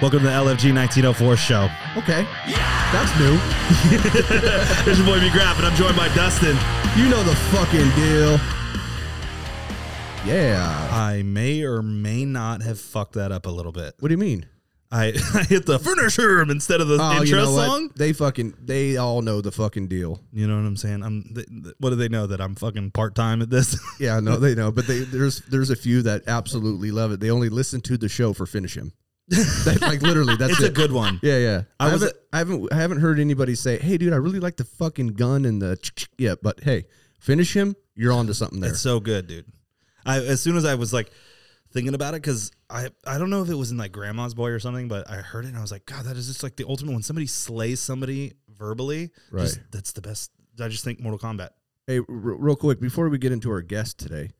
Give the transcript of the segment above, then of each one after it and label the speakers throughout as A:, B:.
A: Welcome to the LFG 1904 show.
B: Okay. That's new.
A: Here's your boy McGrath, and I'm joined by Dustin.
B: You know the fucking deal. Yeah.
A: I may or may not have fucked that up a little bit.
B: What do you mean? Oh,
A: I, I hit the furniture room instead of the intro song.
B: They fucking they all know the fucking deal.
A: You know what I'm saying? I'm. Th- th- what do they know that I'm fucking part time at this?
B: Yeah, I know they know, but they there's there's a few that absolutely love it. They only listen to the show for finish him. They- like literally, that's
A: it's
B: it.
A: a good one.
B: yeah, yeah. I,
A: I was-
B: haven't, I haven't I haven't heard anybody say, "Hey, dude, I really like the fucking gun and the ch- ch- yeah." But hey, finish him. You're onto something there.
A: It's so good, dude. I as soon as I was like thinking about it because I I don't know if it was in like Grandma's Boy or something, but I heard it and I was like, God, that is just like the ultimate when somebody slays somebody verbally. just-
B: Right.
A: that's the best. I just think Mortal Kombat.
B: Hey, r- real quick before we get into our guest today,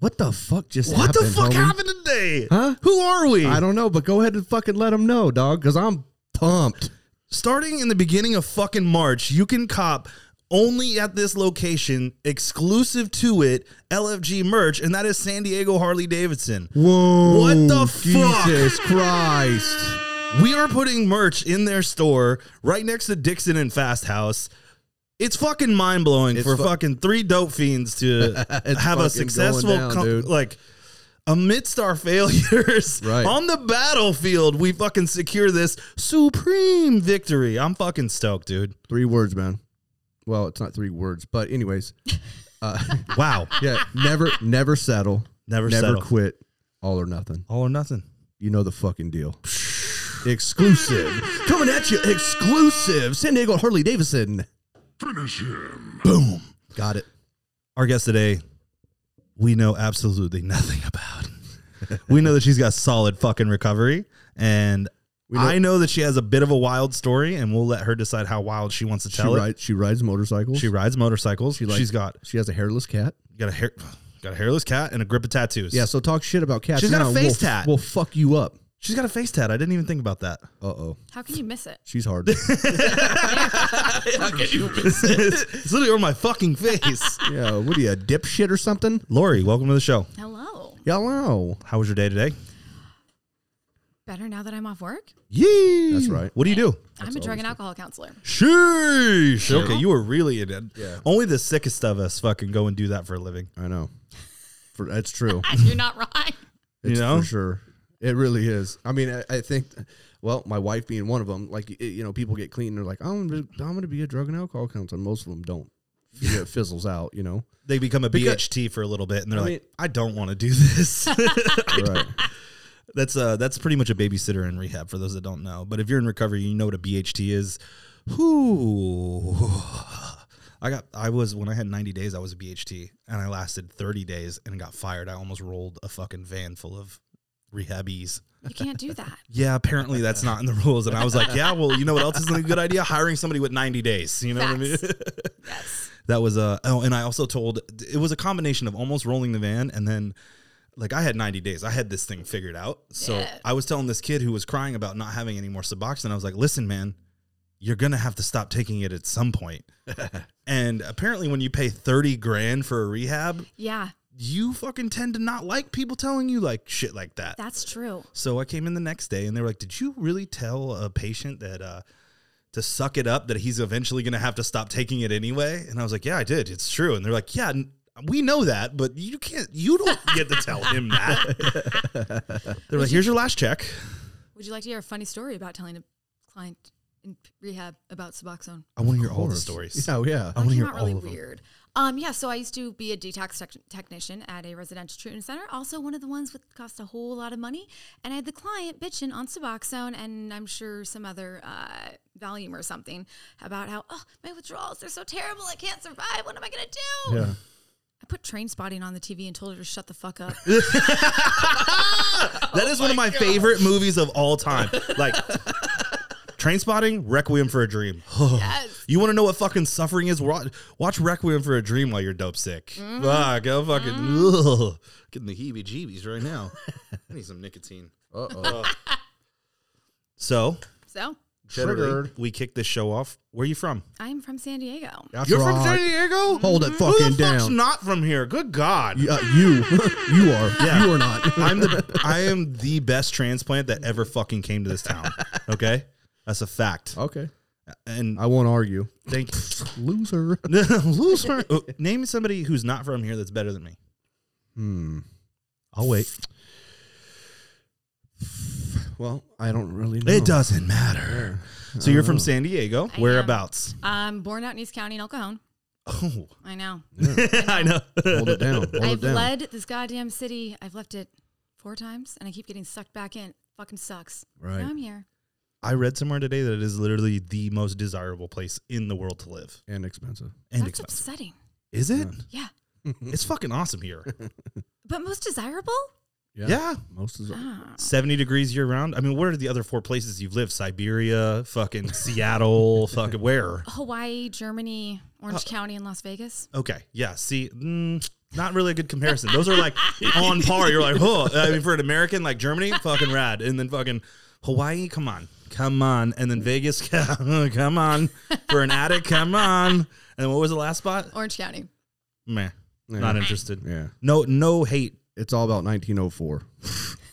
B: what the fuck just
A: What the
B: happened,
A: fuck
B: homie?
A: happened today?
B: Huh?
A: Who are we?
B: I don't know, but go ahead and fucking let them know, dog, because I'm pumped.
A: Starting in the beginning of fucking March, you can cop only at this location, exclusive to it, LFG merch, and that is San Diego Harley Davidson.
B: Whoa!
A: What the fuck?
B: Jesus Christ!
A: We are putting merch in their store right next to Dixon and Fast House. It's fucking mind blowing for
B: fu-
A: fucking three dope fiends to
B: It's
A: have a
B: fucking
A: successful
B: going down,
A: com-
B: dude.
A: like amidst our failures
B: Right.
A: on the battlefield. We fucking secure this supreme victory. I'm fucking stoked, dude.
B: Three words, man. Well, it's not three words, but anyways,
A: Wow,
B: yeah. Never, never settle.
A: Never
B: never
A: settle.
B: quit. All or nothing.
A: all or nothing.
B: You know the fucking deal. Exclusive coming at you. Exclusive San Diego Harley Davidson. Finish him. Boom. Got it.
A: Our guest today, we know absolutely nothing about. we know that she's got solid fucking recovery, and
B: We know-
A: I know that she has a bit of a wild story, and we'll let her decide how wild she wants to
B: She
A: tell it.
B: rides. She rides motorcycles.
A: She rides motorcycles. She
B: likes-
A: has got
B: She has a hairless cat.
A: got a hair, got a hairless cat and a grip of tattoos.
B: Yeah, so talk shit about cats.
A: She's got a
B: now,
A: face
B: we'll,
A: tat.
B: We'll fuck you up.
A: she's got a face tat. I didn't even think about that.
B: Uh oh,
C: How can you miss it?
B: she's hard.
A: it's, it's literally on my fucking face.
B: yeah, what are you, a dipshit or something?
A: Lori, welcome to the show.
C: Hello.
B: Hello.
A: How was your day today?
C: Better now that I'm off work.
A: Yee.
B: That's right.
A: What do you do?
C: I'm a drug and alcohol counselor.
A: Sheesh. Okay, you were really in it.
B: Yeah.
A: Only the sickest of us fucking go and do that for a living.
B: I know. For that's true.
C: You're not right.
B: It's
A: know?
B: for sure. It really is. I mean, I, I think. Well, my wife being one of them, like y- you know, people get clean. They're like, "Oh, I'm gonna, I'm gonna be a drug and alcohol counselor. Most of them don't. Yeah, it fizzles out. You know.
A: They become a
B: Because-
A: BHT for a little bit, and they're
B: I
A: like,
B: mean-
A: "I don't want to do this."
B: Right.
A: that's uh, that's pretty much a babysitter in rehab for those that don't know. But if you're in recovery, you know what a BHT is. Whoo! I got. I was when I had 90 days. I was a BHT, and I lasted 30 days and got fired. I almost rolled a fucking van full of rehabees.
C: You can't do that.
A: Yeah, apparently that's not in the rules. And I was like, yeah, well, you know what else isn't a good idea? Hiring somebody with 90 days. You know
C: Facts.
A: what I mean?
C: Yes.
A: that was a, oh, and I also told, it was a combination of almost rolling the van and then like I had 90 days. I had this thing figured out. So
C: Yeah.
A: I was telling this kid who was crying about not having any more Suboxone, I was like, listen, man, you're going to have to stop taking it at some point. and apparently when you pay 30 grand for a rehab,
C: Yeah,
A: you fucking tend to not like people telling you like shit like that.
C: that's true.
A: So I came in the next day and they were like, Did you really tell a patient that uh, to suck it up that he's eventually going to have to stop taking it anyway? And I was like, Yeah, I did. It's true. And they're like, Yeah, n- we know that, but you can't, you don't get to tell him that. they're like, Here's your last check.
C: Would you like to hear a funny story about telling a client in p- rehab about Suboxone?
A: I want to hear all the
B: Of
A: stories.
B: Oh yeah.
A: I want to
C: Came
A: hear
C: out
A: all
C: really
A: of them.
C: weird. Um, yeah, so I used to be a detox tech technician at a residential treatment center, also one of the ones that cost a whole lot of money. And I had the client bitching on Suboxone and I'm sure some other uh, Valium or something about how, oh, my withdrawals, they're so terrible. I can't survive. What am I going to do?
B: Yeah.
C: I put train spotting on the TV and told her to shut the fuck up.
A: That is one of Oh my favorite movies of all time. Like, Train Spotting, Requiem for a Dream.
C: yes.
A: You want to know what fucking suffering is? Watch, watch Requiem for a Dream while you're dope sick. Ah, go fucking ugh. getting the heebie-jeebies right now. I need some nicotine.
B: Uh oh.
A: So
C: So
A: Triggered. We kick this show off. Where are you from?
C: I'm from San Diego.
B: That's
A: You're from San
B: right.
A: Diego? Mm-hmm.
B: Hold it
A: Who
B: fucking
A: the fuck's
B: down.
A: not from here? Good God.
B: Yeah, you, you are. You are not.
A: I'm the I am the best transplant that ever fucking came to this town. Okay? That's a fact.
B: okay.
A: And
B: I won't argue.
A: thank you.
B: Loser.
A: Loser. Oh, Name somebody who's not from here that's better than me.
B: Hmm.
A: I'll wait.
B: Well, I don't really know.
A: It doesn't matter. So you're from San Diego.
C: am.
A: Whereabouts?
C: I'm born out in East County in El Cajon.
A: Oh,
C: I know.
A: I know.
B: Hold it down. Hold it
C: I've
B: down.
C: led this goddamn city. I've left it four times, and I keep getting sucked back in. Fucking sucks.
B: Right.
C: Now I'm here.
A: I read somewhere today that it is literally the most desirable place in the world to live
B: and expensive.
A: and
C: That's
A: expensive.
C: upsetting.
A: Is it?
C: Yeah,
A: It's fucking awesome here.
C: but most desirable.
B: Yeah.
A: yeah.
B: Most is
C: Ah.
A: 70 degrees year round. I mean, where are the other four places you've lived? Siberia, fucking Seattle, fucking where?
C: Hawaii, Germany, Orange
A: Uh,
C: County, and Las Vegas.
A: Okay. Yeah. See, mm, not really a good comparison. Those are like on par. You're like, oh, I mean, for an American, like Germany, fucking rad. And then fucking Hawaii, come on. Come on. And then Vegas, come on. For an addict, come on. And what was the last spot?
C: Orange County.
A: Meh.
B: Yeah.
A: Not interested.
B: yeah.
A: No, no hate.
B: It's all about 1904.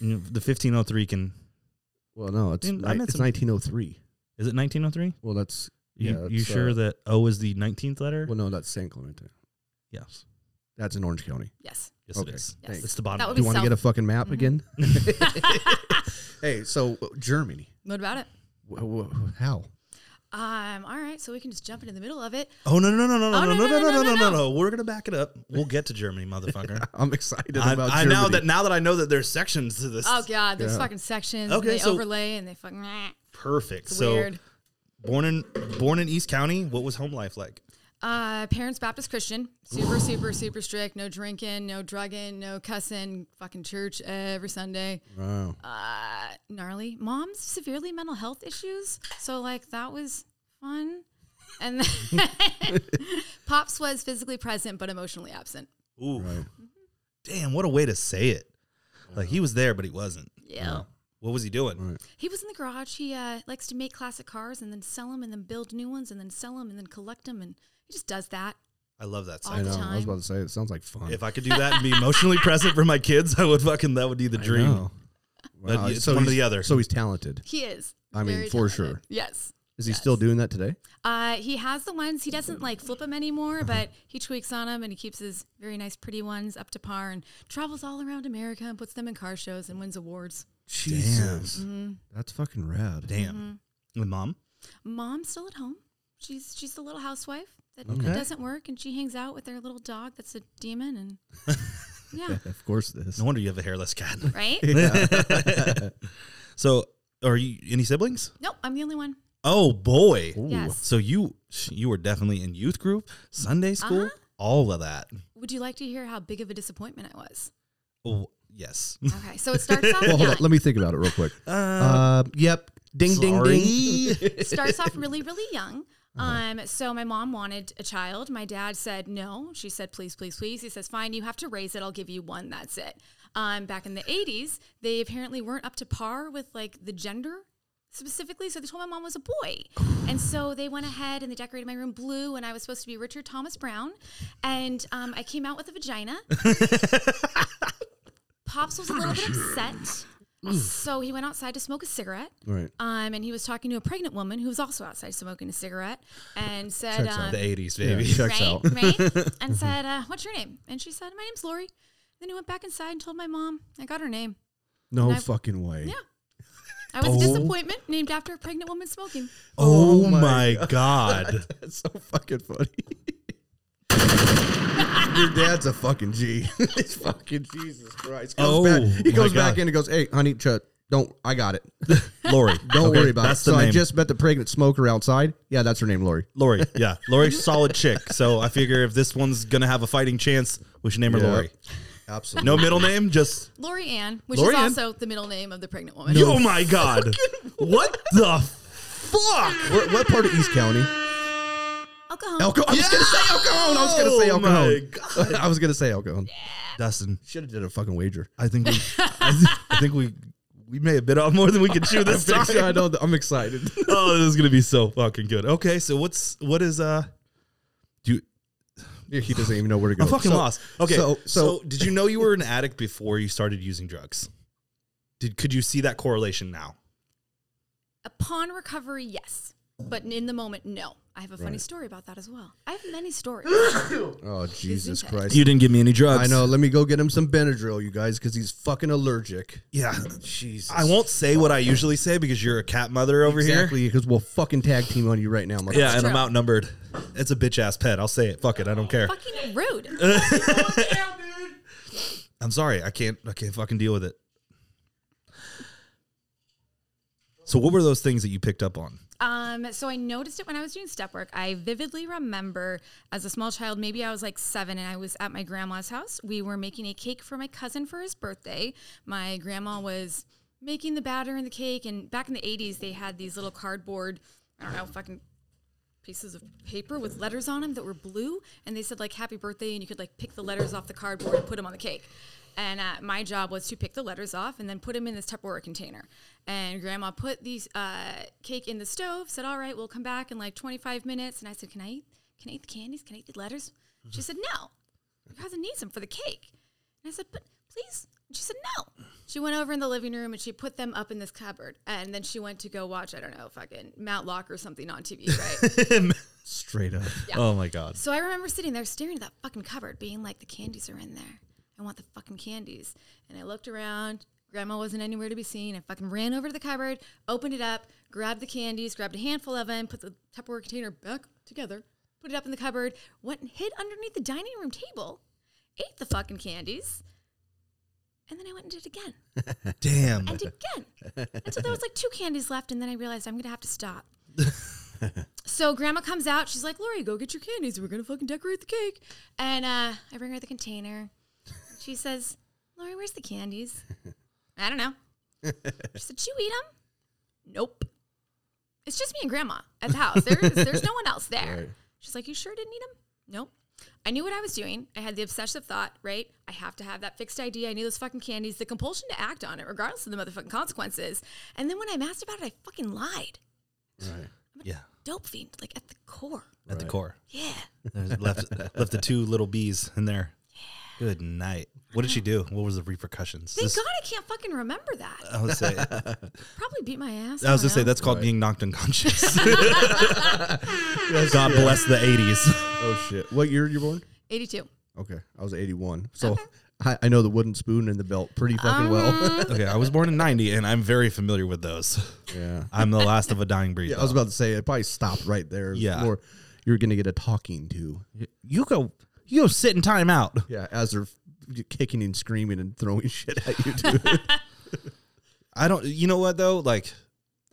A: The 1503 can.
B: Well, no, it's
A: Dude,
B: ni-
A: I met
B: it's
A: some-
B: 1903.
A: Is it 1903?
B: Well, that's
A: You,
B: yeah.
A: you
B: it's,
A: sure
B: uh,
A: that O is the 19th letter?
B: Well, no, that's San Clemente.
A: yes.
B: That's in Orange County.
C: Yes.
A: Yes, Mm-hmm.
B: okay,
A: it is.
B: thanks.
A: It's the bottom.
C: That would
B: Do
A: line.
B: you want to
C: South-
B: get a fucking map again? hey, so uh, Germany.
C: What about it?
B: Wh- wh- How?
C: Um. All right. So we can just jump into the middle of it.
A: Oh no no no no
C: Oh,
A: no no no no no no no
C: no.
A: no! We're gonna back it up. We'll get to Germany, motherfucker.
B: I'm excited
A: I,
B: about
A: I
B: Germany.
A: now that now that I know that there's sections to this.
C: Oh God, there's
B: Yeah.
C: fucking sections.
A: Okay,
C: and they
A: so-
C: overlay and they fucking.
A: Perfect.
C: It's
A: so
C: weird.
A: born in born in East County. What was home life like?
C: Uh, parents Baptist Christian, super super super strict. No drinking, no drugging, no cussing. Fucking church every Sunday.
B: Wow.
C: Uh, gnarly. Mom's severely mental health issues, so like that was fun. And then pops was physically present but emotionally absent.
A: Ooh,
B: Right.
C: Mm-hmm.
A: damn! What a way to say it. Like he was there, but he wasn't.
C: Yeah.
A: What was he doing?
B: Right.
C: He was in the garage. He uh, likes to make classic cars and then sell them and then build new ones and then sell them and then collect them and he just does that.
A: I love that
C: All
B: I
A: side.
C: the
B: know. I was
C: time.
B: about to say it sounds like fun.
A: If I could do that and be emotionally present for my kids, I would fucking. That would be the
B: I
A: dream.
B: know.
A: But
B: Wow,
A: it's one or
B: he's-
A: the other.
B: So he's talented.
C: He is.
B: I mean,
C: very
B: for
C: talented.
B: sure.
C: Yes.
B: Is he still doing that today?
C: Uh, he has the ones. He doesn't like flip them anymore, but he tweaks on them and he keeps his very nice, pretty ones up to par and travels all around America and puts them in car shows and wins awards.
B: Jesus.
C: Mm-hmm,
B: That's fucking rad.
A: Damn. The mom.
C: Mom's still at home. She's she's the little housewife that, that
B: Okay.
C: doesn't work, and she hangs out with their little dog that's a demon. And yeah,
B: Of course, this.
A: No wonder you have a hairless cat.
C: right?
A: so, are you any siblings?
C: Nope, I'm the only one.
A: Oh boy.
C: Yes.
A: So you you were definitely in youth group, Sunday school,
C: Uh-huh.
A: all of that.
C: Would you like to hear how big of a disappointment I was?
A: Oh, yes.
C: Okay, so it starts off.
B: Well, hold
C: yeah,
B: on. Let me think about it real quick.
A: Uh,
B: Uh, yep. Ding, ding, ding.
A: sorry.
C: It starts off really, really young. Um, so my mom wanted a child. My dad said no. She said, please, please, please. He says, fine, you have to raise it. I'll give you one. That's it. Um, back in the 80s, they apparently weren't up to par with like the gender specifically. So they told my mom I was a boy. And so they went ahead and they decorated my room blue. And I was supposed to be Richard Thomas Brown. And um, I came out with a vagina. Pops was a little bit upset. So he went outside to smoke a cigarette.
B: Right.
C: Um, and he was talking to a pregnant woman who was also outside smoking a cigarette and said,
B: Checks out.
A: the
C: um,
A: eighties, baby.
B: Yeah, checks
C: right,
B: out.
C: right, and said, uh, what's your name? And she said, my name's Lori. Then he went back inside and told my mom, I got her name.
B: No
C: And I-
B: fucking way.
C: Yeah. I was
A: Oh.
C: a disappointment named after a pregnant woman smoking.
A: Oh
B: Oh
A: my
B: my
A: god.
B: That's so fucking funny. Your dad's a fucking G. it's fucking Jesus Christ. Comes
A: Oh,
B: back,
A: my
B: he goes back
A: God.
B: in and goes, "Hey, honey, Chut, don't. I got it.
A: Lori.
B: Don't
A: okay?
B: worry about
A: that's
B: it."
A: The
B: so
A: name.
B: I just met the pregnant smoker outside. Yeah, that's her name, Lori.
A: Lori. Yeah. Lori's a solid chick. So I figure if this one's gonna have a fighting chance, we should name her
B: Yeah.
A: Lori.
B: Absolutely.
A: No middle name, just
C: Lori Ann, which
A: Lori
C: is
A: Ann?
C: also the middle name of the pregnant woman.
A: Oh my god. What the fuck?
B: What, what part of East County?
C: Alcohol.
B: El Cajon. I was gonna say El Cajon. I was gonna say El
A: Oh my
B: Cajon. I was gonna say El Cajon.
A: Dustin,
B: Should have did a fucking wager.
A: I think we I, th- I think we we may have bit off more than we could chew this time.
B: Big shot, I know that- I'm excited.
A: oh, this is gonna be so fucking good. Okay, so what's what is uh? Do you,
B: he doesn't even know where to go.
A: I'm fucking
B: So-
A: lost. Okay, so,
B: so-
A: so
B: so-
A: did you know you were an addict before you started using drugs? Did could you see that correlation now?
C: Upon recovery, yes. But in the moment, no. I have a funny story about that as well. I have many stories.
B: Oh Jesus
C: it?
B: Christ!
A: You didn't give me any drugs.
B: I know. Let me go get him some Benadryl, you guys, because he's fucking allergic.
A: Yeah,
B: Jesus.
A: I won't say what I usually say because you're a cat mother over here.
B: exactly because we'll fucking tag team on you right now. mother-
A: Yeah, and I'm
C: true.
A: outnumbered. It's a bitch ass pet. I'll say it. Fuck it. I don't care.
C: Fucking rude.
A: I'm sorry. I can't. I can't fucking deal with it. So, what were those things that you picked up on?
C: Um, so I noticed it when I was doing step work. I vividly remember as a small child, maybe I was like seven, and I was at my grandma's house. We were making a cake for my cousin for his birthday. My grandma was making the batter and the cake, and back in the 80s, they had these little cardboard, I don't know, fucking pieces of paper with letters on them that were blue and they said like happy birthday and you could like pick the letters off the cardboard and put them on the cake and uh, my job was to pick the letters off and then put them in this tupperware container and grandma put these uh, cake in the stove said all right we'll come back in like 25 minutes and i said can i eat can i eat the candies can i eat the letters she said no your cousin needs them for the cake and i said but please and she said no she went over in the living room and she put them up in this cupboard and then she went to go watch i don't know fucking mount lock or something on tv right
A: Straight up. Oh my god.
C: so I remember sitting there staring at that fucking cupboard, being like, the candies are in there. I want the fucking candies. And I looked around. Grandma wasn't anywhere to be seen. I fucking ran over to the cupboard, opened it up, grabbed the candies, grabbed a handful of them, put the Tupperware container back together, put it up in the cupboard, went and hid underneath the dining room table, ate the fucking candies, and then I went and did it again
A: Damn.
C: and again. And so there was like two candies left, and then I realized I'm gonna have to stop. so grandma comes out, she's like, Lori, go get your candies. We're gonna fucking decorate the cake. And uh, I bring her the container. She says, Lori, where's the candies? I don't know. She said, "Did you eat them? Nope. It's just me and grandma at the house. There's, there's no one else there. She's like, you sure didn't eat them? Nope. I knew what I was doing. I had the obsessive thought, right? I have to have that fixed idea. I knew those fucking candies, the compulsion to act on it, regardless of the motherfucking consequences. And then when I'm asked about it, I fucking lied.
B: Right.
A: Yeah.
C: Dope fiend, like at the core.
A: At the core.
C: Yeah.
A: There's left left the two little bees in there. Good night. What did she do? What was the repercussions?
C: Thank
A: This-
C: God I can't fucking remember that.
A: I would say.
C: Probably beat my
A: Uh,
C: ass.
A: I was
C: don't
A: gonna say
C: know.
A: that's called being knocked unconscious. God bless the '80s.
B: Oh shit! What year you born?
C: 82.
B: Okay, I was 81. So I, I know the wooden spoon and the belt pretty fucking well.
A: Okay, I was born in '90, and I'm very familiar with those.
B: yeah.
A: I'm the last of a dying breed.
B: Yeah, I was about to say it probably stopped right there.
A: Yeah.
B: Or you're gonna get a talking to.
A: you go, you go sit in time out.
B: Yeah, as they're kicking and screaming and throwing shit at you. Dude.
A: I don't. You know what though? Like,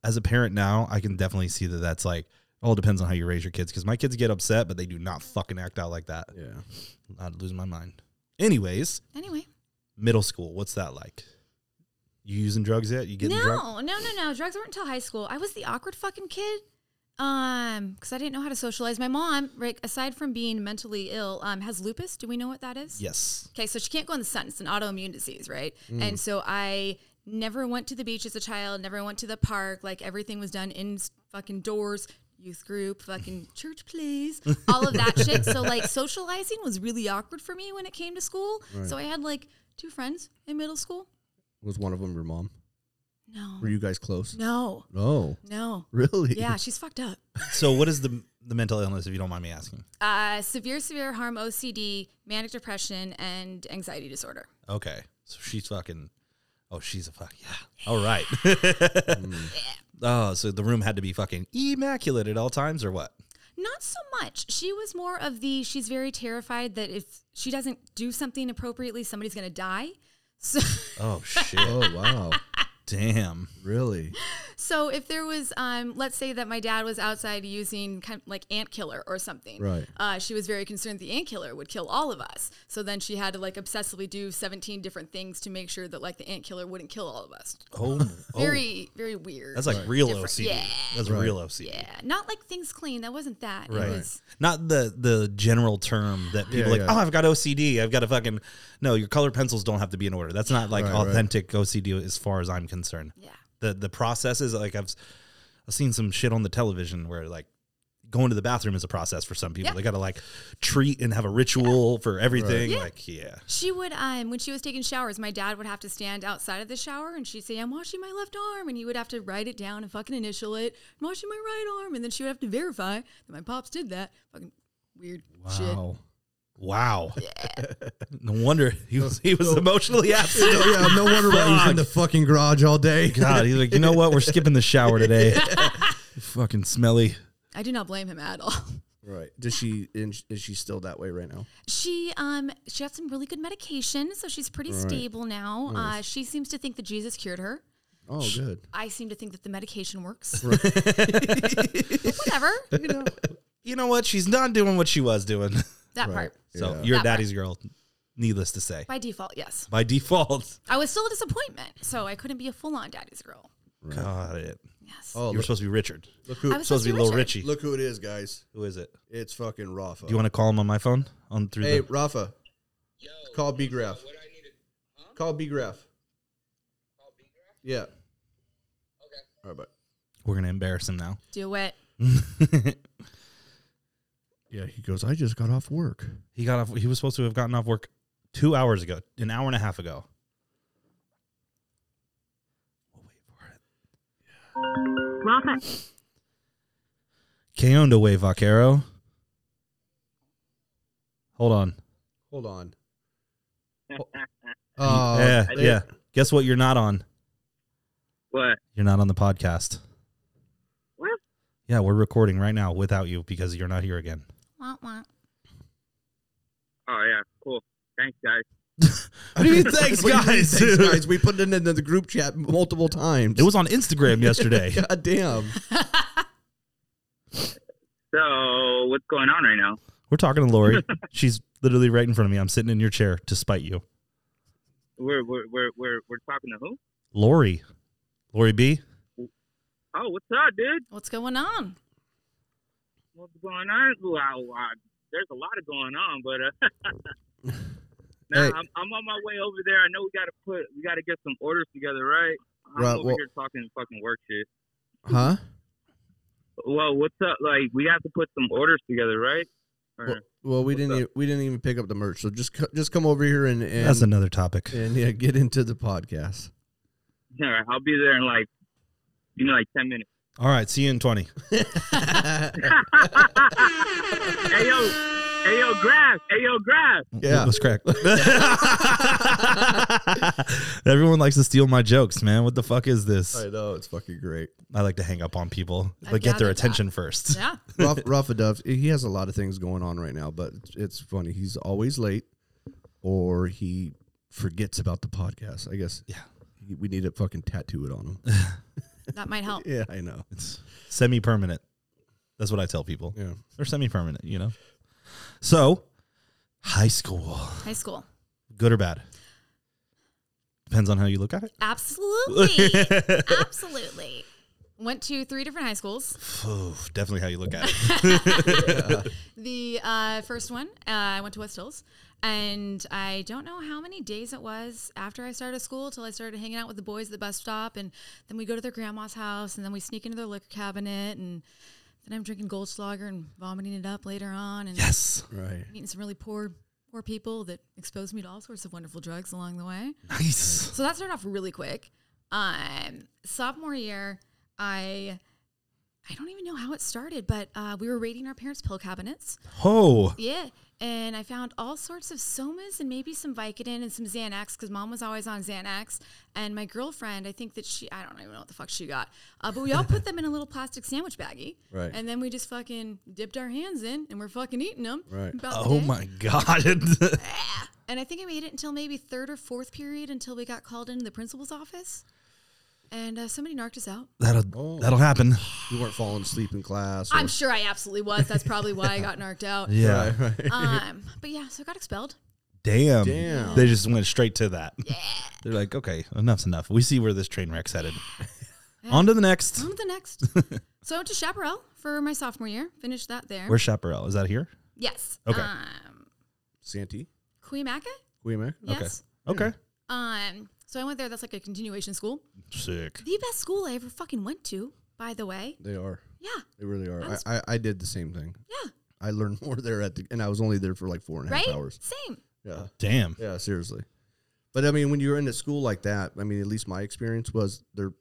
A: as a parent now, I can definitely see that that's like all depends on how you raise your kids. Because my kids get upset, but they do not fucking act out like that.
B: yeah.
A: I'd lose my mind. Anyways,
C: Anyway.
A: middle school. What's that like? You using drugs yet? You getting
C: no,
A: drunk?
C: no, no, no. Drugs weren't until high school. I was the awkward fucking kid. Um, because I didn't know how to socialize. My mom, right, aside from being mentally ill, um, has lupus. Do we know what that is?
A: Yes.
C: Okay, so she can't go in the sun. It's an autoimmune disease, right? And so I never went to the beach as a child, never went to the park. Like everything was done in s- fucking doors, youth group, fucking church, please, all of that shit. So like socializing was really awkward for me when it came to school. So I had like two friends in middle school.
B: Was one of them your mom?
C: No,
B: Were you guys close?
C: no,
B: Oh,
C: no.
B: really?
C: Yeah, she's fucked up.
A: So, what is the the mental illness? If you don't mind me asking.
C: Uh, severe, severe harm, OCD, manic depression, and anxiety disorder.
A: Okay. So she's fucking. Oh, she's a fuck. Yeah. All right. Oh, so the room had to be fucking immaculate at all times, or what?
C: Not so much. She was more of the she's very terrified that if she doesn't do something appropriately, somebody's gonna die. So,
A: Oh shit!
B: Oh wow,
A: Damn.
B: really?
C: so if there was, um, let's say that my dad was outside using kind of like ant killer or something,
B: Right.
C: Uh, she was very concerned the ant killer would kill all of us. So then she had to like obsessively do seventeen different things to make sure that like the ant killer wouldn't kill all of us.
A: Oh, oh
C: Very, very weird.
A: That's like real
C: Different.
A: OCD.
C: Yeah.
A: That's real OCD.
C: yeah, not like things clean. That wasn't that. It
A: Right.
C: was-
A: Not the the general term that people
B: Yeah,
A: like.
B: yeah.
A: Oh, I've got OCD. I've got a fucking no. Your colored pencils don't have to be in order. That's not like
B: Right, right.
A: authentic OCD as far as I'm concerned.
C: Yeah.
A: The the processes like I've s- I've seen some shit on the television where like going to the bathroom is a process for some people.
C: Yeah.
A: They got to like treat and have a ritual for everything.
C: Yeah.
A: Like yeah.
C: She would, um, when she was taking showers, my dad would have to stand outside of the shower and she'd say, I'm washing my left arm. And he would have to write it down and fucking initial it. I'm washing my right arm. And then she would have to verify that my pops did that. Fucking weird shit.
B: Wow.
A: Wow. no wonder he was he was emotionally absent.
B: Oh, yeah, no wonder why he's
A: Fuck.
B: in the fucking garage all day.
A: God, he's like, you know what? We're skipping the shower today. Fucking smelly.
C: I do not blame him at all.
B: Right. Does she and sh- is she still that way right now?
C: She um she got some really good medication, so she's pretty stable now. Uh, she seems to think that Jesus cured her.
B: Oh, good.
C: I seem to think that the medication works. Whatever that
A: You know, you know what? She's not doing what she was doing.
C: part
A: So you're
B: Yeah.
C: That part.
A: daddy's girl, needless to say.
C: by default, yes.
A: By default.
C: I was still a disappointment, so I couldn't be a full on daddy's girl.
A: Got it.
C: Yes,
A: you
B: Oh,
A: were
B: look,
A: supposed to be Richard.
B: look who
C: I was
A: supposed to be Little Richie.
B: look who it is, guys.
A: Who is it?
B: It's fucking Rafa.
A: Do you want to call him on my phone? On through
B: hey,
A: the
B: Rafa,
D: Yo,
B: call B Graph.
D: what I need to huh?
B: Call B Graph.
D: Call B graph?
B: Yeah.
D: Okay.
B: All right, but
A: We're gonna embarrass him now.
C: do it.
B: yeah, he goes. I just got off work.
A: he got off he was supposed to have gotten off work two hours ago, an hour and a half ago. We'll wait for it.
E: Rafa
A: Que onda way, Vaquero? Hold on.
B: Hold on. Oh,
A: yeah,
B: they-
A: yeah. Guess what you're not on?
D: What?
A: You're not on the podcast.
E: What?
A: Yeah, we're recording right now without you because you're not here again.
C: Wah, wah.
D: Oh yeah, cool. Thanks guys.
A: What do you mean, thanks,
B: What do you mean,
A: guys?
B: thanks, guys. We put it in the group chat multiple times.
A: It was on Instagram yesterday.
B: God damn.
D: So what's going on right now?
A: We're talking to Lori. She's literally right in front of me. I'm sitting in your chair to spite you.
D: We're we're we're we're, we're talking to who?
A: Lori. Lori B.
D: Oh, what's up, dude?
C: What's going on?
D: What's going on? Wow, wow. there's a lot of going on, but uh, nah,
B: Hey.
D: I'm, I'm on my way over there. I know we gotta put we gotta get some orders together, right? I'm
B: Right,
D: over
B: well-
D: here talking fucking work shit.
B: Huh?
D: Well, what's up? Like we have to put some orders together, right? Or-
B: Well, well, we
D: What's
B: didn't.
D: up?
B: Even, we didn't even pick up the merch. So just co- just come over here and and,
A: That's another topic.
B: and yeah, get into the podcast.
D: all right, I'll be there in like you know like ten minutes.
A: All right. See you in 20.
D: hey yo, hey yo, grass, hey yo, grass.
B: Yeah.
A: Let's crack. Everyone likes to steal my jokes, man. What the fuck is this?
B: I know it's fucking great.
A: I like to hang up on people,
C: I
A: but get their
C: gathered that.
A: attention first.
C: Yeah,
B: Rafa, Rafa Dove. He has a lot of things going on right now, but it's- it's funny. He's always late, or he forgets about the podcast. I guess.
A: Yeah.
B: We need to fucking tattoo it on him.
C: that might help.
B: yeah, I know.
A: It's semi permanent. That's what I tell people.
B: Yeah.
A: They're semi permanent, you know? So, high school,
C: High school,
A: good or bad? Depends on how you look at it.
C: absolutely, absolutely. Went to three different high schools.
A: Phew, definitely how you look at it.
C: The uh, first one, uh, I went to West Hills, and I don't know how many days it was after I started school till I started hanging out with the boys at the bus stop, and then we go to their grandma's house, and then we sneak into their liquor cabinet, and then I'm drinking Goldschlager and vomiting it up later on, and
A: Yes.
B: Right.
C: meeting some really poor, poor people that exposed me to all sorts of wonderful drugs along the way.
A: Nice.
C: So that started off really quick. Um, sophomore year, I. I don't even know how it started, but uh, we were raiding our parents' pill cabinets.
A: Oh,
C: Yeah. And I found all sorts of somas and maybe some Vicodin and some Xanax because mom was always on Xanax. And my girlfriend, I think that she, I don't even know what the fuck she got. Uh, but we all put them in a little plastic sandwich baggie.
B: Right.
C: And then we just fucking dipped our hands in and we're fucking eating them.
B: Right.
C: about the
A: oh
C: day.
A: my God.
C: And I think I made it until maybe third or fourth period until we got called into the principal's office. And uh, somebody narked us out.
A: that'll,
B: Oh.
A: that'll happen.
B: You weren't falling asleep in class. or-
C: I'm sure I absolutely was. That's probably why I got narked out.
A: Yeah.
B: Right, right.
C: Um, but yeah, so I got expelled.
A: Damn.
B: Damn.
A: They just went straight to that. They're like, okay, enough's enough. We see where this train wreck's headed. On to the next.
C: On to the next. so I went to Chaparral for my sophomore year. Finished that there.
A: Where's Chaparral? Is that here?
C: yes.
A: Okay.
C: Um,
B: Santee.
C: Cuyamaca.
B: Queen Mac.
C: Yes.
A: Okay.
C: Um. So I went there. That's like a continuation school.
A: Sick.
C: The best school I ever fucking went to, by the way.
B: They are.
C: Yeah.
B: They really are.
C: I
B: I,
C: was-
B: I, I did the same thing.
C: Yeah.
B: I learned more there at the, and I was only there for like four and a half
C: Right?
B: hours.
C: Same.
B: Yeah.
A: Damn.
B: Yeah, seriously. But I mean, when you're in a school like that, I mean, at least my experience was there.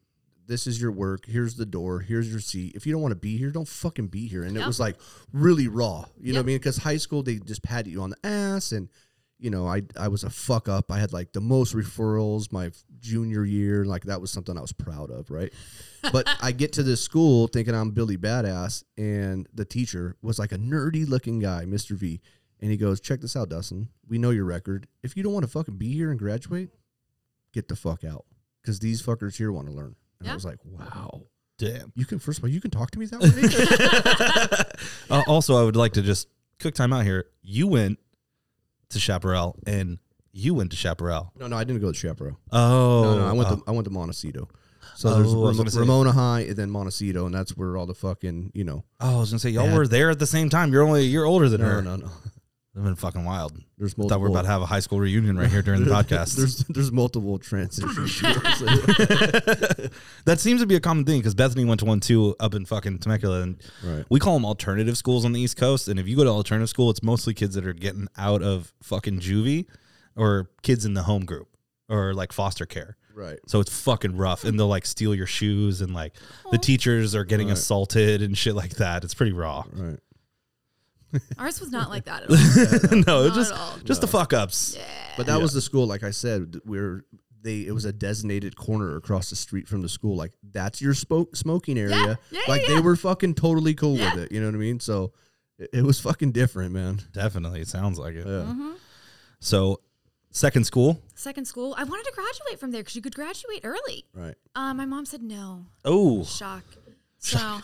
B: This is your work. Here's the door. Here's your seat. If you don't want to be here, don't fucking be here. And it
C: Yeah.
B: was like really raw. You know what
C: Yeah.
B: I mean? Because high school, they just pat you on the ass, and you know, I I was a fuck up. I had like the most referrals my junior year. Like that was something I was proud of, right? but I get to this school thinking I'm Billy Badass, and the teacher was like a nerdy looking guy, Mr. V. And he goes, Check this out, Dustin. We know your record. If you don't want to fucking be here and graduate, get the fuck out. Because these fuckers here want to learn. And I
C: Yeah.
B: was like, Wow.
A: Damn.
B: You can, first of all, you can talk to me that way.
A: Uh, also, I would like to just quick time out here. You went to Chaparral and you went to Chaparral.
B: no, no, I didn't go to Chaparral.
A: Oh,
B: No, no, I went
A: oh.
B: to I went to Montecito. So there's
A: Oh, I was
B: Ramo-
A: gonna say-
B: Ramona High and then Montecito, and that's where all the fucking you know.
A: Oh, I was gonna say y'all
B: Yeah.
A: were there at the same time. You're only you're older than
B: No,
A: her.
B: no, no.
A: I've been fucking wild.
B: There's
A: I
B: multiple.
A: thought we were about to have a high school reunion right here during the podcast.
B: There's there's multiple transitions.
A: that seems to be a common thing because Bethany went to one too up in fucking Temecula, and
B: Right.
A: we call them alternative schools on the East Coast. And if you go to alternative school, it's mostly kids that are getting out of fucking juvie or kids in the home group or like foster care.
B: right.
A: So it's fucking rough, and they'll like steal your shoes, and like the teachers are getting
B: Right.
A: assaulted and shit like that. It's pretty raw.
B: Right.
C: Ours was not like that at all.
A: no, it's
C: Not
A: just
C: at all.
A: just the fuck ups.
B: But that was the school, like I said, th- where they it was a designated corner across the street from the school. Like that's your spoke smoking area.
C: Yeah, yeah,
B: like
C: yeah.
B: they were fucking totally cool
C: Yeah.
B: with it. You know what I mean? So it, it was fucking different, man.
A: Definitely, it sounds like it.
B: Yeah.
C: Mm-hmm.
A: So, second school.
C: Second school, I wanted to graduate from there because you could graduate early.
B: Right.
C: Uh, my mom said no.
A: Oh,
C: Shock. So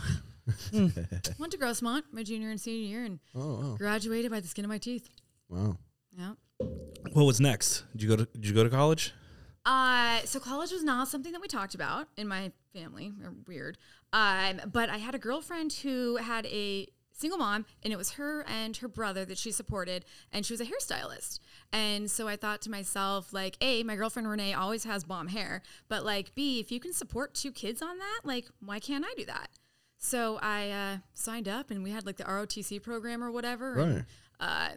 C: went to Grossmont my junior and senior year and
B: Oh,
C: graduated by the skin of my teeth.
B: wow. wow.
C: Yeah.
A: what was next? Did you go to Did you go to college?
C: Uh, so college was not something that we talked about in my family. Or weird. Um, but I had a girlfriend who had a single mom, and it was her and her brother that she supported, and she was a hairstylist. And so I thought to myself, like, a, my girlfriend Renee always has bomb hair, but like, b, if you can support two kids on that, like, why can't I do that? So I uh, signed up, and we had like the ROTC program or whatever.
B: Right.
C: And, uh,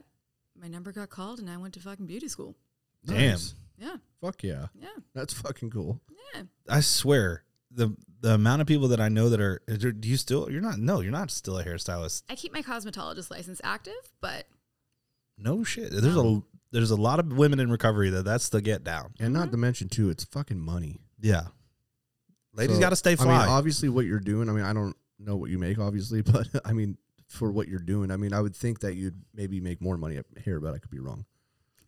C: my number got called, and I went to fucking beauty school.
A: Damn.
B: Nice.
C: Yeah,
B: Fuck yeah.
C: yeah,
B: That's fucking cool.
C: yeah.
A: I swear the the amount of people that I know that are is there- do you still you're not no you're not still a hairstylist
C: I keep my cosmetologist license active, but
A: no shit there's a there's a lot of women in recovery that that's the get down
B: And
C: Mm-hmm.
B: not to mention too, it's fucking money.
A: yeah ladies
B: So,
A: got to stay fly
B: I mean, obviously, what you're doing. I mean, I don't know what you make, obviously, but I mean, for what you're doing, I mean, I would think that you'd maybe make more money up here, but I could be wrong.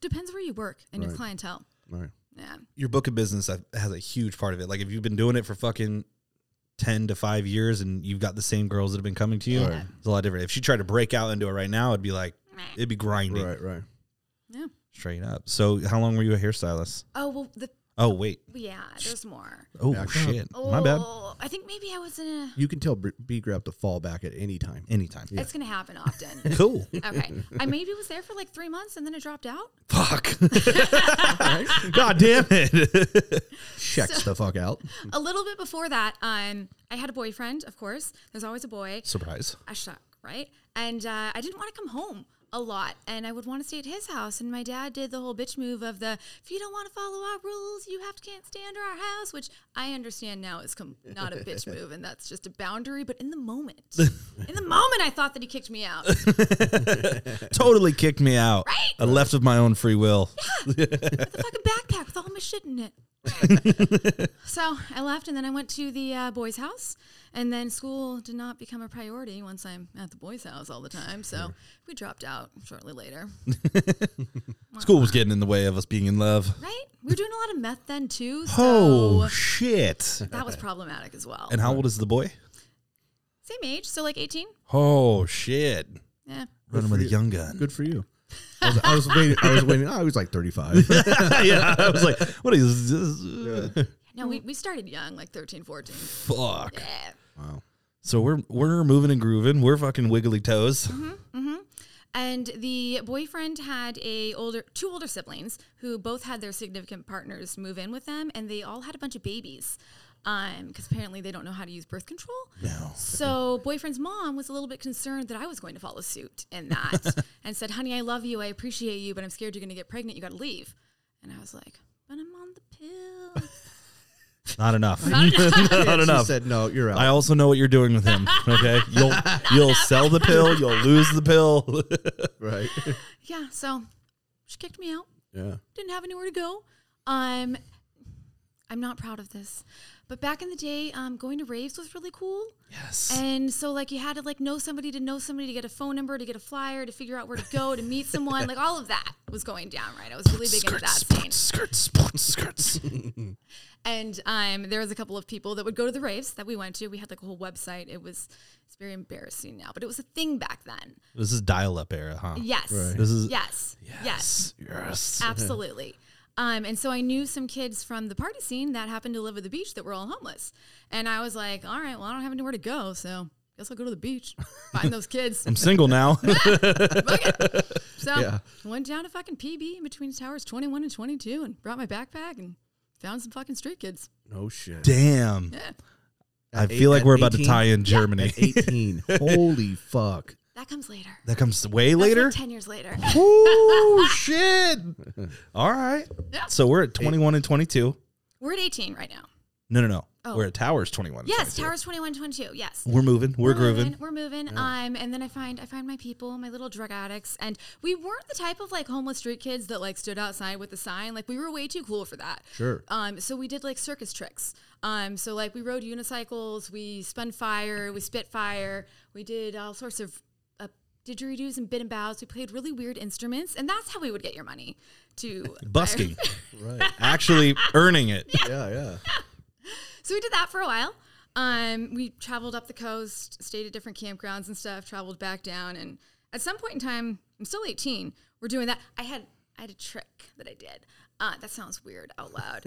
C: depends where you work and
B: Right.
C: your clientele.
B: All right.
C: Yeah.
A: your book of business that has a huge part of it like if you've been doing it for fucking 10 to 5 years and you've got the same girls that have been coming to you
B: Right.
A: it's a lot different if she tried to break out into it right now it'd be like it'd be grinding
B: Right. Right.
A: straight up so how long were you a hairstylist
C: Oh well, the
A: oh wait
C: yeah. There's more.
A: oh
B: Back up.
A: shit
C: Oh,
A: my bad
C: I think maybe I was in a.
B: You can tell B, B grab to fall back at any time.
A: anytime
C: It's gonna happen often.
A: cool
C: okay. I maybe was there for like three months and then it dropped out.
A: Fuck. God damn it.
B: Checks the fuck out.
C: A little bit before that, um, I had a boyfriend. Of course, there's always a boy.
A: Surprise.
C: I suck, right? And uh, I didn't want to come home a lot, and I would want to stay at his house. And my dad did the whole bitch move of the if you don't want to follow our rules, you have to can't stay under our house, which I understand now is com- not a bitch move, and that's just a boundary. But in the moment, in the moment, I thought that he kicked me out. What
A: Totally kicked me out. I left of my own free will.
C: the fucking backpack with all my shit in it. so I left, and then I went to the uh, boys' house. And then school did not become a priority once I'm at the boys' house all the time. So we dropped out shortly later.
A: School was getting in the way of us being in love.
C: Right? We were doing a lot of meth then too, so
A: Oh, shit.
C: that was problematic as well.
A: And how old is the boy?
C: Same age, so like 18?
A: Oh, shit.
C: Yeah.
A: Running with a young gun.
B: Good for you. I was, I was waiting. I was waiting. I was like 35.
A: yeah, I was like, what is this?
C: No,
A: Mm-hmm.
C: we, we started young, like 13, 14.
A: Fuck.
C: Yeah.
B: Wow.
A: So we're we're moving and grooving. We're fucking wiggly toes.
C: Mm-hmm. And the boyfriend had a older two older siblings who both had their significant partners move in with them and they all had a bunch of babies. because apparently they don't know how to use birth control.
A: No.
C: So boyfriend's mom was a little bit concerned that I was going to follow suit in that and said, "Honey, I love you. I appreciate you, but I'm scared you're going to get pregnant. You got to leave." And I was like, "But I'm on the pill."
A: Not enough. Not enough.
B: She said, no, you're out.
A: I also know what you're doing with him. Okay, you'll you'll sell the pill, you'll lose the pill.
B: right.
C: yeah, so she kicked me out.
B: Yeah.
C: Didn't have anywhere to go. Um, I'm not proud of this, but back in the day, um, going to raves was really cool.
A: yes.
C: And so like you had to like know somebody to know somebody to get a phone number to get a flyer to figure out where to go to meet someone like all of that was going down right. I was really big into that scene.
A: skirts, skirts, skirts.
C: And um, there was a couple of people that would go to the raves that we went to. We had like a whole website. It was it's very embarrassing now, but it was a thing back then.
A: this is dial-up era, huh?
C: Yes.
A: This is
C: Yes. yes.
A: Yes.
C: Absolutely. Um, and so I knew some kids from the party scene that happened to live at the beach that were all homeless. And I was like, all right, well, I don't have anywhere to go. So guess I'll go to the beach, find those kids.
A: I'm single now.
C: Fuck it. So
B: Yeah.
C: went down to fucking PB in between towers 21 and 22 and brought my backpack and found some fucking street kids.
B: No shit.
A: Damn.
C: Yeah.
A: I
B: At eight-
A: feel like
B: at
A: we're about to
B: 18?
A: tie in Germany.
B: At 18. Holy fuck.
C: That comes later.
A: that comes way
C: That's like
A: later.
C: 10 years later.
A: Ooh, shit. All right.
C: Yeah.
A: So we're at 21 and 22.
C: We're at 18 right now.
A: No, no, no.
C: Oh.
A: We're at Towers 21. and
C: Yes,
A: 22.
C: towers 21, 22. Yes.
A: We're moving. We're, grooving.
C: Moving, we're moving. Um, and then I find I find my people, my little drug addicts, and we weren't the type of like homeless street kids that like stood outside with a sign. Like we were way too cool for that.
B: Sure.
C: Um, so we did like circus tricks. Um, so like we rode unicycles, we spun fire, we spit fire, we did all sorts of uh, didgeridoos and bit and bows. We played really weird instruments, and that's how we would get your money to
A: Busking.
B: Right.
A: Actually earning it.
B: Yeah, yeah.
C: So we did that for a while. Um, we traveled up the coast, stayed at different campgrounds and stuff, traveled back down, and at some point in time, I'm still 18. We're doing that. I had I had a trick that I did. Uh, that sounds weird out loud.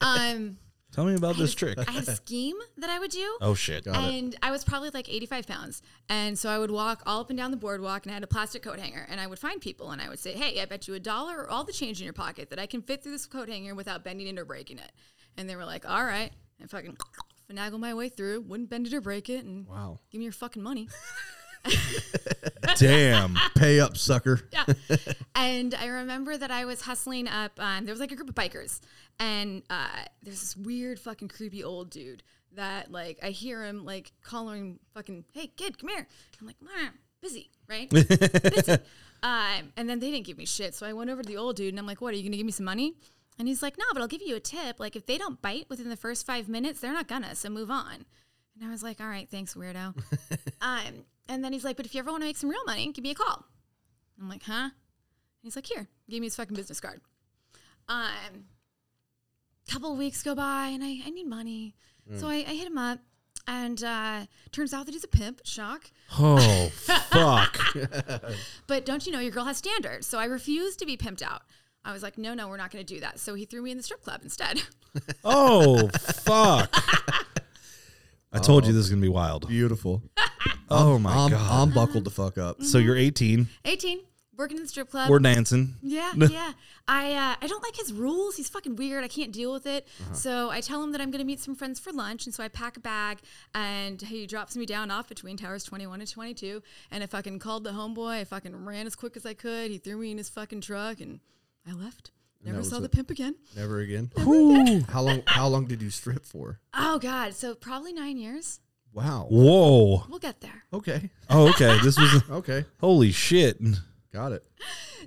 C: um,
A: Tell me about this
C: I-
A: trick.
C: I had a scheme that I would do.
A: Oh, shit.
B: Got it.
C: And I was probably like 85 pounds. And so I would walk all up and down the boardwalk and I had a plastic coat hanger and I would find people and I would say, Hey, I bet you a dollar or all the change in your pocket that I can fit through this coat hanger without bending it or breaking it. And they were like, All right. And fucking finagle my way through, wouldn't bend it or break it. And
B: Wow.
C: give me your fucking money.
A: Damn.
B: Pay up, sucker.
C: yeah. And I remember that I was hustling up. Um, there was like a group of bikers, and uh, there's this weird, fucking creepy old dude that like I hear him like calling, fucking, hey kid, come here. I'm like, "Meh, busy, right? busy. Um, and then they didn't give me shit, so I went over to the old dude and I'm like, what are you gonna give me some money? And he's like, no, but I'll give you a tip. Like if they don't bite within the first five minutes, they're not gonna. So move on. And I was like, all right, thanks, weirdo. um, and then he's like, but if you ever want to make some real money, give me a call. I'm like, huh? And he's like, here, give me his fucking business card. Um, couple of weeks go by and I, I need money. So I, I hit him up and uh, turns out that he's a pimp, shock.
A: Oh, fuck.
C: But don't you know your girl has standards? So I refused to be pimped out. I was like, no, no, we're not going to do that. So he threw me in the strip club instead.
A: Oh, fuck. I told you this is going to be wild.
B: Beautiful.
A: Oh, my
B: I'm,
A: God.
B: I'm buckled the fuck up.
A: so you're 18.
C: 18, working in the strip club.
A: We're dancing.
C: Yeah, yeah. I uh, I don't like his rules. He's fucking weird. I can't deal with it.
B: Uh-huh.
C: So I tell him that I'm going to meet some friends for lunch, and so I pack a bag, and he drops me down off between towers 21 and 22, and I fucking called the homeboy. I fucking ran as quick as I could. He threw me in his fucking truck, and I left. Never
B: was
C: saw
B: it.
C: the pimp again.
B: Never again.
A: Whew.
B: How long how long did you strip for?
C: Oh God. So probably nine years.
B: Wow.
A: Whoa.
C: We'll get there.
B: Okay.
A: Oh, okay. This was
B: Okay.
A: holy shit.
B: Got it.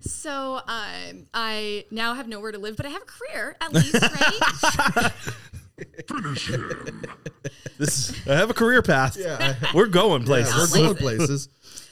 C: So um, I now have nowhere to live, but I have a career at least, right?
A: This is, I have a career path.
B: Yeah. I-
A: We're going places.
B: yeah, we're going places.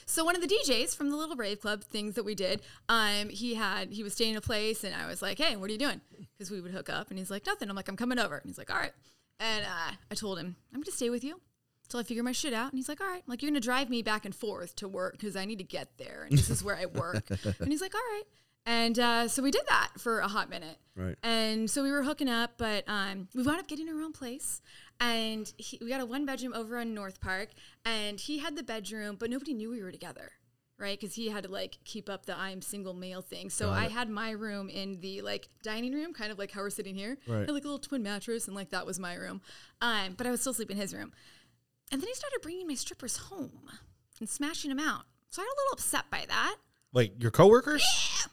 C: So one of the DJs from the Little Brave Club things that we did, um, he had he was staying in a place, and I was like, "Hey, what are you doing?" Because we would hook up, and he's like, "Nothing." I'm like, "I'm coming over," and he's like, "All right." And uh, I told him, "I'm gonna stay with you till I figure my shit out," and he's like, "All right." I'm like, "You're gonna drive me back and forth to work because I need to get there, and this is where I work." and he's like, "All right." And uh, so we did that for a hot minute.
B: Right.
C: And so we were hooking up, but um, we wound up getting our own place. And he, we got a one bedroom over on North Park. And he had the bedroom, but nobody knew we were together. right? Because he had to like keep up the I'm single male thing. So
B: Got
C: I
B: it.
C: had my room in the like dining room, kind of like how we're sitting here.
B: Right.
C: I had like a little twin mattress, and like that was my room. Um, but I was still sleeping in his room. And then he started bringing my strippers home and smashing them out. So I got a little upset by that.
A: Like your coworkers?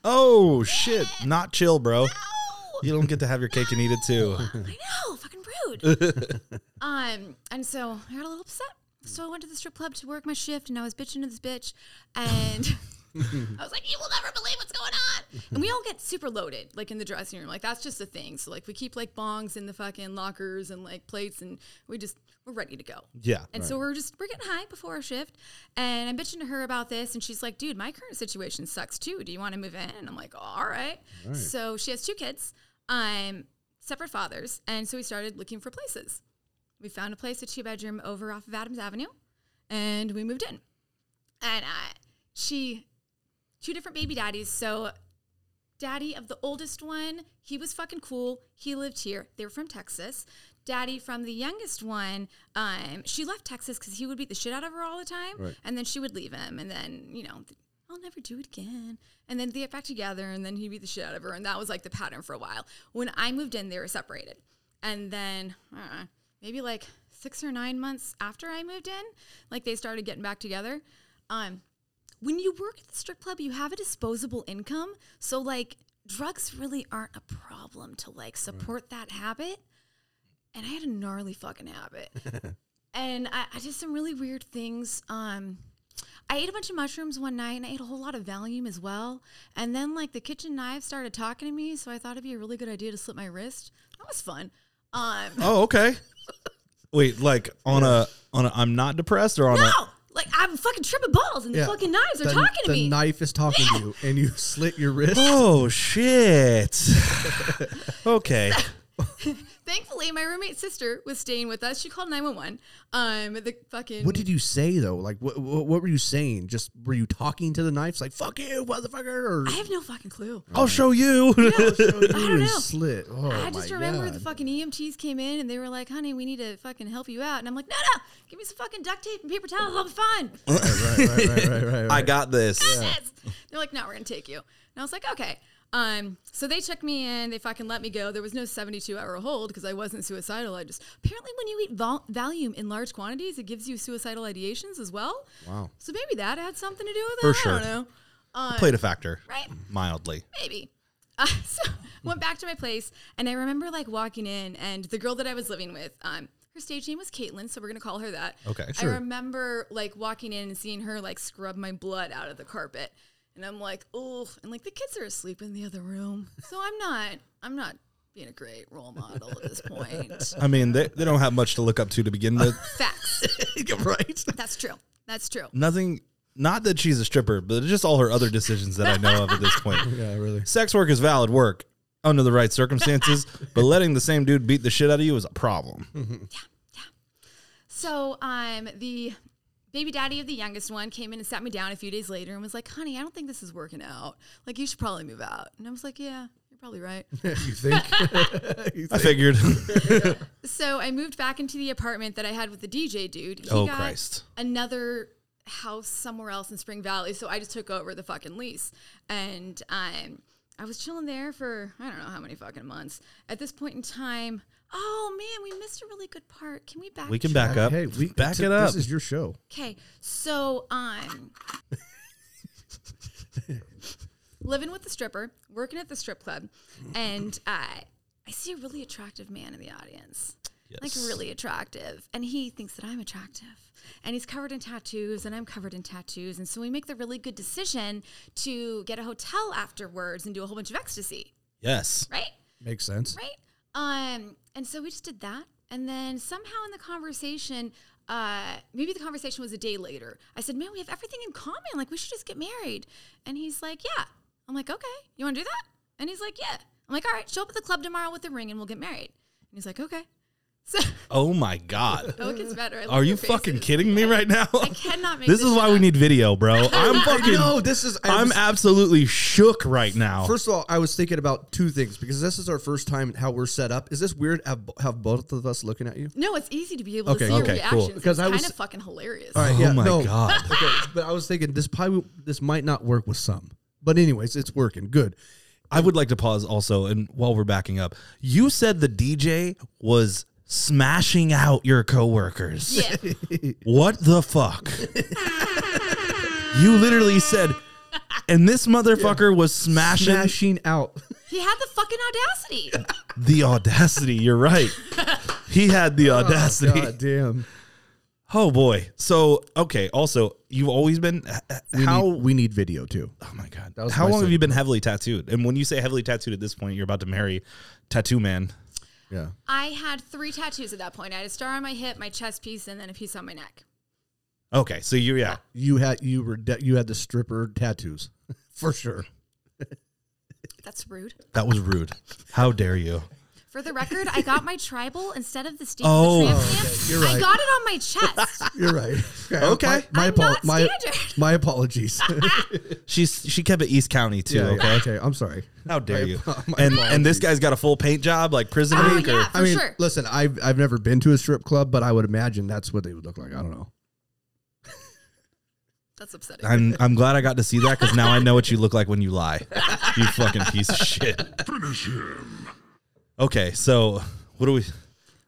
A: Oh shit! Not chill, bro.
C: Oh,
A: You don't get to have your cake and eat it too.
C: I know, fucking rude. um, and so I got a little upset. So I went to the strip club to work my shift, and I was bitching to this bitch, and I was like, "You will never believe what's going on." And we all get super loaded, like in the dressing room, like that's just a thing. So like we keep like bongs in the fucking lockers and like plates, and we just we're ready to go.
A: Yeah.
C: And so we're just we're getting high before our shift, and I'm bitching to her about this, and she's like, "Dude, my current situation sucks too. Do you want to move in?" And I'm like, "All right." So she has two kids, um, separate fathers, and so we started looking for places. We found a place, a two bedroom over off of Adams Avenue, and we moved in. And I, she, two different baby daddies. So, daddy of the oldest one, he was fucking cool. He lived here. They were from Texas. Daddy from the youngest one, um, she left Texas because he would beat the shit out of her all the time,
B: Right.
C: and then she would leave him, and then you know. th- I'll never do it again. And then they get back together, and then he beat the shit out of her. And that was like the pattern for a while. When I moved in, they were separated. And then uh, maybe like six or nine months after I moved in, like they started getting back together. Um, when you work at the strip club, you have a disposable income. So like drugs really aren't a problem to like support that habit. And I had a gnarly fucking habit. and I, I did some really weird things. Um I ate a bunch of mushrooms one night and I ate a whole lot of Valium as well. And then like the kitchen knife started talking to me, so I thought it'd be a really good idea to slip my wrist. That was fun. Um
A: Oh, okay. Wait, like on a on a I'm not depressed or on a
C: No! Like I'm fucking tripping balls and
B: Yeah.
C: the fucking knives are
B: the,
C: talking to
B: the
C: me.
B: knife is talking to you, and you slit your wrist.
A: Oh shit. okay.
C: Thankfully, my roommate's sister was staying with us. She called 911. Um, the fucking.
B: What did you say though? Like, what, what what were you saying? Just were you talking to the knives? Like, fuck you, motherfucker! Or,
C: I have no fucking clue.
A: I'll show you.
B: I
C: don't know.
B: Slit. Oh,
C: I just
B: my
C: remember
B: God.
C: the fucking EMTs came in and they were like, honey, we need to fucking help you out. And I'm like, no, no, give me some fucking duct tape and paper towels. I'll be fine.
B: right, right, right, right, right,
A: I
B: right.
A: got this.
C: Yes. They're like, no, we're going to take you. And I was like, okay. Um, so they took me in. They fucking let me go. There was no 72 hour hold because I wasn't suicidal. I just apparently when you eat vol- Valium in large quantities, it gives you suicidal ideations as well.
B: Wow.
C: So maybe that had something to do with it.
A: For
C: I
A: sure.
C: don't know.
A: Played a factor
C: Right?
A: mildly.
C: maybe. Uh, so went back to my place, and I remember like walking in, and the girl that I was living with, um, her stage name was Caitlin, so we're gonna call her that.
A: Okay,
C: I
A: sure.
C: remember like walking in and seeing her like scrub my blood out of the carpet, and I'm like, oh, and like the kids are asleep in the other room, so I'm not, I'm not being a great role model at this point.
A: I mean, they, they don't have much to look up to to begin with.
C: Facts.
A: right?
C: That's true. That's true.
A: Nothing not that she's a stripper, but just all her other decisions that I know of at this point.
B: Yeah, really.
A: Sex work is valid work under the right circumstances, but letting the same dude beat the shit out of you is a problem.
C: Mm-hmm. So um, the baby daddy of the youngest one came in and sat me down a few days later and was like, honey, I don't think this is working out. Like, you should probably move out. And I was like, yeah, you're probably right.
B: you think? You
A: I
B: think-
A: figured.
C: so I moved back into the apartment that I had with the DJ dude. He
A: oh
C: got
A: Christ.
C: another house somewhere else in Spring Valley. So I just took over the fucking lease. And um, I was chilling there for I don't know how many fucking months. At this point in time, oh man, we missed a really good part. Can we back
A: We can back up.
B: Hey, we
A: back
B: t-
A: it up.
B: This is your show.
C: Okay, so um, living with the stripper, working at the strip club, and I I see a really attractive man in the audience, like really attractive, and he thinks that I'm attractive, and he's covered in tattoos, and I'm covered in tattoos, and so we make the really good decision to get a hotel afterwards and do a whole bunch of ecstasy,
A: yes.
C: right?
B: Makes sense.
C: Right. Um, and so we just did that. And then somehow in the conversation, uh, maybe the conversation was a day later. I said, Man, we have everything in common. Like, we should just get married. And he's like, Yeah. I'm like, Okay, you want to do that? And he's like, Yeah. I'm like, All right, show up at the club tomorrow with the ring and we'll get married. And he's like, Okay. So,
A: Oh my god.
C: oh, it gets better. I love
A: Uh, Are you
C: your faces.
A: fucking kidding me right now?
C: I cannot make
A: This is
C: shit
A: why we
C: up.
A: need video, bro. I'm
B: I
A: fucking
B: know this is. I
A: I'm
B: was-
A: absolutely shook right now.
B: First of all, I was thinking about two things because this is our first time how we're set up. Is this weird? Have, have both of us looking at you?
C: No, it's easy to be able
A: Okay,
C: to see
A: okay,
C: your
A: cool.
C: reactions.
B: Because
C: Because
B: I
C: it's
B: was-
C: kind of fucking hilarious.
B: All right,
A: oh
B: yeah,
A: my
B: no.
A: god.
B: okay, but I was thinking this probably this might not work with some. But anyways, it's working. Good.
A: I would like to pause also and while we're backing up. You said the DJ was smashing out your coworkers.
C: Yeah.
A: What the fuck? you literally said and this motherfucker was smashing
B: Smashing out.
C: He had the fucking audacity.
A: the audacity. You're right. He had the audacity.
B: Oh, God damn.
A: Oh boy. So okay. Also, you've always been uh, h- h-
B: We
A: how.
B: need, we need video too.
A: oh my god.
B: That was
A: How
B: my
A: long have you
B: second
A: been heavily tattooed? And when you say heavily tattooed at this point, you're about to marry Tattoo Man.
B: Yeah.
C: I had three tattoos at that point. I had a star on my hip, my chest piece, and then a piece on my neck.
A: Okay. So you yeah.
B: You had you were de- you had the stripper tattoos for sure.
C: That's rude.
A: That was rude. How dare you?
C: For the record, I got my tribal instead of the Steve
A: Oh,
C: the Tramp
A: okay,
C: stamp.
B: you're right.
C: I got it on my chest.
B: You're right.
A: Okay.
B: My my,
C: I'm
B: apo-
C: not
B: my,
C: standard.
B: my apologies.
A: She's she kept it East County too.
B: Yeah, yeah,
A: okay.
B: okay. I'm sorry.
A: How dare
B: My-
A: you?
B: my
A: and and this guy's got a full paint job like prison
C: Oh,
A: ink.
C: yeah.
A: Or,
C: For
B: I mean,
C: sure.
B: listen, I've I've never been to a strip club, but I would imagine that's what they would look like. I don't know.
C: That's upsetting.
A: I'm I'm glad I got to see that because now I know what you look like when you lie. You fucking piece of shit. Okay. So what are we?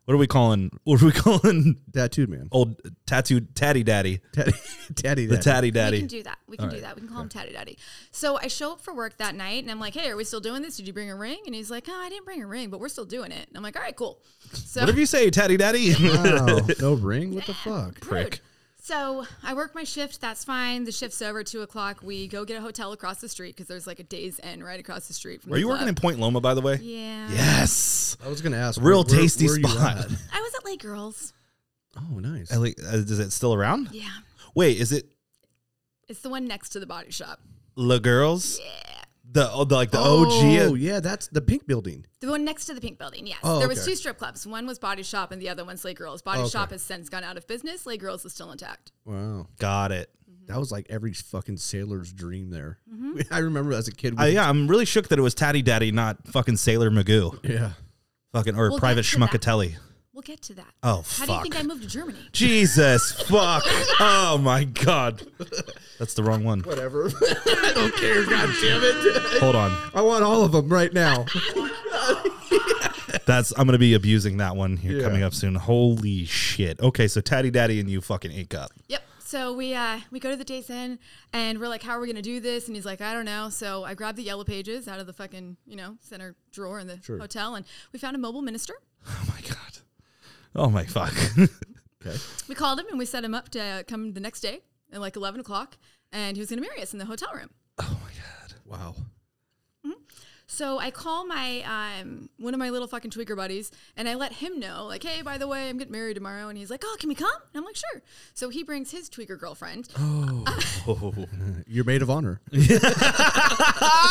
A: What are we calling? What are we calling?
B: Tattooed man.
A: old tattooed tatty daddy,
B: Teddy, Teddy.
A: Oh. the tatty
C: We can
A: daddy.
C: do that. We can do that. We can call him Tatty Daddy. So I show up for work that night and I'm like, hey, are we still doing this? Did you bring a ring? And he's like, oh, I didn't bring a ring, but we're still doing it. And I'm like, all right, cool. So
A: What if you say, tatty daddy?
B: Wow, no ring? What the fuck?
A: Prick.
C: So I work my shift. That's fine. The shift's over two o'clock. We go get a hotel across the street because there's like a day's end right across the street. From
A: Are
C: the
A: you working in
C: club.
A: Point Loma, by the way?
C: Yeah.
A: Yes,
B: I was gonna ask.
A: real
B: where- where-
A: tasty
B: where you
A: spot.
B: at?
C: I was at Lay Girls.
B: Oh, nice.
A: I like- uh, Is it still around?
C: Yeah.
A: Wait, is it
C: It's the one next to the body shop.
A: La Girls? The, oh, the like the
B: Oh,
A: OG.
B: yeah, that's the pink building.
C: The one next to the pink building. Yes.
B: Oh,
C: there was
B: okay.
C: two strip clubs. One was Body Shop and the other one's Lay Girls. Body
B: Okay.
C: Shop has since gone out of business. Lay Girls is still intact.
B: Wow,
A: Got it.
B: that was like every fucking sailor's dream. There, I remember as a kid.
A: I, yeah, I'm really shook that it was Tatty Daddy, not fucking Sailor Magoo,
B: yeah.
A: fucking or
C: We'll get
A: Private
C: to that.
A: Schmuckatelli.
C: We'll get to that.
A: Oh
C: How
A: fuck!
C: do you think I moved to Germany?
A: Jesus fuck! Oh my god, that's the wrong one.
B: Whatever. I don't care. God damn it!
A: Hold on.
B: I want all of them right now.
A: That's I'm gonna be abusing that one here
B: Yeah.
A: coming up soon. Holy shit! Okay, so Tatty Daddy and you fucking ink up.
C: Yep. So we uh, we go to the Days Inn and we're like, how are we gonna do this? And he's like, I don't know. So I grabbed the yellow pages out of the fucking you know center drawer in the hotel, and we found a mobile minister.
A: Oh my god! Oh my fuck!
C: We called him and we set him up to uh, come the next day at like eleven o'clock, and he was gonna marry us in the hotel room.
A: Oh
B: Wow.
C: So I call my um, one of my little fucking tweaker buddies, and I let him know, like, hey, by the way, I'm getting married tomorrow, and he's like, oh, can we come? And I'm like, sure. So he brings his tweaker girlfriend.
B: Uh, You're maid of honor.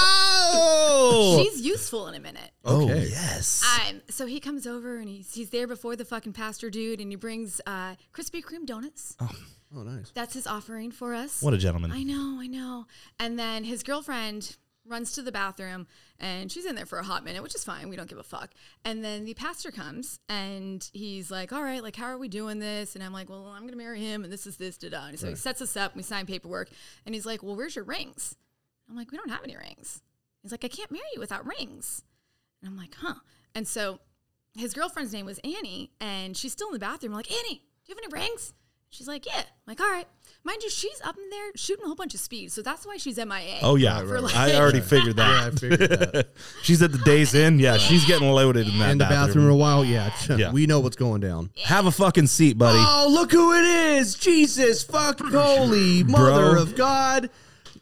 A: oh!
C: She's useful in a minute.
A: Oh
B: Okay.
A: yes!
C: Um, so he comes over and he's he's there before the fucking pastor dude, and he brings uh, Krispy Kreme donuts.
B: Oh, nice.
C: That's his offering for us.
A: what a gentleman!
C: I know, I know. And then his girlfriend runs to the bathroom, and she's in there for a hot minute, which is fine. We don't give a fuck. And then the pastor comes, and he's like, "All right, like, how are we doing this?" And I'm like, "Well, I'm gonna marry him, and this is this da da." And so he sets us up, and we sign paperwork, and he's like, "Well, where's your rings?" I'm like, "We don't have any rings." He's like, "I can't marry you without rings." And I'm like, huh. And so his girlfriend's name was Annie, and she's still in the bathroom. I'm like, Annie, do you have any rings? She's like, yeah. I'm like, all right. Mind you, she's up in there shooting a whole bunch of speed. So that's why she's MIA.
A: Oh yeah,
C: For like-
A: I already figured
B: Yeah, I
A: that.
B: figured that.
A: she's at the days in. Yeah, she's getting loaded in that
B: In the bathroom a while. Yeah,
A: Yeah.
B: We know what's going down.
A: Have a fucking seat, buddy.
B: Oh, look who it is! Jesus, fuck, holy mother
A: Bro.
B: of God,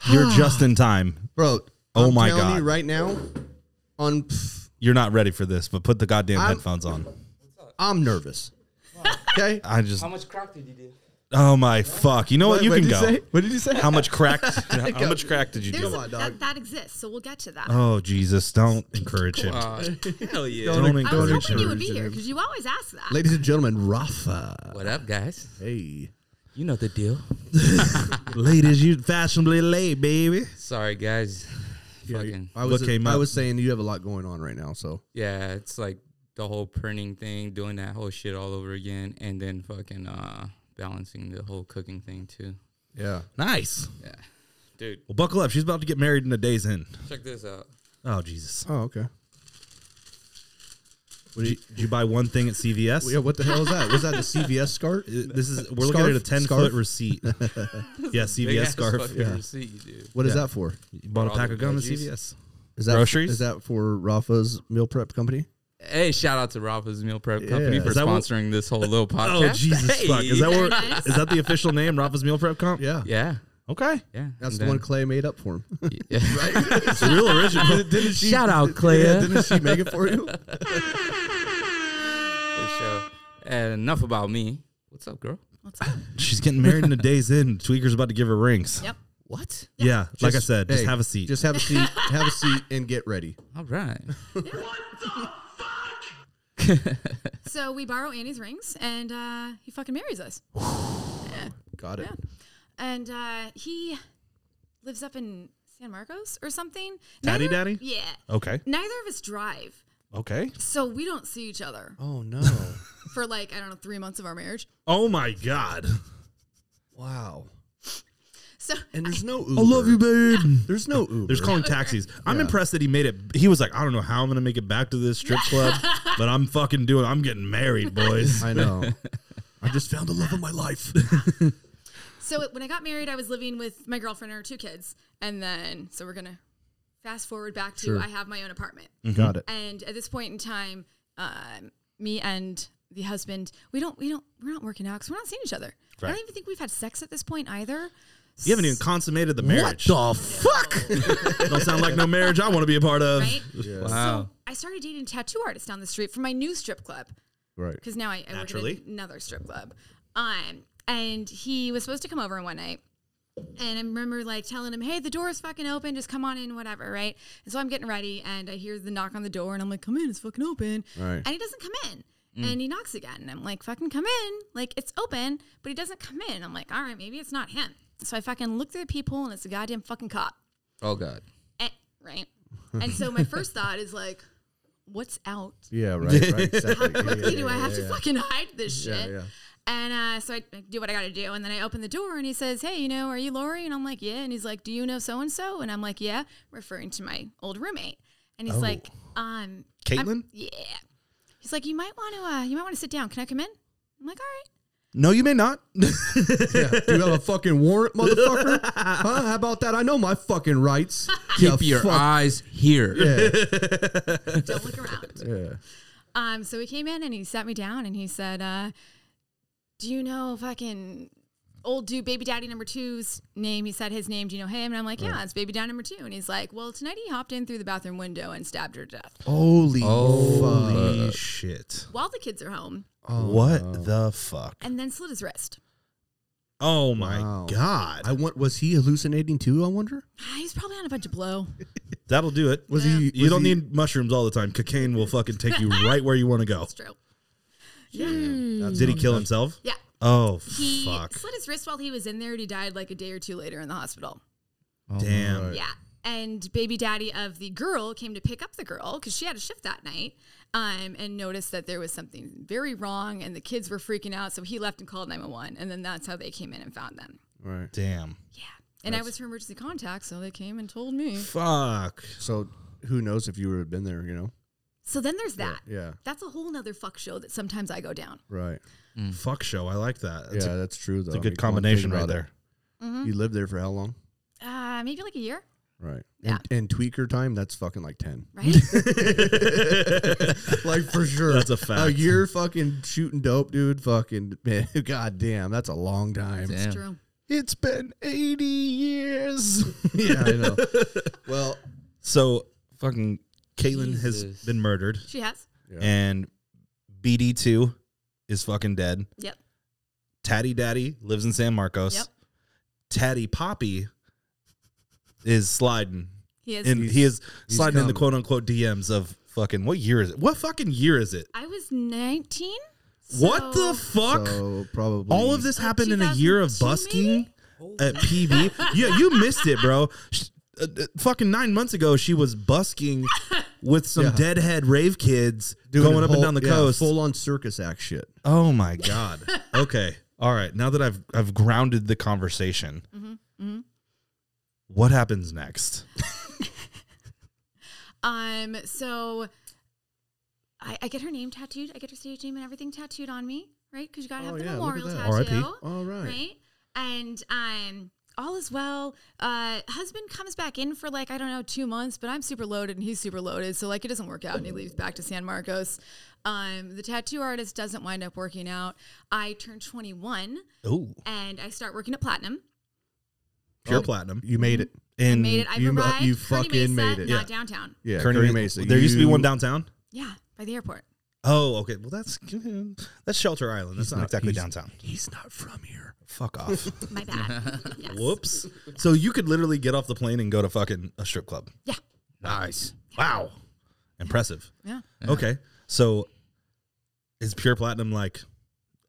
A: You're just in time.
B: bro!
A: Oh my
B: telling
A: God.
B: You right now, on pff,
A: You're not ready for this, but put the goddamn
B: I'm-
A: headphones on.
B: I'm nervous. Okay,
A: I just
F: How much crack did you do?
A: Oh my fuck! You know what? You
B: what
A: can
B: did
A: go.
B: say? What did you say?
A: How much crack? how much crack did you
C: There's
A: do?
B: on,
C: a, that,
B: dog.
C: that exists, so we'll get to that.
A: Oh Jesus! Don't encourage him.
F: hell yeah.
A: Don't
B: Don't
C: I was
A: encourage
C: hoping you
A: him.
C: would be here because you always ask that.
B: Ladies and gentlemen, Rafa.
F: What up, guys?
B: Hey.
F: You know the deal.
A: Ladies, you fashionably late, baby.
F: Sorry, guys. Fucking
B: I was,
A: What came
B: I
A: up?
B: was saying you have a lot going on right now, so
F: yeah, it's like the whole printing thing, doing that whole shit all over again, and then fucking uh balancing the whole cooking thing too.
B: yeah.
A: Nice.
F: Yeah, dude,
A: Well, buckle up. She's about to get married in a day's in.
F: check this out.
A: Oh Jesus!
B: Oh, okay.
A: Did you, did you buy one thing at CVS?
B: Yeah, what the hell is that? Was that the CVS scarf?
A: Uh, This is we're looking at a
B: Scarf?
A: ten
B: Scarf?
A: foot receipt. yeah,
F: Big
A: CVS
F: ass
A: scarf.
F: fucking
B: yeah.
F: receipt, dude.
B: What is
A: Yeah.
B: that for?
A: You bought a
F: all
A: pack
F: the
A: of gum at
F: veggies.
A: CVS.
B: Is that
A: Groceries?
B: Is that for Rafa's meal prep company?
F: Hey, shout out to Rafa's Meal Prep Company
B: Yeah.
F: for
A: Is that what-
F: sponsoring this whole little
A: Oh
F: podcast.
A: Jesus
F: Hey.
A: fuck! Is that where,
C: Very nice.
A: is that the official name? Rafa's Meal Prep Comp.
B: Yeah,
F: Yeah,
A: Okay.
F: yeah.
B: that's
F: and
B: the one
F: then-
B: Clay made up for him.
F: yeah.
A: It's real original.
B: didn't she,
F: Shout out, Clay.
B: Yeah, didn't she make it for you?
F: For sure. And enough about me. What's up, girl?
C: What's up?
A: She's getting married in a day's in. Tweaker's about to give her rings.
C: Yep.
F: What?
A: Yeah, like I
B: Just-
A: said, just
B: hey,
A: have a seat.
B: Just have a seat. Have a seat and get ready.
F: All right.
C: So we borrow Annie's rings, and uh, he fucking marries us.
B: Got it.
C: And uh, he lives up in San Marcos or something.
A: Daddy
C: Neither-
A: daddy?
C: Yeah.
A: Okay.
C: Neither of us drive,
A: Okay.
C: so we don't see each other
B: Oh no!
C: for like I don't know three months of our marriage.
A: Oh my god.
B: wow.
C: So
B: And there's no Uber.
A: I love you, babe.
B: There's no Uber.
A: There's calling taxis. I'm impressed that he made it. He was like, I don't know how I'm gonna make it back to this strip club, but I'm fucking doing. I'm getting married, boys.
B: I know. I just found the love of my life.
C: So it- when I got married, I was living with my girlfriend and her two kids. And then, so we're going to fast forward back to
B: Sure. Mm-hmm.
C: I have my own apartment.
B: Got it.
C: And at this point in time, um, me and the husband, we don't, we don't, we're not working out because we're not seeing each other. I
A: Right.
C: don't even think we've had sex at this point either.
A: You haven't even consummated the marriage.
B: What the fuck?
A: Don't sound like no marriage I want to be a part of.
C: Right?
F: Wow.
C: I started dating a tattoo artist down the street from my new strip club
B: Right.
C: because now I, I work
A: Naturally.
C: at another strip club. Um, and he was supposed to come over one night. And I remember like telling him, hey, the door is fucking open. Just come on in, whatever, right? And so I'm getting ready and I hear the knock on the door and I'm like, come in, it's fucking open.
B: Right.
C: And he doesn't come in. And he knocks again. And I'm like, fucking come in. Like, it's open, but he doesn't come in. I'm like, all right, maybe it's not him. So I fucking look through the people and it's a goddamn fucking cop.
F: Oh God.
C: Eh, right? And so my first thought is like, what's out?
B: Yeah. Right. Right. Exactly. Yeah, yeah,
C: do I
B: yeah,
C: have to
B: yeah.
C: fucking hide this
B: Yeah,
C: shit?
B: yeah.
C: And uh, so I do what I got to do. And then I open the door and he says, Hey, you know, are you Lori? And I'm like, Yeah. And he's like, Do you know so and so? And I'm like, Yeah, referring to my old roommate. And
B: Oh.
C: he's like, um, I'm-
A: Caitlin?
C: Yeah. He's like, You might want to, uh, you might want to sit down. Can I come in? I'm like, All right.
A: No, you may not.
B: Yeah. Do you have a fucking warrant, motherfucker? huh? How about that? I know my fucking rights.
F: Keep
B: Yeah,
F: your
B: fuck.
F: eyes here.
B: Yeah.
C: Don't look around.
B: yeah.
C: Um, so he came in and he sat me down and he said, uh, "Do you know fucking old dude, baby daddy number two's name?" He said his name. Do you know him? And I'm like, "Yeah, it's baby daddy number two. And he's like, "Well, tonight he hopped in through the bathroom window and stabbed her to death
B: Holy.
A: Holy shit!
C: while the kids are home,
A: what the fuck?
C: and then slit his wrist.
A: Oh my
B: Wow.
A: god!
B: I want. Was he hallucinating too? I wonder.
C: He's probably on a bunch of blow.
A: That'll do it.
B: Was he?
A: You
B: was
A: don't
B: he-
A: need mushrooms all the time. Cocaine will fucking take you right where you want to go.
C: It's true.
B: That's
A: Did he
B: not
A: kill
B: good.
A: himself?
C: Yeah,
A: Oh
C: he
A: fuck!
C: slit his wrist while he was in there, and he died like a day or two later in the hospital.
A: Damn.
C: Yeah. And baby daddy of the girl came to pick up the girl because she had a shift that night um, and noticed that there was something very wrong and the kids were freaking out. So he left and called 911. And then that's how they came in and found them.
B: Right.
A: Damn.
C: Yeah. And I was her emergency contact. So they came and told me.
A: Fuck.
B: So who knows if you would have been there? You know.
C: So then there's that.
B: Yeah.
C: That's a whole nother fuck show that sometimes I go down.
B: Right.
A: Fuck show. I like that. That's
B: yeah,
A: a,
B: that's true. Though
A: that's a
B: I
A: good
B: mean, come on,
A: combination
B: think
A: right
B: about
A: there.
B: it. You lived there for how long?
C: Uh, maybe like a year,
B: Right.
C: Yeah.
B: And, and tweaker time, that's fucking like ten.
C: right?
B: like for sure.
A: That's a fact.
B: A year Oh, fucking shooting dope, dude. Fucking man, god damn, that's a long time.
F: Damn.
C: It's true.
A: It's been 80 years.
B: yeah, I know. Well,
A: so fucking Caitlin has
F: Jesus.
A: been murdered
C: She has.
B: Yeah.
A: and BD2 is fucking dead.
C: Yep.
A: Tatty Daddy lives in San Marcos.
C: Yep.
A: Tatty Poppy is sliding.
C: He is.
A: And he is
B: he's
A: sliding in the
B: coming.
A: quote unquote DMs of fucking what year is it? What fucking year is it?
C: I was 19.
A: what
C: so-
A: the fuck?
B: So probably
A: All of this
C: Like
A: happened in a year of
C: 2002
A: busking
C: maybe?
A: at PB. yeah, you missed it, bro. Sh- uh, uh, fucking nine months ago, she was busking with some
B: Yeah.
A: deadhead rave kids
B: Doing
A: going up and
B: whole-
A: down the
B: yeah,
A: coast.
B: full on circus act shit.
A: Oh my god. okay. All right. Now that I've I've grounded the conversation,
B: Mm-hmm.
A: what happens next?
C: Um, so I, I get her name tattooed. I get her stage name and everything tattooed on me, right? Because you gotta have
B: Oh,
C: the
B: yeah, look
C: memorial
B: at that.
A: R.I.P..
C: tattoo,
B: All right.
C: right? And um, all is well. Uh, husband comes back in for like I don't know two months, but I'm super loaded and he's super loaded, so like it doesn't work out, and he leaves back to San Marcos. Um, the tattoo artist doesn't wind up working out. I turn 21
A: Ooh,
C: and I start working at Platinum.
A: pure
B: Oh.
A: platinum.
B: You made it.
A: And
C: Made it. I've
B: Mm, you mu-
C: arrived.
B: you
C: Kearney
B: fucking
C: Mesa,
B: made it.
C: Not
B: Yeah.
C: downtown.
B: Yeah,
A: Kearney-
B: Kearney, Mesa.
A: There used to be
B: you-
A: one downtown.
C: Yeah, by the airport.
A: Oh, okay. Well, that's that's Shelter Island. That's
B: He's
A: not,
B: not-
A: exactly
B: he's-
A: downtown.
B: He's not from here.
A: Fuck off.
C: My bad. Yes.
A: Whoops. So you could literally get off the plane and go to fucking a strip club.
C: Yeah.
A: Nice. Wow. Impressive.
C: Yeah.
A: Okay. So is pure platinum like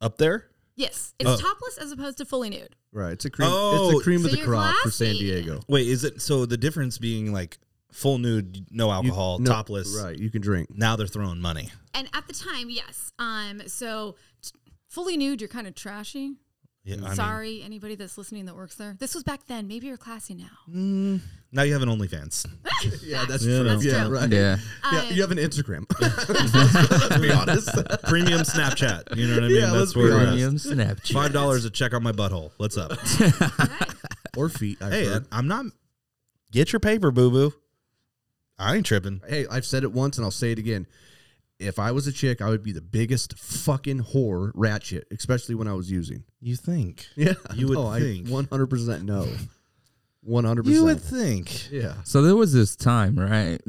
A: up there?
C: Yes, it's
A: Oh.
C: topless as opposed to fully nude.
B: Right. It's a cream. it's
A: Oh.
B: a cream of
C: So
B: the
C: you're
B: crop for San
C: classy.
B: Diego.
A: Wait, is it so the difference being like full nude, no
B: You-
A: alcohol,
B: no,
A: topless.
B: Right. You can drink.
A: Now they're throwing money.
C: And at the time, yes. Um, so t- fully nude, you're kind of trashy.
A: Yeah, I mean,
C: Sorry, anybody that's listening that works there. This was back then. Maybe you're classy now.
A: mm, now you have an OnlyFans.
B: Yeah, that's
A: You
B: true.
A: know.
B: yeah,
C: That's true.
B: right.
F: Yeah.
B: Yeah,
C: Um,
B: you have an Instagram. Let's be honest.
A: Premium Snapchat. You know what I mean?
B: Yeah,
A: That's
B: let's be
A: where we're at.
F: Premium Snapchat.
A: Five dollars a check on my butthole. What's up?
C: right.
B: Or feet. I've
A: hey,
B: heard.
A: I'm not get your paper, boo boo. I ain't tripping.
B: hey, I've said it once and I'll say it again. If I was a chick, I would be the biggest fucking whore ratchet, especially when I was using.
A: You think.
B: Yeah,
A: You would
B: no,
A: think.
B: One hundred percent no. One hundred percent.
A: You would think.
B: Yeah.
F: So there was this time, right?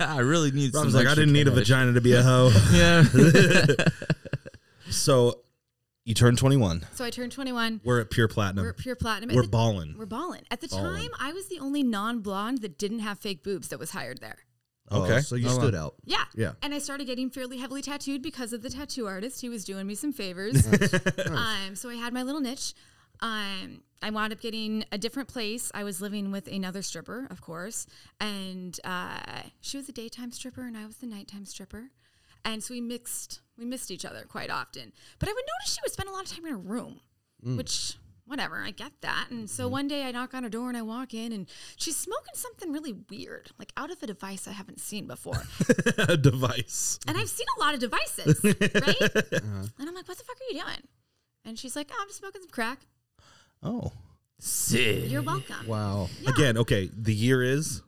F: I really need
A: Rob's
F: some
A: like, I
F: extra
A: didn't need a
F: cash."
A: vagina to be a hoe.
F: Yeah.
A: so you turn 21.
C: So I turned 21.
A: We're at pure platinum.
C: We're pure platinum. At
A: We're
C: the-
A: balling.
C: We're balling. At the
A: Ballin'.
C: time, I was the only non-blonde that didn't have fake boobs that was hired there.
A: Okay.
B: Oh, so you
F: Oh, wow.
B: stood out.
C: Yeah.
B: Yeah.
C: And I started getting fairly heavily tattooed because of the tattoo artist. He was doing me some favors. um, so I had my little niche. Um, I wound up getting a different place. I was living with another stripper, of course, and uh, she was a daytime stripper and I was the nighttime stripper, and so we mixed. We missed each other quite often, but I would notice she would spend a lot of time in her room, which whatever I get that. And so one day I knock on her door and I walk in and she's smoking something really weird, like out of a device I haven't seen before.
A: a device.
C: And I've seen a lot of devices, right?
A: Uh-huh.
C: And I'm like, what the fuck are you doing? And she's like, oh, I'm just smoking some crack.
A: Oh.
F: Sick.
C: You're welcome.
B: Wow.
A: Again, okay. The year is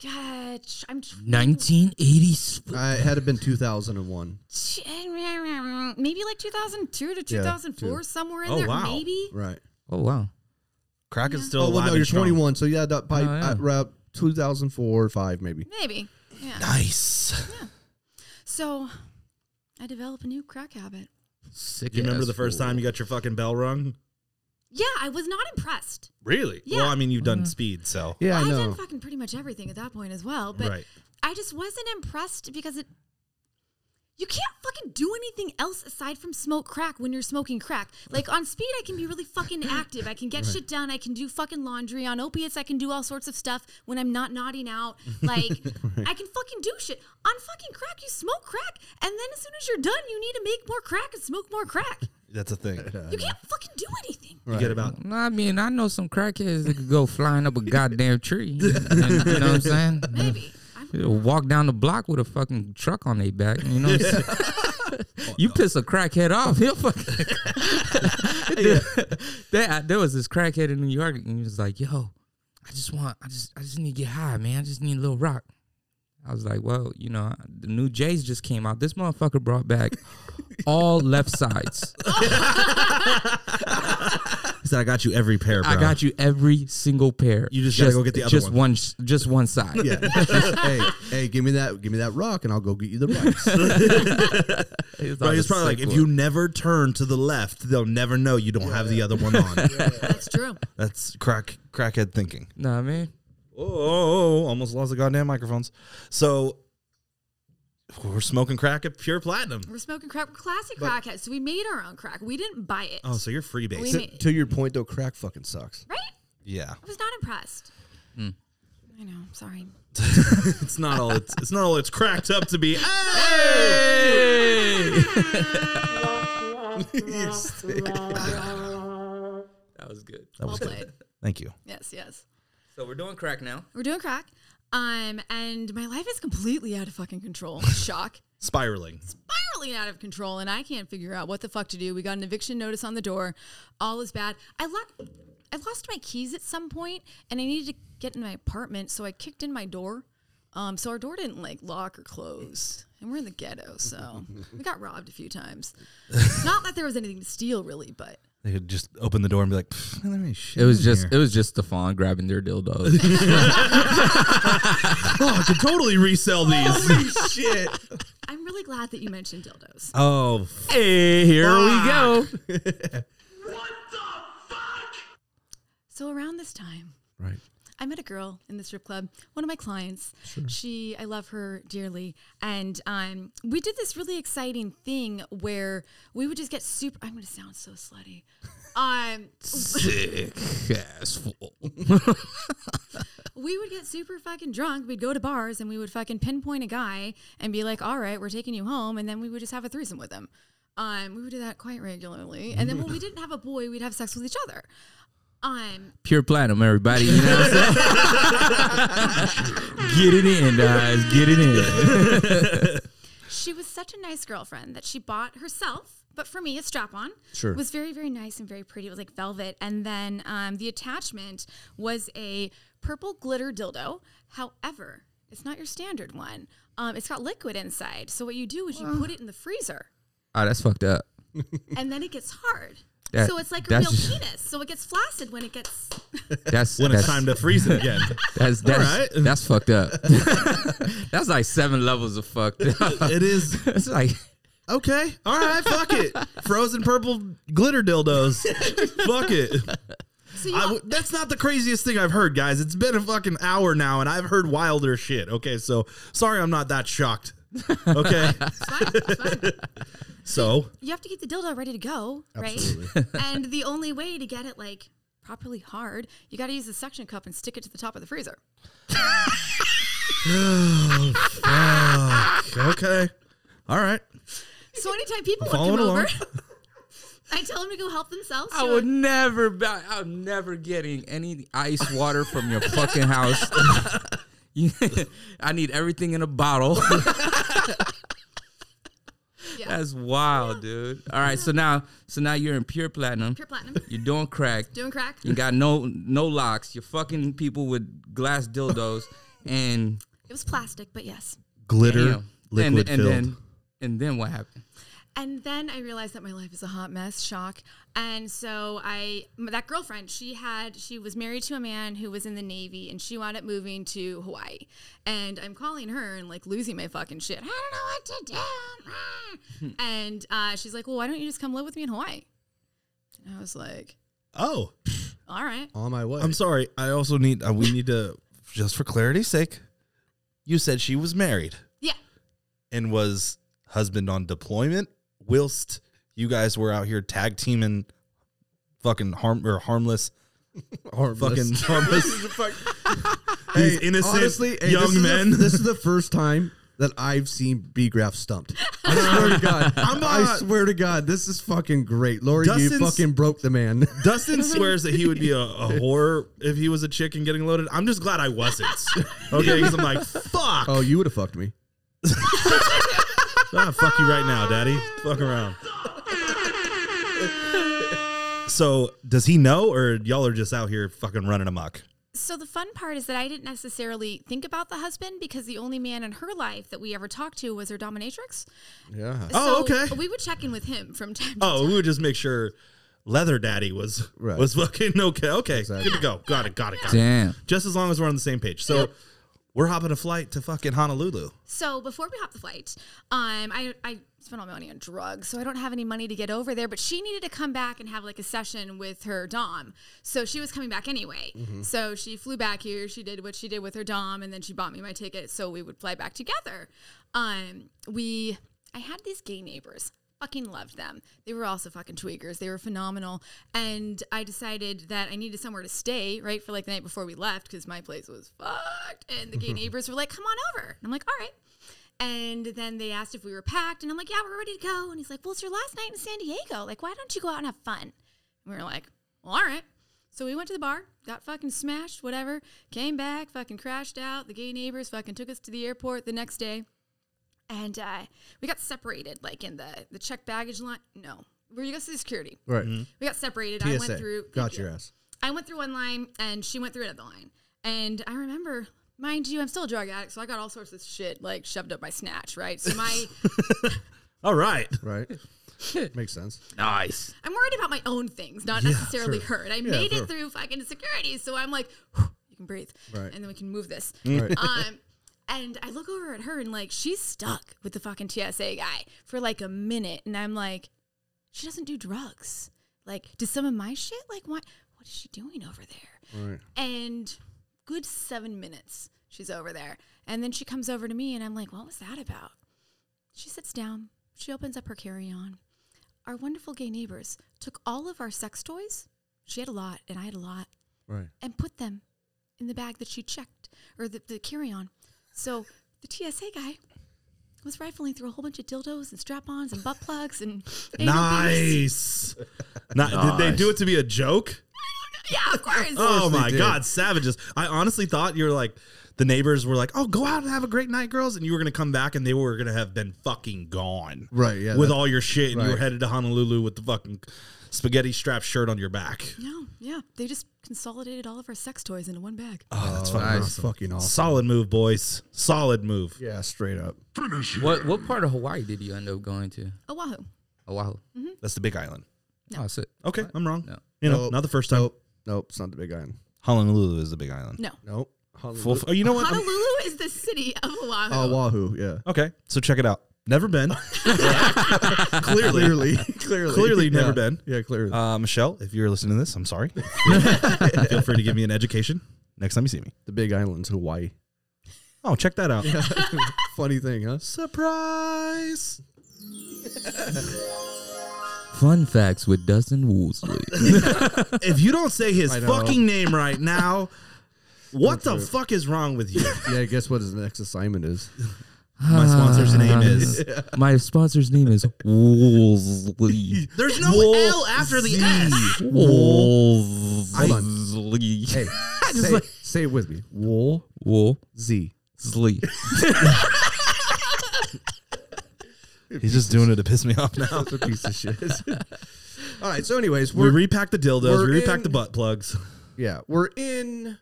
C: Gosh, I'm tw-
F: 1980s.
B: I had it been two thousand and one.
C: ch- maybe like 2002 to 2004,
B: two.
C: somewhere in
A: Oh,
C: there,
A: wow.
C: maybe.
B: Right.
F: Oh wow.
A: crack is still
B: Oh
A: alive.
B: well, no,
A: and
B: you're
A: strong.
B: twenty one, so yeah, that by
F: Oh, yeah.
B: at around two thousand four or five maybe.
C: Maybe. Yeah.
A: Nice.
C: So I develop a new crack habit.
F: Sick.
A: Do you remember the first time you got your fucking bell rung?
C: Yeah, I was not impressed.
A: Really?
C: Yeah.
A: Well, I mean, you've done
F: Mm-hmm.
A: speed, so.
B: Yeah, I
C: I've
B: know.
C: done fucking pretty much everything at that point as well, but
A: Right.
C: I just wasn't impressed because it. You can't fucking do anything else aside from smoke crack when you're smoking crack. Like on speed, I can be really fucking active. I can get shit done. I can do fucking laundry. On opiates, I can do all sorts of stuff when I'm not nodding out. Like I can fucking do shit. On fucking crack, you smoke crack, and then as soon as you're done, you need to make more crack and smoke more crack.
A: That's a thing.
C: You can't fucking do anything.
A: You get about
F: No, I mean, I know some crackheads that could go flying up a goddamn tree. You know what I'm saying?
C: Maybe. I'm,
F: They'll Walk down the block with a fucking truck on their back. You know what I'm saying? You piss a crackhead off, he'll fucking. there, there was this crackhead in New York, and he was like, "Yo, I just want, I just, I just need to get high, man. I just need a little rock. I was like, well, you know, the new Jays just came out. This motherfucker brought back all left sides.
A: He said, I got you every pair, bro.
F: I got you every single pair.
A: You just gotta go get the other
F: just
A: one.
F: one. s- Just one side.
B: Yeah. Just, hey, hey, give me that, give me that rock, and I'll go get you the rocks.
F: It's
A: Bro,
F: all
A: it's
F: the
A: probably like,
F: sick
A: if
F: one.
A: you never turn to the left, they'll never know you don't have the other one on.
C: That's true.
A: That's crack crackhead thinking.
F: Nah, man.
A: Oh, oh, oh, almost lost the goddamn microphones. So we're smoking crack at pure platinum.
C: We're smoking crack. We're classic crackheads, so we made our own crack. We didn't buy it.
A: Oh, so you're free base.
C: We
B: to,
C: made-
B: to your point though, crack fucking sucks.
C: right?
A: yeah.
C: I was not impressed. I know. I'm sorry.
A: It's not all it's it's not all it's cracked up to be.
F: That was good.
A: That
C: Well
A: was good.
C: played.
A: Thank you.
C: Yes, yes.
F: So we're doing crack now.
C: We're doing crack. Um, and my life is completely out of fucking control. Shock.
A: Spiraling.
C: spiraling out of control and I can't figure out what the fuck to do. We got an eviction notice on the door. All is bad. I lo- I lost my keys at some point and I needed to get in my apartment, so I kicked in my door. Um, so our door didn't like lock or close. And we're in the ghetto, so we got robbed a few times. Not that there was anything to steal really, but
A: They could just open the door and be like, "Pfft, there ain't shit
F: It was
A: in
F: just
A: here."
F: it was just Stefan grabbing their dildos.
A: oh, I could totally resell these.
B: Shit.
C: I'm really glad that you mentioned dildos.
A: oh, f-
F: hey, here we go.
C: So around this time,
B: Right.
C: I met a girl in the strip club, one of my clients. She, I love her dearly. And um, we did this really exciting thing where we would just get super, I'm going to sound so slutty. Um,
F: Sick ass fool.
C: we would get super fucking drunk. We'd go to bars and we would fucking pinpoint a guy and be like, all right, we're taking you home. And then we would just have a threesome with him. Um, we would do that quite regularly. And then when we didn't have a boy, we'd have sex with each other. Um,
F: Pure platinum, everybody. You know what I'm saying? Get it in, guys. Get it in.
C: She was such a nice girlfriend that she bought herself, but for me, a strap on.
B: Sure.
C: Was very, very nice and very pretty. It was like velvet. And then um, the attachment was a purple glitter dildo. However, it's not your standard one. Um, it's got liquid inside. So what you do is you put it in the freezer
F: Oh, that's fucked up.
C: and then it gets hard.
F: That-
C: so it's like a
F: that's
C: real
F: just-
C: penis. So it gets flaccid when it gets.
F: That's
A: when
F: that's,
A: it's time to freeze it again.
F: That's that's,
A: right.
F: that's fucked up. that's like seven levels of fucked up.
A: it is
F: It's like
A: Okay. All right. Fuck it. Frozen purple glitter dildos. fuck it.
C: So you
A: I w- that's not the craziest thing I've heard, guys. It's been a fucking hour now, and I've heard wilder shit. Okay. So sorry, I'm not that shocked. Okay.
C: it's fine, it's fine.
A: so
C: you have to keep the dildo ready to go,
B: Absolutely.
C: right? and the only way to get it like properly hard, you got to use the suction cup and stick it to the top of the freezer.
A: okay. All right.
C: So anytime people would
A: Following
C: come
A: along.
C: over, I tell them to go help themselves.
F: I
C: So
F: would never buy, I'm never getting any ice water from your fucking house. You- I need everything in a bottle.
C: Yeah.
F: That's wild, dude. All right, so now so now you're in pure platinum.
C: pure platinum,
F: You're doing crack.
C: doing crack.
F: You got no no locks. You're fucking people with glass dildos and
C: It was plastic, but yes.
A: Glitter
F: Damn.
A: liquid
F: and, and
A: filled.
F: then and then what happened?
C: And then I realized that my life is a hot mess, shock. And so I, m- that girlfriend, she had, she was married to a man who was in the Navy and she wound up moving to Hawaii. And I'm calling her and like losing my fucking shit. I don't know what to do. and uh, she's like, well, why don't you just come live with me in Hawaii? And I was like,
A: oh,
C: all right.
B: On my way.
A: I'm sorry. I also need. Uh, we need to just for clarity's sake. You said she was married
C: Yeah.
A: and was husband on deployment, whilst you guys were out here tag teaming, fucking harm or harmless
B: Harmless.
A: fucking harmless. These innocent
B: hey,
A: young
B: this is the-
A: men.
B: this is the first time that I've seen B Graph stumped. I swear to God.
A: I'm
B: I
A: not-
B: swear to God, this is fucking great. Lori, you
A: Dustin's-
B: fucking broke the man.
A: Dustin swears that he would be a, a whore if he was a chick and getting loaded. I'm just glad I wasn't. Okay, because I'm like, fuck.
B: Oh, you would have fucked me.
A: Ah, fuck you right now, daddy. Fuck around. So, does he know, or y'all are just out here fucking running amok?
C: So the fun part is that I didn't necessarily think about the husband because the only man in her life that we ever talked to was her dominatrix.
B: Yeah.
A: Oh,
C: So
A: okay.
C: We would check in with him from time to
A: Oh, we would just make sure Leather Daddy was
B: Right.
A: was fucking okay. Okay,
B: Exactly.
A: good to go. Got it. Got it. Got it.
F: Damn.
A: Just as long as we're on the same page. So we're hopping a flight to fucking Honolulu.
C: So before we hop the flight, um, I, I spent all my money on drugs, so I don't have any money to get over there. But she needed to come back and have like a session with her dom, so she was coming back anyway. So she flew back here. She did what she did with her dom, and then she bought me my ticket, so we would fly back together. Um, we I had these gay neighbors. Fucking loved them. They were also fucking tweakers. They were phenomenal. And I decided that I needed somewhere to stay, right, for like the night before we left because my place was fucked. And the gay neighbors were like, come on over. And I'm like, all right. And then they asked if we were packed. And I'm like, yeah, we're ready to go. And he's like, well, it's your last night in San Diego. Like, why don't you go out and have fun? And we were like, well, all right. So we went to the bar, got fucking smashed, whatever, came back, fucking crashed out. The gay neighbors fucking took us to the airport the next day and uh, we got separated like in the the check baggage line no where you go to security
B: Right.
A: Mm-hmm.
C: we got separated i
B: PSA.
C: went through thank
B: Got
C: you.
B: your ass.
C: i went through one line and she went through another line and i remember mind you i'm still a drug addict so i got all sorts of shit like shoved up my snatch right so my
A: All right.
B: Right. Makes sense.
F: Nice.
C: i'm worried about my own things not necessarily her and i made it through fucking security so i'm like you can breathe
B: Right. Mm.
C: and then we can move this
B: Right.
C: um, and I look over at her and like she's stuck with the fucking TSA guy for like a minute, and I'm like, she doesn't do drugs. Like, does some of my shit? Like, what? What is she doing over there?
B: Right.
C: And good seven minutes she's over there, and then she comes over to me, and I'm like, what was that about? She sits down. She opens up her carry-on. Our wonderful gay neighbors took all of our sex toys. She had a lot, and I had a lot
B: Right.
C: and put them in the bag that she checked or the, the carry on. So the TSA guy was rifling through a whole bunch of dildos and strap ons and butt plugs and anal beads.
A: Nice. Not, Did they do it to be a joke?
C: Yeah, of course.
A: Oh
B: they
A: my
B: did.
A: God, savages! I honestly thought you were like the neighbors were like, "Oh, go out and have a great night, girls," and you were gonna come back and they were gonna have been fucking gone,
B: Right, yeah,
A: with
B: that-
A: all your shit, and you were
B: right.
A: headed to Honolulu with the fucking spaghetti strap shirt on your back.
C: No, yeah. They just consolidated all of our sex toys into one bag.
A: Oh, that's fucking
B: Nice.
A: awesome.
B: Fucking awesome.
A: Solid move, boys. Solid move.
B: Yeah. Straight up.
F: What what part of Hawaii did you end up going to?
C: Oahu.
F: Oahu.
A: That's the Big Island.
F: Oh, that's it.
A: Okay, I'm wrong.
F: No.
A: You know,
B: Nope.
A: not the first time.
B: Nope. Nope. It's not the big island.
A: Honolulu is the Big Island.
C: No.
B: Nope.
A: Full f- oh, you know what? I'm-
C: Honolulu is the city of Oahu.
B: Oh, Wahoo. Yeah.
A: okay, so check it out. Never been. Clearly.
B: Clearly. Clearly.
A: Clearly never
B: Yeah.
A: been.
B: Yeah. Clearly.
A: Uh, Michelle, if you're listening to this, I'm sorry. Feel free to give me an education next time you see me.
B: the big island's Hawaii.
A: Oh, check that out.
B: Funny thing, huh?
A: Surprise.
F: Fun facts with Dustin Woolsley.
A: If you don't say his
B: I know.
A: fucking name right now, what the
B: Don't do it.
A: fuck is wrong with you?
B: Yeah. Guess what his next assignment is?
A: My sponsor's name is.
F: Ah. My sponsor's name is Woolsley.
A: There's no L after the S.
B: Hold on.
F: Woolsley.
B: Hey, say, say it with me. Wool
F: Woolsley.
B: Z.
A: He's just doing it to piss me off now.
B: That's a piece of shit. All right. So, anyways,
A: We
B: we're
A: repack the dildos.
B: we're
A: We repack
B: in-
A: the butt plugs.
B: yeah, we're in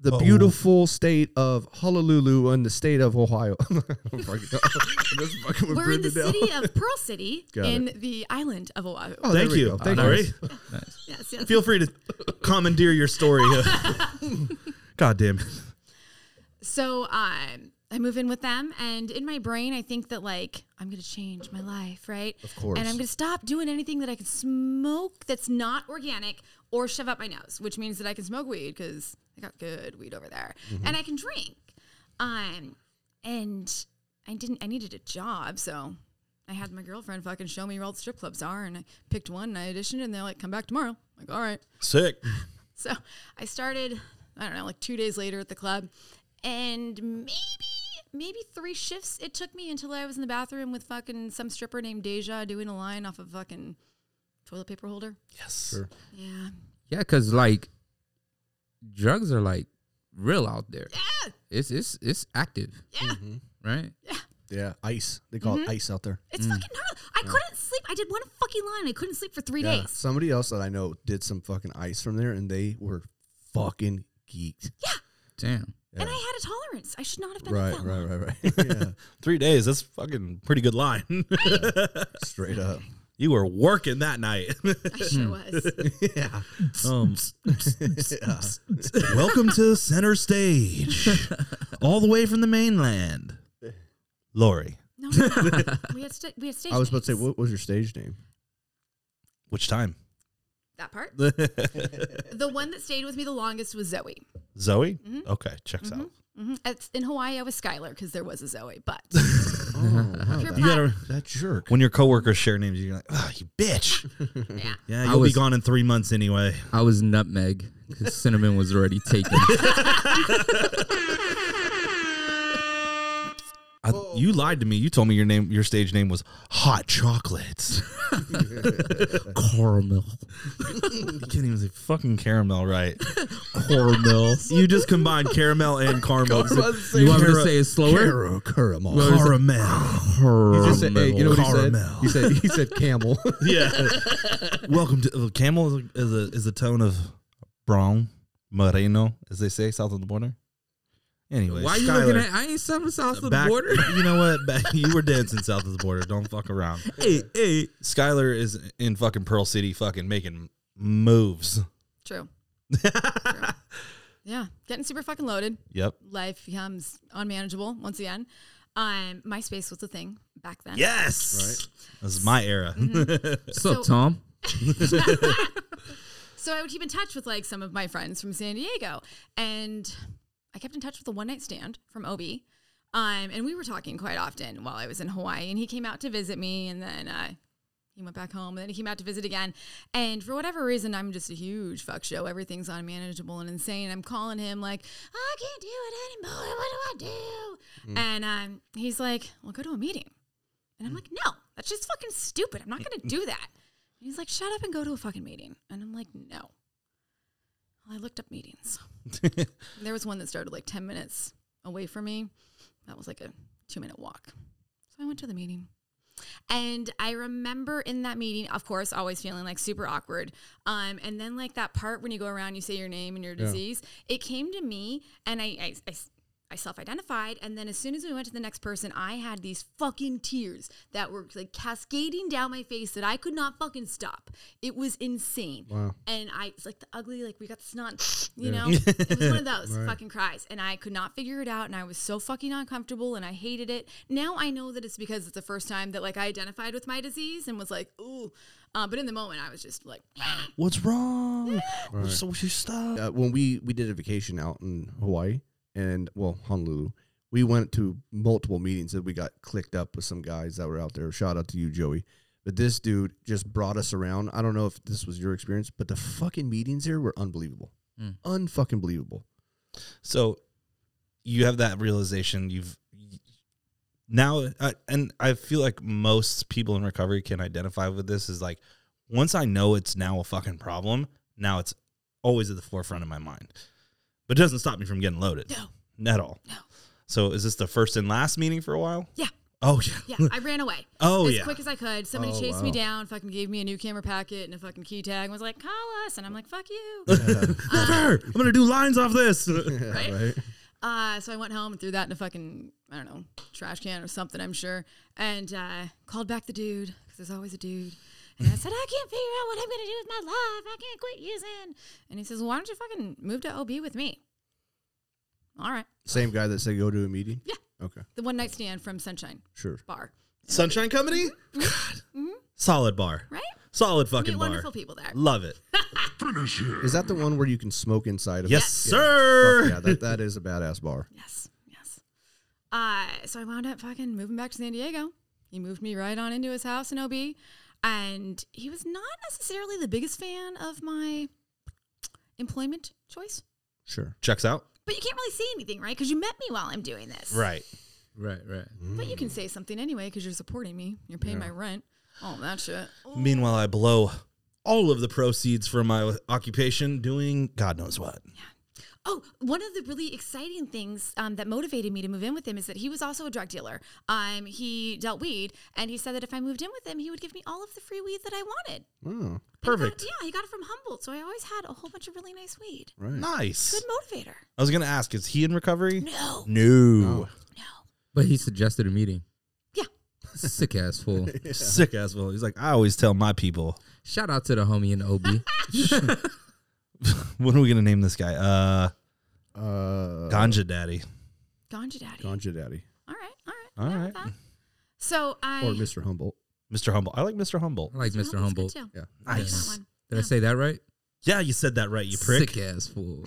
B: the
A: Oh.
B: beautiful state of Honolulu in the state of Ohio. I'm fucking- I'm just fucking with
C: We're in the
B: Brenda now.
C: city of Pearl City
B: Got
C: in the island of Oahu.
B: Oh, there
A: Thank
B: we
A: you.
B: go. Thank
A: All
B: you.
A: right.
C: Yes, yes.
A: Feel free to commandeer your story. God damn. it.
C: So um, I move in with them, and in my brain, I think that like I'm gonna change my life, right? Of
B: course.
C: And I'm gonna stop doing anything that I can smoke that's not organic or shove up my nose, which means that I can smoke weed because I got good weed over there, and I can drink. Um, and I didn't. I needed a job, so I had my girlfriend fucking show me where all the strip clubs are, and I picked one, and I auditioned, and they're like, "Come back tomorrow." I'm like, all right.
A: Sick.
C: So I started, I don't know, like two days later at the club, and maybe maybe three shifts it took me until I was in the bathroom with fucking some stripper named Deja doing a line off of fucking toilet paper holder.
A: Yes.
B: Sure.
C: Yeah.
F: Yeah, cause like drugs are like real out there.
C: Yeah.
F: It's it's it's active,
C: Yeah.
F: Mm-hmm. right?
B: Yeah, ice. They call
C: Mm-hmm.
B: it ice out there.
C: It's fucking gnarly. I couldn't sleep. I did one fucking line. I couldn't sleep for three
B: Yeah.
C: days.
B: Somebody else that I know did some fucking ice from there, and they were fucking geeked.
F: Damn.
C: And I had a tolerance. I should not have been
B: Right,
C: up that
B: right,
C: long.
B: right, right. yeah,
A: Three days. That's fucking pretty good line.
B: straight up.
A: you were working that night.
C: I
B: Hmm.
C: sure was.
B: Yeah.
A: Um, Welcome to center stage, all the way from the mainland. Lori,
C: No, no. we had sta- we had stage.
B: I was about to say,
C: names.
B: what was your stage name?
A: which time?
C: that part. the one that stayed with me the longest was Zoe.
A: Zoe? Okay, checks out.
C: hmm It's, in Hawaii, I was Skylar because there was a Zoe, but
B: Oh, wow,
C: Pure
B: that,
A: You gotta,
B: that jerk.
A: when your coworkers share names, you're like, oh, you bitch.
C: yeah.
A: Yeah,
F: I
A: you'll
F: was-
A: be gone in three months anyway.
F: I was nutmeg because cinnamon was already taken.
A: I, you lied to me. You told me your name, your stage name was Hot Chocolates.
F: Caramel.
A: you can't even say fucking caramel right.
F: Caramel.
A: You just combined caramel and caramel.
F: You want me to say it slower?
B: Caro Caramel.
A: Caramel.
F: Caramel.
B: He just said, hey, you know what he said?
A: Caramel.
B: He said, he said camel.
A: yeah. Welcome to uh, Camel is a, is a is a tone of brown merino, as they say, south of the border. Anyway,
F: Why you looking at? I ain't seven south of the border.
A: You know what? Back, you were dancing south of the border. Don't fuck around.
F: hey, hey.
A: Skylar is in fucking Pearl City, fucking making moves.
C: True. True. Yeah. Getting super fucking loaded.
A: Yep.
C: Life becomes unmanageable once again. Um, MySpace was the thing back then.
A: Yes. Right. This is my era.
F: What's
C: So-
F: up, Tom?
C: So I would keep in touch with like some of my friends from San Diego, and I kept in touch with a one night stand from Obi. Um, and we were talking quite often while I was in Hawaii, and he came out to visit me, and then uh, he went back home, and then he came out to visit again. And for whatever reason, I'm just a huge fuck show. Everything's unmanageable and insane. I'm calling him like, I can't do it anymore. What do I do? And um, he's like, Well, go to a meeting. And I'm like, No, that's just fucking stupid. I'm not gonna do that. And he's like, shut up and go to a fucking meeting. And I'm like, no. Well, I looked up meetings. there was one that started like 10 minutes away from me. That was like a two minute walk. So I went to the meeting. And I remember in that meeting, of course, always feeling like super awkward. Um, and then like that part when you go around, you say your name and your disease, it came to me and I, I, I s- I self-identified. And then as soon as we went to the next person, I had these fucking tears that were like cascading down my face that I could not fucking stop. It was insane.
B: Wow.
C: And I, it's like the ugly, like we got the snot, you know, it was one of those fucking cries. And I could not figure it out. And I was so fucking uncomfortable and I hated it. Now I know that it's because it's the first time that like I identified with my disease and was like, ooh. Uh, but in the moment, I was just like,
A: What's wrong? So you stop.
B: uh, when we we did a vacation out in Hawaii and well Honolulu, we went to multiple meetings and we got clicked up with some guys that were out there. Shout out to you, Joey. But this dude just brought us around. I don't know if this was your experience, but the fucking meetings here were unbelievable,
A: Hmm.
F: Mm.
B: unfucking believable.
A: So you have that realization. You've now, I, and I feel like most people in recovery can identify with this. Is like once I know it's now a fucking problem, now it's always at the forefront of my mind, but it doesn't stop me from getting loaded. No, at all.
C: No.
A: So is this the first and last meeting for a while?
C: Yeah.
A: Oh yeah.
C: yeah, I ran away.
A: Oh
C: as
A: yeah.
C: quick as I could. Somebody
B: Oh,
C: chased me
B: wow.
C: down, fucking gave me a new camera packet and a fucking key tag, and was like, "Call us," and I'm like, "Fuck you." Uh-huh.
A: Sir, I'm gonna do lines off this.
C: Right?
B: right?
C: Uh, so I went home and threw that in a fucking I don't know trash can or something, I'm sure, and uh, called back the dude because there's always a dude. And I said, I can't figure out what I'm gonna do with my life. I can't quit using. And he says, Why don't you fucking move to OB with me? All right,
B: Same guy that said go to a meeting.
C: Yeah.
B: Okay.
C: the one night stand from Sunshine
B: Sure.
C: Bar,
A: Sunshine Company. God. Solid bar.
C: Mm-hmm. right?
A: Solid fucking
C: Meet
A: bar.
C: wonderful people there.
A: Love it.
B: Is that the one where you can smoke inside of?
A: Yes,
B: it?
A: sir.
B: Yeah, that, that is a badass bar.
C: Yes, yes. Uh, so I wound up fucking moving back to San Diego. He moved me right on into his house in OB, and he was not necessarily the biggest fan of my employment choice.
B: Sure.
A: Checks out.
C: But you can't really say anything, right? Because you met me while I'm doing this.
A: Right.
F: Right, right.
C: But you can say something anyway because you're supporting me. You're paying my rent. All that shit.
A: Meanwhile, I blow all of the proceeds from my occupation doing God knows what.
C: Oh, one of the really exciting things um, that motivated me to move in with him is that he was also a drug dealer. Um, he dealt weed, and he said that if I moved in with him, he would give me all of the free weed that I wanted.
B: Oh,
A: Perfect.
C: Yeah, he got it from Humboldt, so I always had a whole bunch of really nice weed.
B: right.
A: Nice.
C: Good motivator.
A: I was gonna ask, is he in recovery?
C: No,
A: No.
C: no.
F: But he suggested a meeting.
C: Yeah.
F: Sick ass fool.
A: Sick ass well. He's like, I always tell my people.
F: Shout out to the homie in OB.
A: What are we gonna name this guy? Uh,
B: Uh,
A: Ganja Daddy.
C: Ganja daddy.
B: Ganja Daddy
C: All right, all
A: All
C: right. All
A: right.
C: right. So I.
B: or Mr. Humboldt.
A: Mr. Humble. I like Mr. Humble.
F: I like
C: Mr.
F: Mr.
C: Humboldt's
F: Humboldt.
C: good, too.
F: Nice.
C: Like that one.
F: Did I say that right?
A: Yeah, you said that right, you prick.
F: Sick ass fool.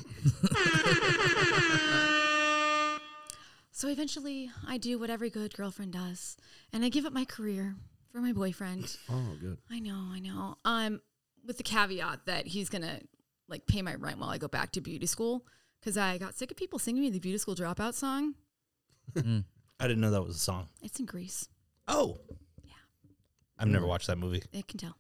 C: So eventually, I do what every good girlfriend does, and I give up my career for my boyfriend.
B: Oh, good.
C: I know, I know. Um, with the caveat that he's gonna like pay my rent while I go back to beauty school because I got sick of people singing me the beauty school dropout song.
A: I didn't know that was a song.
C: It's in Greece.
A: Oh. Yeah. I've never watched that movie.
C: It can tell.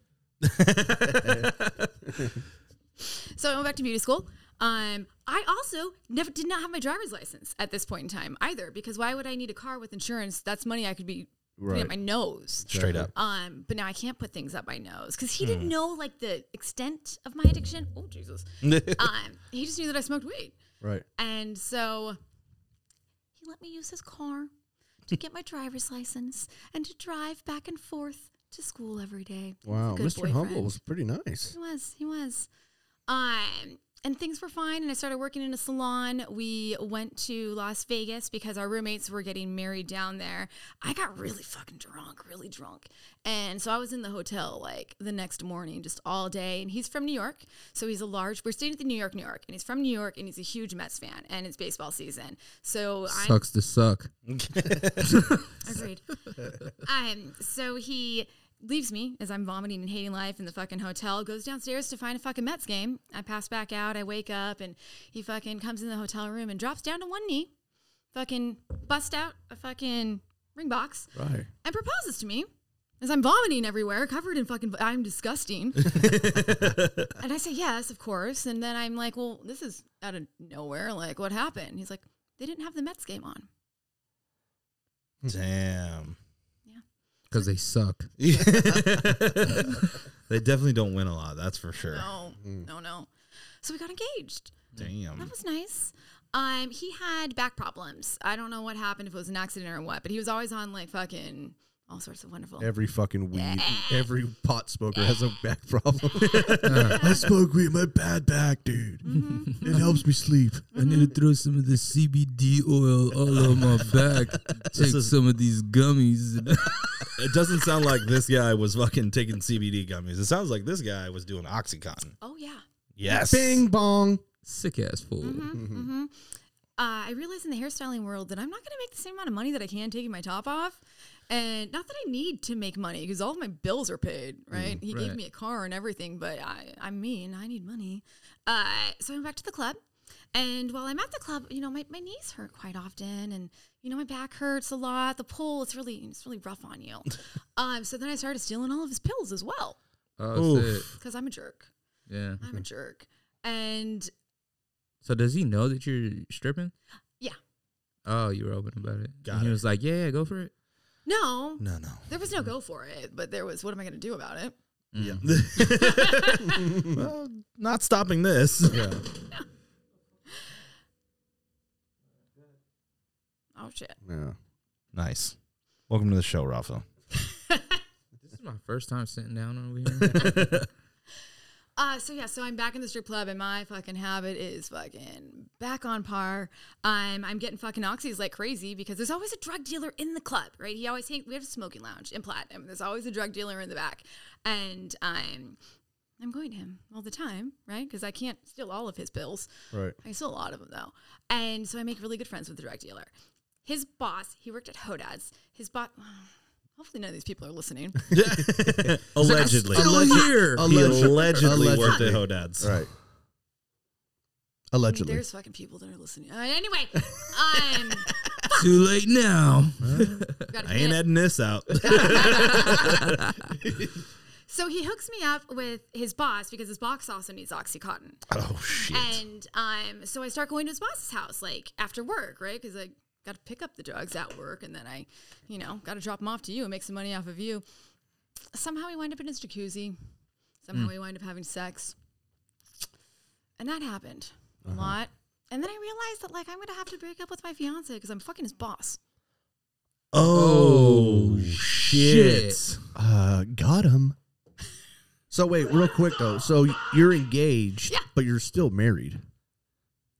C: so I went back to beauty school. Um, I also never did not have my driver's license at this point in time either, because why would I need a car with insurance? That's money I could be putting
B: Right.
C: up my nose.
A: Straight up.
C: Um, but now I can't put things up my nose because he didn't know like the extent of my addiction. Oh Jesus! um, he just knew that I smoked weed,
B: Right.
C: and so he let me use his car to get my driver's license and to drive back and forth to school every day. He was a
B: Wow.
C: good
B: Mr. Humboldt
C: boyfriend.
B: was pretty nice.
C: He was. He was. Um, and things were fine. And I started working in a salon. We went to Las Vegas because our roommates were getting married down there. I got really fucking drunk, really drunk. And so I was in the hotel like the next morning, just all day. And he's from New York. So he's a large, we're staying at the New York, New York. And he's from New York and he's a huge Mets fan. And it's baseball season. So I'm
F: Sucks to suck.
C: Agreed. um, so he leaves me as I'm vomiting and hating life in the fucking hotel, goes downstairs to find a fucking Mets game. I pass back out, I wake up, and he fucking comes in the hotel room and drops down to one knee, fucking bust out a fucking ring box,
B: Right.
C: and proposes to me. As I'm vomiting everywhere, covered in fucking, I'm disgusting. and I say yes, of course. And then I'm like, well, this is out of nowhere. Like, what happened? He's like, they didn't have the Mets game on.
A: Damn.
F: Because they suck.
A: they definitely don't win a lot, that's for sure.
C: No, no, no. So we got engaged. That
A: Damn.
C: was nice. Um, he had back problems. I don't know what happened if it was an accident or what, but he was always on like fucking all sorts of wonderful.
B: Every fucking weed, every pot smoker has a back problem. Uh, I smoke weed, my bad back, dude. It helps me sleep.
F: I need to throw some of the CBD oil all over my back. Take
A: is-
F: some of these gummies.
A: It doesn't sound like this guy was fucking taking CBD gummies. It sounds like this guy was doing OxyContin.
C: oh yeah.
A: Yes.
B: Bing bong.
F: Sick ass fool.
C: Mm-hmm. Uh, I realized in the hairstyling world that I'm not going to make the same amount of money that I can taking my top off. And not that I need to make money because all of my bills are paid, right? he gave
F: right.
C: me a car and everything, but I, I mean, I need money. Uh, so I went back to the club. And while I'm at the club, you know, my, my knees hurt quite often. And, you know, my back hurts a lot. The pull, it's really, it's really rough on you. um, so then I started stealing all of his pills as well
F: Oh,
A: Oof.
F: sick.
C: because I'm a jerk.
F: Yeah.
C: I'm a jerk. And
F: So does he know that you're stripping?
C: Yeah.
F: Oh, you were open about it.
A: Got
F: and
A: it.
F: He was like, yeah, yeah, go for it.
C: no,
A: No, no.
C: There was no go for it, but there was what am I going to do about it?
F: Mm.
A: Hmm. well, not stopping this.
B: Yeah.
C: Oh shit.
B: Yeah.
A: Nice. Welcome to the show, Rafa.
F: This is my first time sitting down over here.
C: Uh, so yeah, so I'm back in the strip club, and my fucking habit is fucking back on par. I'm I'm getting fucking oxys like crazy because there's always a drug dealer in the club, right? He always hangs. We have a smoking lounge in Platinum. There's always a drug dealer in the back, and I'm I'm going to him all the time, right? Because I can't steal all of his pills.
B: Right.
C: I still a lot of them though. And so I make really good friends with the drug dealer. His boss, he worked at Hodad's. His boss, hopefully none of these people are listening.
A: Allegedly.
F: Still here.
A: He
B: Alleged-
A: allegedly worked at
B: allegedly.
A: Hodad's.
B: Right.
C: I mean,
B: Allegedly.
C: there's fucking people that are listening. Uh, anyway, um,
F: Too late now.
C: gotta
A: I ain't
C: commit.
A: adding this out.
C: So he hooks me up with his boss because his boss also needs Oxycontin.
A: Oh shit.
C: And um, so I start going to his boss's house, like after work, right? Because I got to pick up the drugs at work, and then I, you know, got to drop them off to you and make some money off of you. Somehow we wind up in his jacuzzi. Somehow
A: Hmm.
C: we wind up having sex, and that happened
A: Uh-huh.
C: a lot. And then I realized that like I'm gonna have to break up with my fiance because I'm fucking his boss.
A: Oh,
F: Oh,
A: shit.
F: shit.
B: Uh, got him. So wait, real quick though. So you're engaged,
C: Yeah.
B: but you're still married,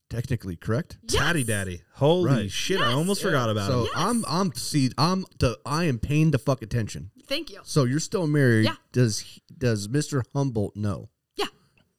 B: technically, correct?
A: Tatty
C: Yes!
A: daddy. Holy
B: Right.
A: shit, I almost forgot about
B: So
A: it.
B: I'm, I'm, see, I'm, the, I am paying the fuck attention.
C: Thank you.
B: So you're still married.
C: Yeah.
B: Does he- does Mr. Humboldt know?
C: Yeah.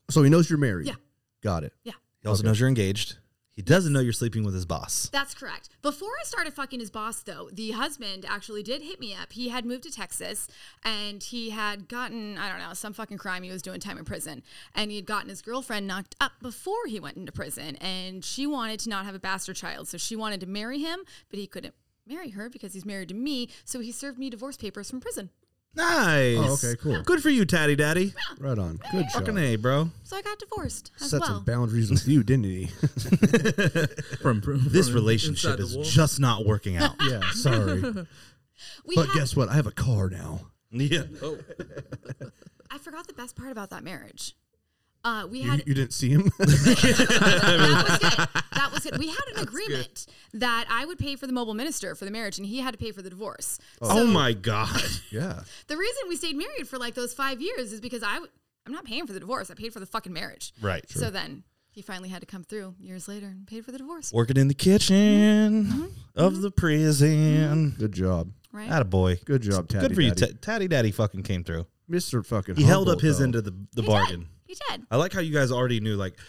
B: So he knows you're married.
C: Yeah.
B: Got it.
A: He also knows you're engaged. He doesn't know you're sleeping with his boss.
C: That's correct. Before I started fucking his boss, though, the husband actually did hit me up. He had moved to Texas and he had gotten, I don't know, some fucking crime. He was doing time in prison. And he had gotten his girlfriend knocked up before he went into prison. And she wanted to not have a bastard child. So she wanted to marry him, but he couldn't marry her because he's married to me. So he served me divorce papers from prison.
A: Nice.
B: Oh, okay, cool.
A: Good for you, Tatty Daddy.
B: Right on. Good job.
A: Fucking A, bro.
C: So I got divorced as
B: Set
C: well.
B: some boundaries with you, didn't he?
F: From, from
A: This
F: from
A: relationship
F: inside the
A: is
F: wall.
A: just not working out.
B: yeah. Sorry.
C: we
B: But
C: had-
B: guess what? I have a car now.
A: yeah.
F: Oh,
C: I forgot the best part about that marriage. Uh, we
B: You,
C: had
B: you didn't see him?
C: that was good. That was good. We had an agreement that I would pay for the mobile minister for the marriage and he had to pay for the divorce.
A: Oh my god.
B: yeah.
C: The reason we stayed married for like those five years is because I w- I'm not paying for the divorce. I paid for the fucking marriage.
A: Right.
C: So then he finally had to come through years later and paid for the divorce.
A: Working in the kitchen of the prison.
B: Good job.
C: Right?
A: Atta boy.
B: Good job, Taddy.
A: Mm-hmm. Good for you.
B: Daddy.
A: Ta- Tatty Daddy fucking came through.
B: Mr. Fucking.
A: He held up
B: Humboldt,
A: his
B: though.
A: end of the, the
C: He
A: bargain.
C: Did. He did.
A: I like how you guys already knew, like,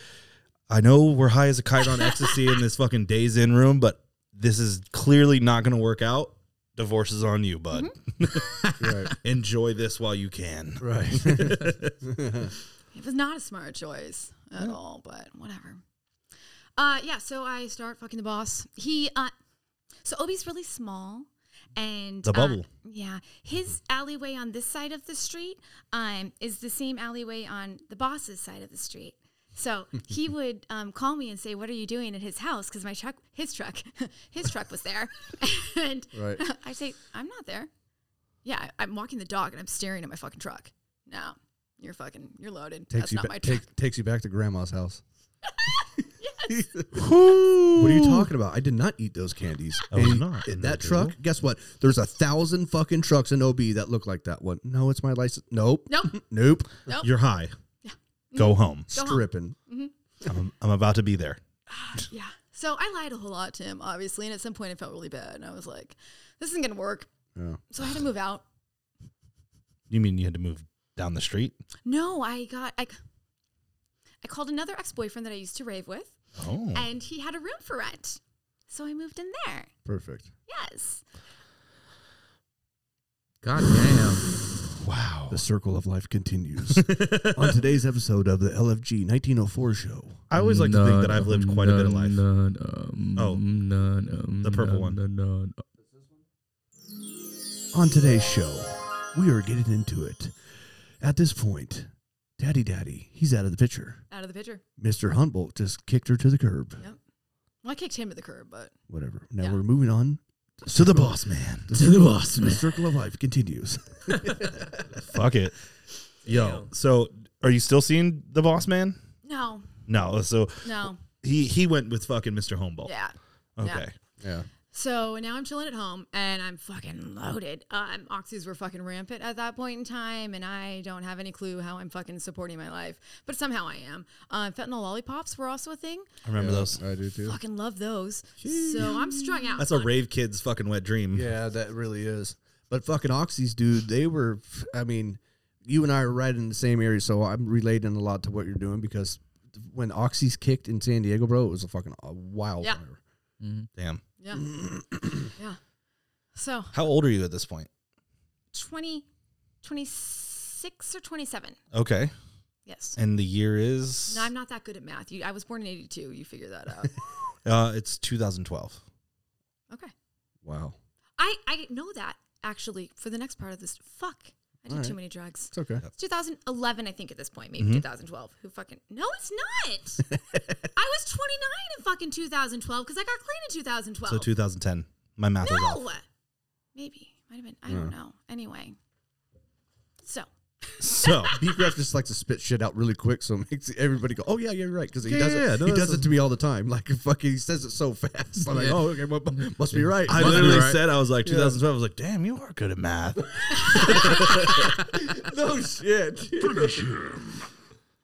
A: I know we're high as a kite on ecstasy in this fucking days in room, but this is clearly not going to work out. Divorce is on you, bud.
C: Mm-hmm.
B: Right.
A: Enjoy this while you can.
B: Right.
C: It was not a smart choice at all, but whatever. Uh, yeah, so I start fucking the boss. He, uh, so Obi's really small, and
A: The
C: uh,
A: bubble.
C: yeah, his alleyway on this side of the street, um, is the same alleyway on the boss's side of the street. So he would um, call me and say, "What are you doing at his house?" Because my truck, his truck, his truck was there, and
B: Right.
C: I say, "I'm not there." Yeah, I- I'm walking the dog and I'm staring at my fucking truck. No, you're fucking, you're loaded.
B: takes
C: That's
B: you
C: not my
B: back.
C: truck.
B: Take, takes you back to grandma's house.
A: What
B: What are you talking about? I did not eat those candies.
A: I was
B: And
A: not.
B: in That truck. Guess what? There's a thousand fucking trucks in OB that look like that one. No, it's my license. Nope.
C: Nope.
B: Nope.
C: Nope.
A: You're high. Go home.
C: Go home.
B: Stripping.
A: I'm, I'm about to be there.
C: Yeah. So I lied a whole lot to him, obviously, and at some point it felt really bad, and I was like, "This isn't gonna work."
B: Yeah.
C: So I had to move out.
A: You mean you had to move down the street?
C: No, I got I. I called another ex-boyfriend that I used to rave with,
A: Oh.
C: and he had a room for rent, so I moved in there.
B: Perfect.
C: Yes.
F: God damn.
A: Wow.
B: The circle of life continues on today's episode of the LFG 1904 show.
A: I always like to think that I've lived quite a bit of life.
F: um,
A: Oh. The
F: the
A: purple one.
B: On today's show, we are getting into it. At this point, Daddy Daddy, he's out of the picture.
C: Out of the picture.
B: Mr. Humboldt just kicked her to the curb.
C: Yep. Well, I kicked him to the curb, but
B: Whatever. Now
C: Yeah.
B: we're moving on.
A: So the boss man.
F: To the boss,
B: The
F: man.
B: circle of life continues.
A: Fuck it. Yo. So are you still seeing the boss man?
C: no,
A: No. So
C: no,
A: he he went with fucking Mr.
B: Oh.
A: Humboldt.
C: yeah.
A: Okay.
C: Yeah.
B: Yeah.
C: So now I'm chilling at home and I'm fucking loaded. Um, oxys were fucking rampant at that point in time, and I don't have any clue how I'm fucking supporting my life, but somehow I am. Uh, fentanyl lollipops were also a thing.
A: I remember those.
B: I do too.
C: Fucking love those. So I'm strung out.
A: That's a rave kid's fucking wet dream.
B: Yeah, that really is. But fucking Oxys, dude, they were. I mean, you and I are right in the same area, so I'm relating a lot to what you're doing because when Oxys kicked in San Diego, bro, it was a fucking uh, a wildfire.
A: Damn.
C: yeah, yeah. So
A: How old are you at this point?
C: 20, 26 or 27.
A: Okay.
C: Yes.
A: And the year is
C: No, I'm not that good at math. You, I was born in 82. You figure that out.
A: uh it's 2012.
C: okay.
B: Wow.
C: I, I know that actually for the next part of this. Fuck. I did
B: All
C: too
B: right.
C: many drugs.
B: It's okay.
C: It's 2011, I think, at this point, maybe 2012. Who fucking? No, it's not. I was 29 in fucking 2012 because I got clean in 2012.
A: So 2010. My math is off.
C: no, maybe might have been. I don't know. Anyway, so
A: So
B: Beatcraft just likes to spit shit out really quick, so it makes everybody go, "Oh yeah, yeah, you're right," because he
A: Yeah,
B: does
A: yeah,
B: it.
A: no,
B: he
A: that's
B: does it to me all the time. Like fucking, he says it so fast. I'm like,
F: Yeah.
B: "Oh, okay, well, must be right."
A: I
B: Must be
A: literally
B: right.
A: said I was like 2012. I was like, damn, you are good at math.
B: no Oh, shit.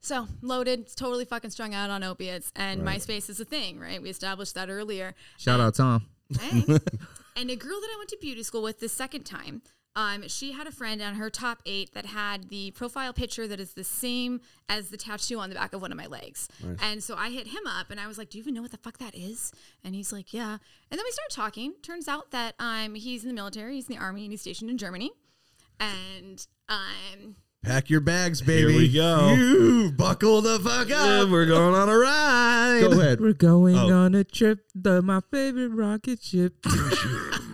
C: So loaded, totally fucking strung out on opiates, and MySpace is a thing, right? We established that earlier.
F: Shout out Tom.
B: Mm-hmm.
C: Hey. and a girl that I went to beauty school with the second time, um, she had a friend on her top eight that had the profile picture that is the same as the tattoo on the back of one of my legs. And so I hit him up and I was like, Do you even know what the fuck that is? And he's like, Yeah. And then we started talking. Turns out that um, he's in the military, he's in the army, and he's stationed in Germany. And um,
B: Pack your bags,
A: Here
B: baby.
A: we go.
B: You buckle the fuck
A: Yeah,
B: up.
A: we're going on a ride.
B: Go ahead.
F: We're going
A: Oh.
F: on a trip, the my favorite rocket ship.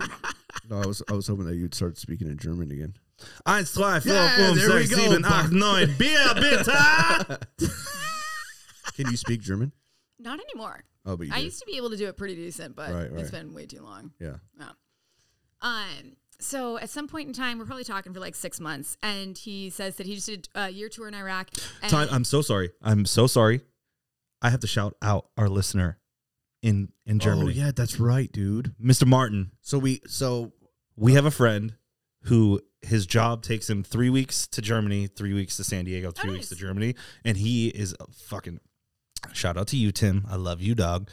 B: No, I was I was hoping that you'd start speaking in German again.
A: Eins, zwei, vier,
B: Yeah,
A: fünf,
B: there we
A: sechs,
B: go,
A: sieben,
B: Buck.
A: acht, neun. Beer, bitte.
B: Can you speak German?
C: not anymore.
B: Oh, but you
C: I
B: did.
C: used to be able to do it pretty decent, but
B: Right,
C: it's
B: right.
C: been way too long.
B: yeah.
C: Um, so at some point in time, we're probably talking for like six months, and he says that he just did a year tour in Iraq. And
A: Time. I'm so sorry. I'm so sorry. I have to shout out our listener in in Germany,
B: Oh yeah, that's right, dude.
A: Mr. Martin.
B: So we so
A: We have a friend who his job takes him three weeks to Germany, three weeks to San Diego, three weeks to
C: nice.
A: Germany, and he is a fucking. Shout out to you, Tim. I love you, dog.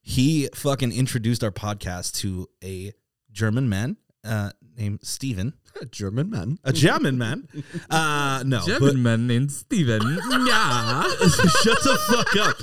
A: He fucking introduced our podcast to a German man uh, named Steven.
B: a German man.
A: a German man. Uh, no, but
F: Gentleman named Steven. yeah.
A: shut the fuck up.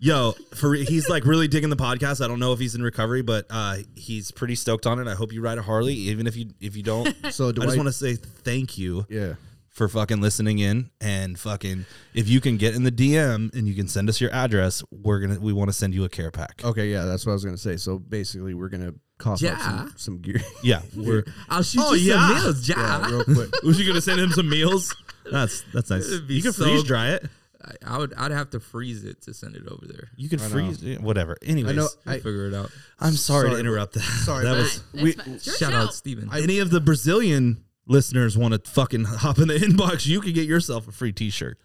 A: Yo, for re- he's like really digging the podcast. I don't know if he's in recovery, but uh, he's pretty stoked on it. I hope you ride a Harley, even if you if you don't.
B: So do
A: I
B: I,
A: just want to say thank you
B: Yeah.
A: for fucking listening in and fucking if you can get in the DM and you can send us your address, we're gonna we want to send you a care pack.
B: Okay, yeah, that's what I was gonna say. So basically, we're gonna cough up
F: Yeah.
B: some, some gear.
A: Yeah, we're.
F: I'll shoot
A: Oh,
F: you some
A: yeah.
F: meals, yeah.
B: real quick.
A: Was you gonna send him some meals? That's that's nice.
F: It'd be
A: You can
F: so-
A: freeze dry it.
F: I, I would I'd have to freeze it to send it over there.
A: You can
B: I know.
A: freeze yeah, whatever. Anyways,
B: I know.
F: We'll
B: I,
F: figure it out.
A: I'm sorry, to
B: Sorry,
A: interrupt that.
B: sorry,
A: that
B: man.
A: was
C: That's
A: we,
C: fine. It's your
F: Shout
C: show.
F: out Steven.
A: any of the Brazilian listeners want to fucking hop in the inbox, you can get yourself a free T-shirt.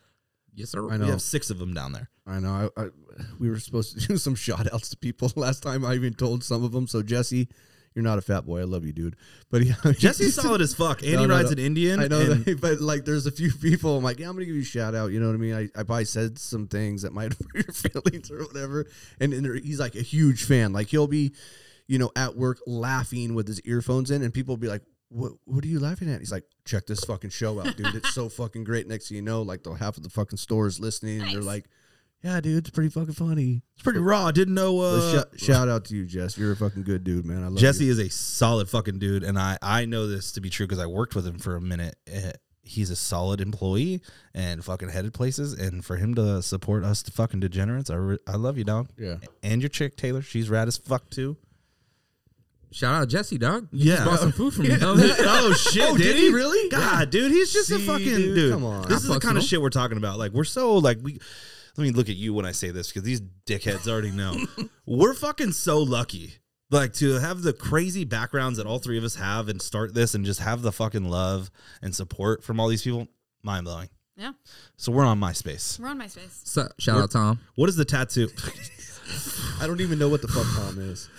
F: yes, sir.
B: I
A: We
B: know.
A: have six of them down there.
B: I know. I, I, we were supposed to do some shout outs to people last time. I even told some of them. So Jesse, you're not a fat boy. I love you, dude. But he,
A: Jesse's solid as fuck. Andy
B: No, no,
A: rides
B: no.
A: an Indian.
B: I know,
A: and-
B: that, but like, there's a few people. I'm like, yeah, I'm gonna give you a shout out. You know what I mean? I, I probably said some things that might hurt your feelings or whatever. And, and there- he's like a huge fan. Like he'll be, you know, at work laughing with his earphones in, and people will be like, "What? What are you laughing at?" He's like, "Check this fucking show out, dude. It's so fucking great." Next thing you know, like the half of the fucking store is listening, and they're
C: Nice.
B: like, "Yeah, dude, it's pretty fucking funny."
A: it's pretty raw. Didn't know.
B: But
A: Uh,
B: shou- shout out to you, Jess. You're a fucking good dude, man. I love
A: Jesse
B: You.
A: is a solid fucking dude, and I I know this to be true because I worked with him for a minute. Eh, He's a solid employee and fucking headed places. And for him to support us, to fucking degenerates, I re- I love you, dog.
B: Yeah.
A: And your chick Taylor, she's rad as fuck too.
F: Shout out Jesse, dog. You
A: Yeah.
F: just bought some food for me.
A: oh shit!
B: Oh,
A: did,
B: did
A: he?
B: he really?
A: God, dude, he's just a
B: See,
A: fucking dude.
B: dude, come on.
A: this is the
F: fucks
A: kind of
F: him.
A: shit we're talking about. Like we're so like we. Let me look at you when I say this because these dickheads already know. we're fucking so lucky, like to have the crazy backgrounds that all three of us have and start this and just have the fucking love and support from all these people. Mind blowing.
C: Yeah,
A: So we're on MySpace.
C: we're on MySpace.
F: So, shout out Tom.
A: What is the tattoo?
B: I don't even know what the fuck Tom is.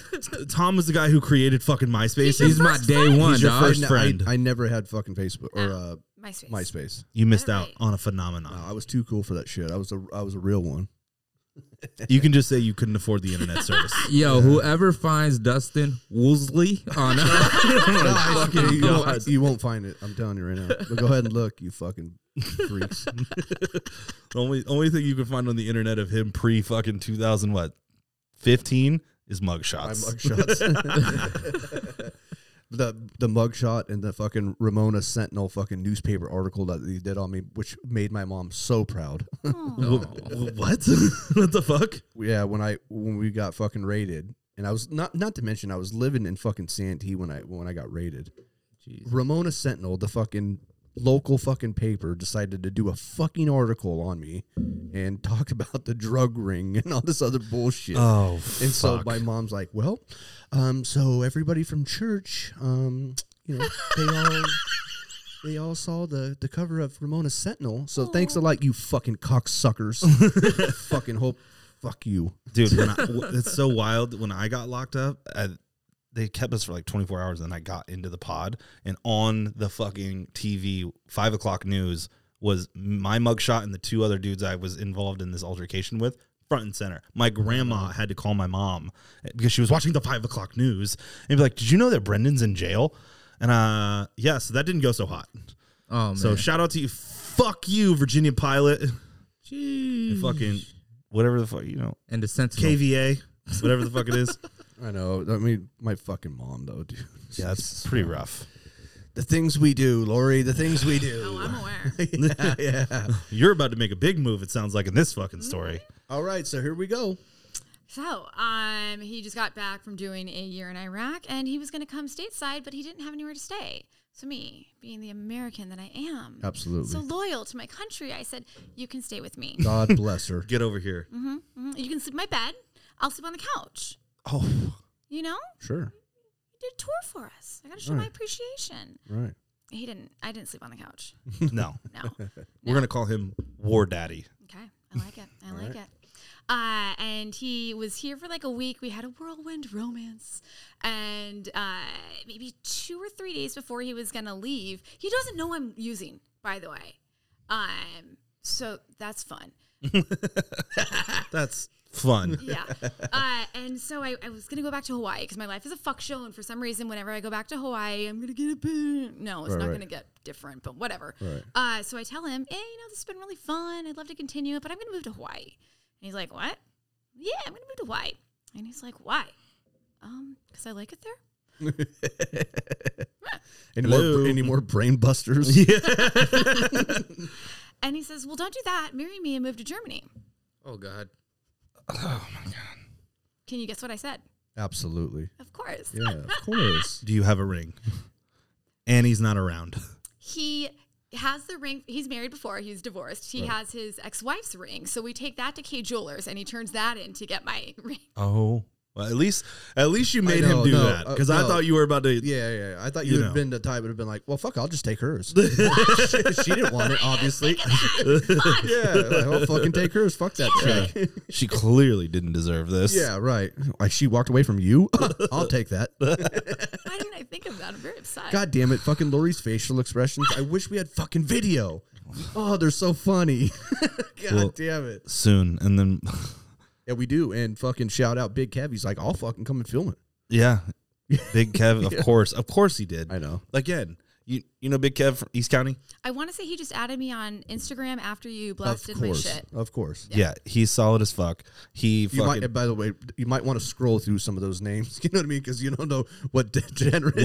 A: Tom was the guy who created fucking MySpace.
F: He's my
C: first
F: day
C: friend.
F: one,
B: He's your
F: dog.
A: first-
B: I-
A: friend.
B: I, never had fucking Facebook or uh,
C: MySpace.
B: MySpace.
A: you missed out
C: Alright.
A: on a phenomenon.
B: No, I was too cool for that shit. I was a I was a real one. Oh.
A: You can just say you couldn't afford the internet service.
F: Yo, whoever finds Dustin Woolsley on
B: you, won't, you won't find it. I'm telling you right now. But go ahead and look, you fucking freaks.
A: The only only thing you can find on the internet of him pre fucking two thousand what fifteen is
B: My
A: mugshots.
B: mugshots. the the mugshot and the fucking Ramona Sentinel fucking newspaper article that they did on me, which made my mom so proud.
C: Aw.
A: Wh- wh- what? what the fuck?
B: yeah, when I when we got fucking raided, and I was not not to mention I was living in fucking Santee when I when I got raided.
F: Jeez.
B: Ramona Sentinel, the fucking local fucking paper, decided to do a fucking article on me and talked about the drug ring and all this other bullshit.
A: Oh,
B: and so
A: fuck.
B: my mom's like, "Well, um, so everybody from church, um, you know, they all." They all saw the, the cover of Ramona Sentinel, so thanks a lot, you fucking cocksuckers. fucking hope, fuck you.
A: dude, when I, w- it's so wild. When I got locked up, I, they kept us for like 24 hours. Then I got into the pod, and on the fucking TV, five o'clock news was my mugshot and the two other dudes I was involved in this altercation with. Front and center. My grandma had to call my mom eh, because she was watching the five o'clock news and be like, "Did you know that Brendan's in jail?" And uh, yeah, so that didn't go so hot.
F: Oh man.
A: So shout out to you, fuck you, Virginia Pilot,
F: Jeez.
A: and fucking whatever the fuck you know,
F: and the sense
A: KVA, whatever the fuck it is.
B: I know. I mean, my fucking mom, though, dude.
A: Yeah, that's pretty rough.
B: The things we do, Lori. The things we do.
C: Oh, I'm aware.
B: yeah, yeah.
A: You're about to make a big move, it sounds like, in this fucking story.
B: All right, so here we go.
C: So, um, he just got back from doing a year in Iraq, and he was going to come stateside, but he didn't have anywhere to stay. So, me, being the American that I am,
B: Absolutely.
C: so loyal to my country, I said, "You can stay with me.
B: God bless her.
A: Get over here.
C: hmm You can sleep in my bed. I'll sleep on the couch.
A: Oh,
C: You know,
B: Sure.
C: you did a tour for us. I got to show my
B: Right.
C: appreciation."
B: Right.
C: He didn't. I didn't sleep on the couch.
A: no.
C: No.
A: We're going to call him War Daddy.
C: Okay, I like it. I like it. Uh, and he was here for like a week. We had a whirlwind romance, and uh, maybe two or three days before he was gonna leave, he doesn't know I'm using. By the way, um, so that's fun.
A: That's fun.
C: Yeah. Uh, and so I, I was gonna go back to Hawaii because my life is a fuck show, and for some reason, whenever I go back to Hawaii, I'm gonna get a bit. No, it's
B: Right,
C: not
B: right.
C: gonna get different, but whatever.
B: Right.
C: Uh, so I tell him, hey, you know, this has been really fun. I'd love to continue it, but I'm gonna move to Hawaii. And he's like, what? Yeah, I'm gonna move to Hawaii. And he's like, why? Um, because I like it there.
B: Any
A: Hello.
B: more, any more brain busters?
C: And he says, well, don't do that. Marry me and move to Germany.
F: Oh god.
C: Can you guess what I said?
B: Absolutely.
C: Of course.
B: Yeah, of course.
A: Do you have a ring? And he's not around.
C: he has the ring. He's married before. He's divorced. He has his ex-wife's ring. So we take that to K Jewelers, and he turns that in to get my ring.
A: Oh. Well, at least at least you made him
B: know,
A: do
B: no,
A: that.
B: uh,
A: Because I
B: no.
A: thought you were about to.
B: Yeah, yeah. yeah. I thought
A: You
B: you, had
A: know.
B: been the type would have been like, well, fuck, I'll just take hers. she didn't want it, obviously. yeah, like, I'll fucking take hers. Fuck that chick.
A: She clearly didn't deserve this.
B: yeah, right. Like she walked away from you. I'll take that.
C: Why didn't I think of that? I'm very upset.
B: God damn it! Fucking Lori's facial expressions. I wish we had fucking video. Oh, they're so funny. God
A: Well-
B: damn it.
A: Soon. And then,
B: Yeah, we do. And fucking shout out Big Kev. He's like, I'll fucking come and film it.
A: yeah. Big Kev, of course. Of course he did.
B: I know.
A: Again, you, you know Big Kev from East County?
C: I want to say he just added me on Instagram after you blasted
B: of
C: my
B: course.
C: shit.
B: Of course.
A: Yeah. he's solid as fuck. He
B: You
A: fucking.
B: might, by the way, you might want to scroll through some of those names. You know what I mean? Because you don't know what degenerates.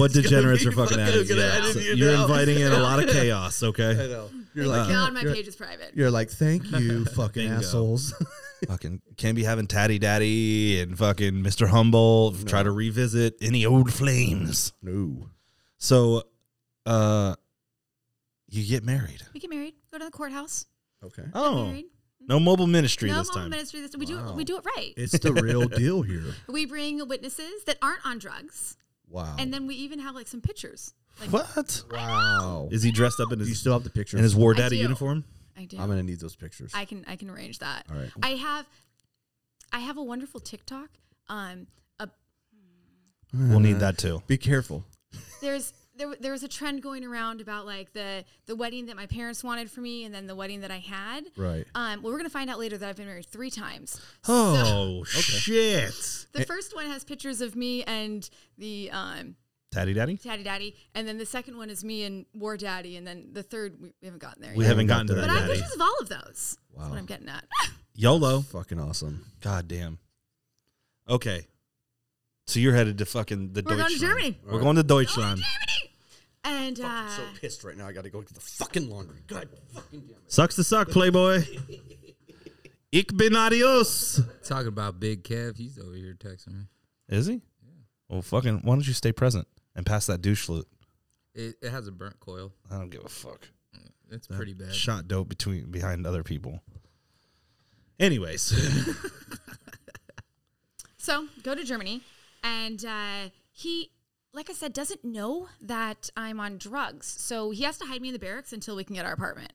A: what degenerates are
B: gonna be
A: fucking at
B: gonna
A: Yeah.
B: edit
A: So
B: you
A: you're
B: now.
A: inviting in a lot of chaos,
B: I
A: okay?
B: know. You're
C: Thank
B: like,
C: God, my
B: Uh, you're,
C: page is private.
B: you're like, thank you, fucking
A: Bingo.
B: assholes.
A: fucking can't be having Tatty Daddy and fucking Mr. Humble try to revisit any old flames.
B: no.
A: So uh you get married.
C: We get married. Go to the courthouse.
B: Okay.
C: Get
A: Oh.
C: married.
A: No mobile ministry
C: No
A: this
C: mobile
A: time.
C: ministry. This time. we do
B: Wow.
C: it, we do it right.
B: It's the real deal here.
C: we bring witnesses that aren't on drugs,
B: Wow.
C: and then we even have like some pictures. Like
A: What?
B: wow.
A: Is he dressed up in
B: Do you
A: his
B: still have the pictures?
A: in his war
C: I
A: daddy
C: do.
A: uniform?
C: I do.
B: I'm gonna need those pictures.
C: I can I can arrange that.
B: All right.
C: I have I have a wonderful TikTok. Um, a,
A: We'll need that too.
B: Be careful.
C: there's there, w- there was a trend going around about like the the wedding that my parents wanted for me, and then the wedding that I had.
B: Right.
C: Um, well, we're gonna find out later that I've been married three times.
A: Oh shit.
C: The first one has pictures of me and the um,
A: Tatty Daddy?
C: Daddy Daddy, and then the second one is me and War Daddy, and then the third we, we haven't gotten there.
A: We
C: yet.
A: haven't gotten to
B: got
A: that
C: But I have
A: daddy.
C: pictures of all of those. That's
B: Wow.
C: what I'm getting at.
A: YOLO.
B: Fucking awesome.
A: God damn. Okay. So you're headed to fucking the
C: We're going to
A: Deutschland.
C: Germany.
A: We're going to Deutschland.
C: and uh,
B: so pissed right now. I got to go get the fucking laundry. God fucking damn it.
A: Sucks to suck, Playboy. Ich bin adios.
F: Talking about Big Kev, he's over here texting me.
A: Is he? Well, fucking, why don't you stay present and pass that douche flute?
F: It, it has a burnt coil.
A: I don't give a fuck.
F: It's pretty bad.
A: Shot dope between behind other people. Anyways,
C: So go to Germany, and uh, he, like I said, doesn't know that I'm on drugs. So he has to hide me in the barracks until we can get our apartment.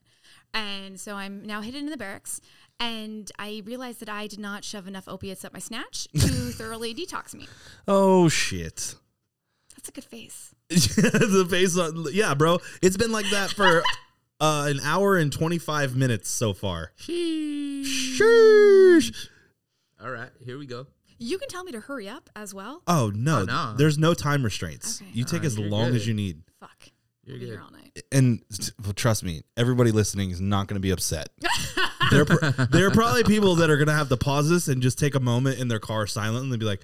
C: And so I'm now hidden in the barracks, and I realized that I did not shove enough opiates up my snatch to thoroughly detox me.
A: oh shit.
C: That's a good face.
A: the face on, yeah, bro. It's been like that for uh, an hour and 25 minutes so far. Sheesh.
F: All right, here we go.
C: You can tell me to hurry up as well.
A: Oh, no.
F: Oh, no.
A: There's no time restraints.
C: Okay.
A: You take
F: Uh,
A: as
F: you're
A: long
F: good.
A: as you need.
C: Fuck.
F: You're
C: I'll be
F: good.
C: here all night.
A: And t- well, trust me, everybody listening is not going to be upset. there, are pr- there are probably people that are going to have to pause this and just take a moment in their car silently and be like,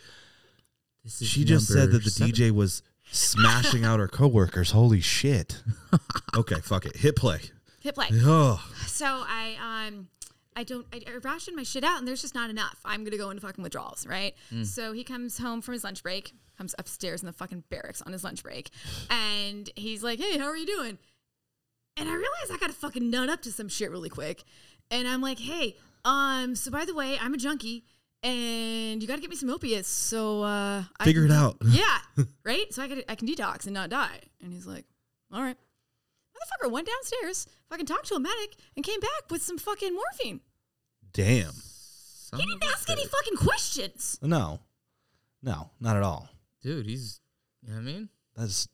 F: This
A: she just said that the DJ was smashing out her coworkers. Holy shit. okay, fuck it. Hit play.
C: Hit play.
A: Oh,
C: So I um I don't I, I ration my shit out and there's just not enough. I'm gonna go into fucking withdrawals, right?
A: Mm.
C: So he comes home from his lunch break, comes upstairs in the fucking barracks on his lunch break, and he's like, Hey, how are you doing? And I realize I gotta fucking nut up to some shit really quick. And I'm like, hey, um, so by the way, I'm a junkie and you gotta get me some opiates. So uh I
A: Figure
C: can-
A: it out.
C: Yeah. right? So I could I can detox and not die. And he's like, All right motherfucker went downstairs, fucking talked to a medic, and came back with some fucking morphine.
A: damn.
C: He didn't
F: Oh,
C: ask any fucking questions.
A: No, no, not at all.
F: Dude, he's. You know what I mean?
A: That's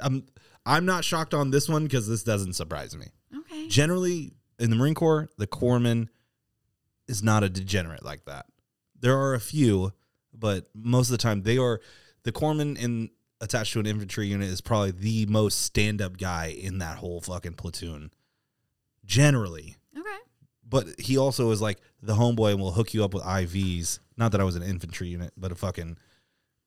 A: I'm I'm not shocked on this one because this doesn't surprise me.
C: Okay.
A: Generally, in the Marine Corps, the corpsman is not a degenerate like that. There are a few, but most of the time they are the corpsman in attached to an infantry unit is probably the most stand up guy in that whole fucking platoon. Generally.
C: Okay.
A: But he also is like the homeboy and will hook you up with IVs. Not that I was an infantry unit, but a fucking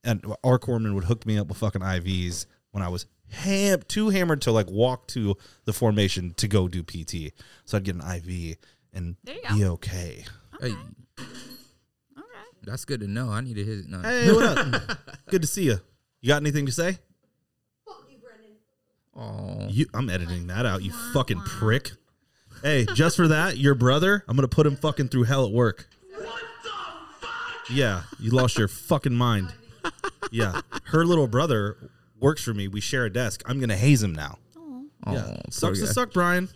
A: and our corpsman would hook me up with fucking IVs when I was ham too hammered to like walk to the formation to go do PT. So I'd get an IV and
C: There you go.
A: be okay.
F: Hey,
C: Okay.
F: that's good to know. I need to hit. No.
A: Hey, what up? Good to see you. You got anything to say?
F: Aw.
A: You, I'm editing that out. You fucking prick. Hey, just for that, your brother, I'm gonna put him fucking through hell at work. Yeah, you lost your fucking mind. Yeah, her little brother works for me. We share a desk. I'm gonna haze him now.
F: Aw,
A: Yeah,
F: poor
A: sucks to
F: guy.
A: suck, Brian.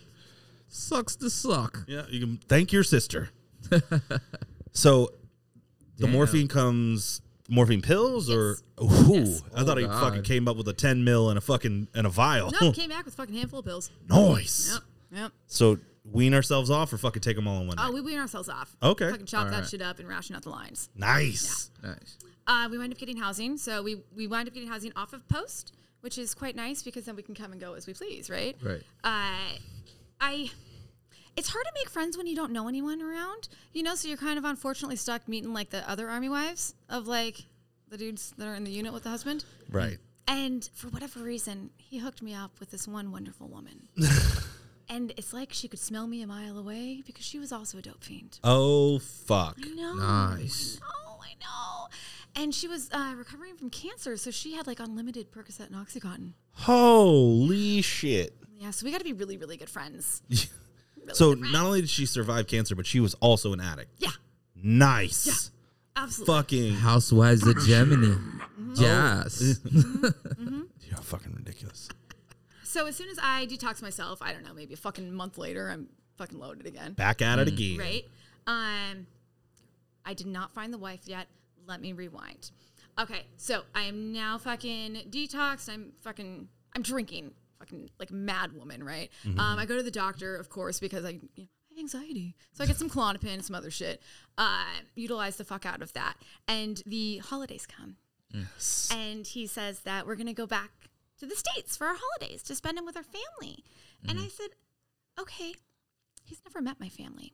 F: Sucks to suck.
A: Yeah, you can thank your sister. so, the
F: Damn.
A: morphine comes morphine pills or ooh, I thought he
F: God.
A: fucking came up with a ten mil and a fucking and a vial.
C: Oh, No, came back with fucking handful of pills.
A: Nice.
C: Yep. Yep.
A: So wean ourselves off or fucking take them all in one.
C: Oh,
A: night?
C: we wean ourselves off.
A: Okay.
C: Fucking chop that
F: Alright.
C: shit up and ration out the lines.
A: nice.
F: Nice.
C: Uh, we wind up getting housing. So we, we wind up getting housing off of post, which is quite nice because then we can come and go as we please, right?
F: Right.
C: uh, I it's hard to make friends when you don't know anyone around, you know. So you're kind of unfortunately stuck meeting like the other army wives of like the dudes that are in the unit with the husband.
A: Right.
C: And for whatever reason, he hooked me up with this one wonderful woman. and it's like she could smell me a mile away because she was also a dope fiend.
A: Oh fuck.
C: No.
F: Nice.
C: Oh, I know. And she was uh, recovering from cancer, so she had like unlimited Percocet and OxyContin.
A: Holy shit.
C: Yeah, so we got to be really, really good friends. Really
A: So
C: good friends.
A: not only did she survive cancer, but she was also an addict.
C: yeah,
A: Nice.
C: absolutely.
A: Fucking.
F: Housewives of Germany.
C: Mm-hmm.
F: Yes.
A: You're fucking ridiculous.
C: So as soon as I detox myself, I don't know, maybe a fucking month later, I'm fucking loaded again.
A: Back at it again.
C: Mm. Right? Um, I did not find the wife yet. Let me rewind. Okay, so I am now fucking detoxed. I'm fucking, I'm drinking, fucking like mad woman, right? Um, I go to the doctor, of course, because I, you know, I have anxiety. So I get some Klonopin and some other shit. Uh, utilize the fuck out of that. And the holidays come. And he says that we're going to go back to the States for our holidays to spend them with our family. And I said, okay, he's never met my family.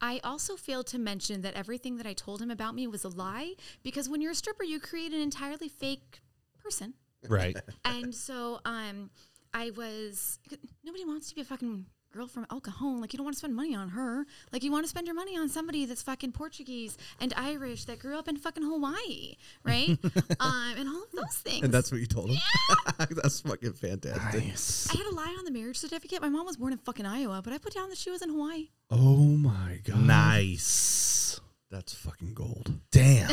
C: I also failed to mention that everything that I told him about me was a lie because when you're a stripper, you create an entirely fake person.
A: Right.
C: and so um, I was, nobody wants to be a fucking girl from El Cajon. Like you don't want to spend money on her. Like you want to spend your money on somebody that's fucking Portuguese and Irish that grew up in fucking Hawaii, right? um, and all of those things.
B: And that's what you told him. that's fucking fantastic.
C: I had a lie on the marriage certificate. My mom was born in fucking Iowa, but I put down that she was in Hawaii.
B: Oh my god.
A: Nice.
B: That's fucking gold.
A: Damn.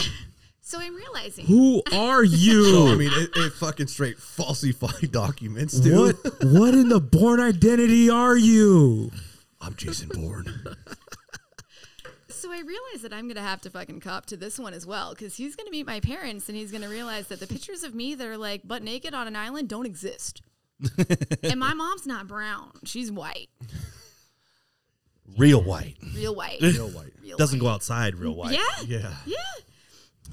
C: So I'm realizing
F: Who are
B: So, I
F: you?
B: mean, it, it fucking straight falsified documents, dude.
F: what what in the born identity are you?
B: I'm Jason Bourne.
C: So I realize that I'm going to have to fucking cop to this one as well because he's going to meet my parents and he's going to realize that the pictures of me that are like butt naked on an island don't exist. and my mom's not brown. She's white,
A: Real white.
C: real white.
B: Real white.
C: Real
A: Doesn't
C: white.
A: go outside real white.
C: Yeah.
B: Yeah.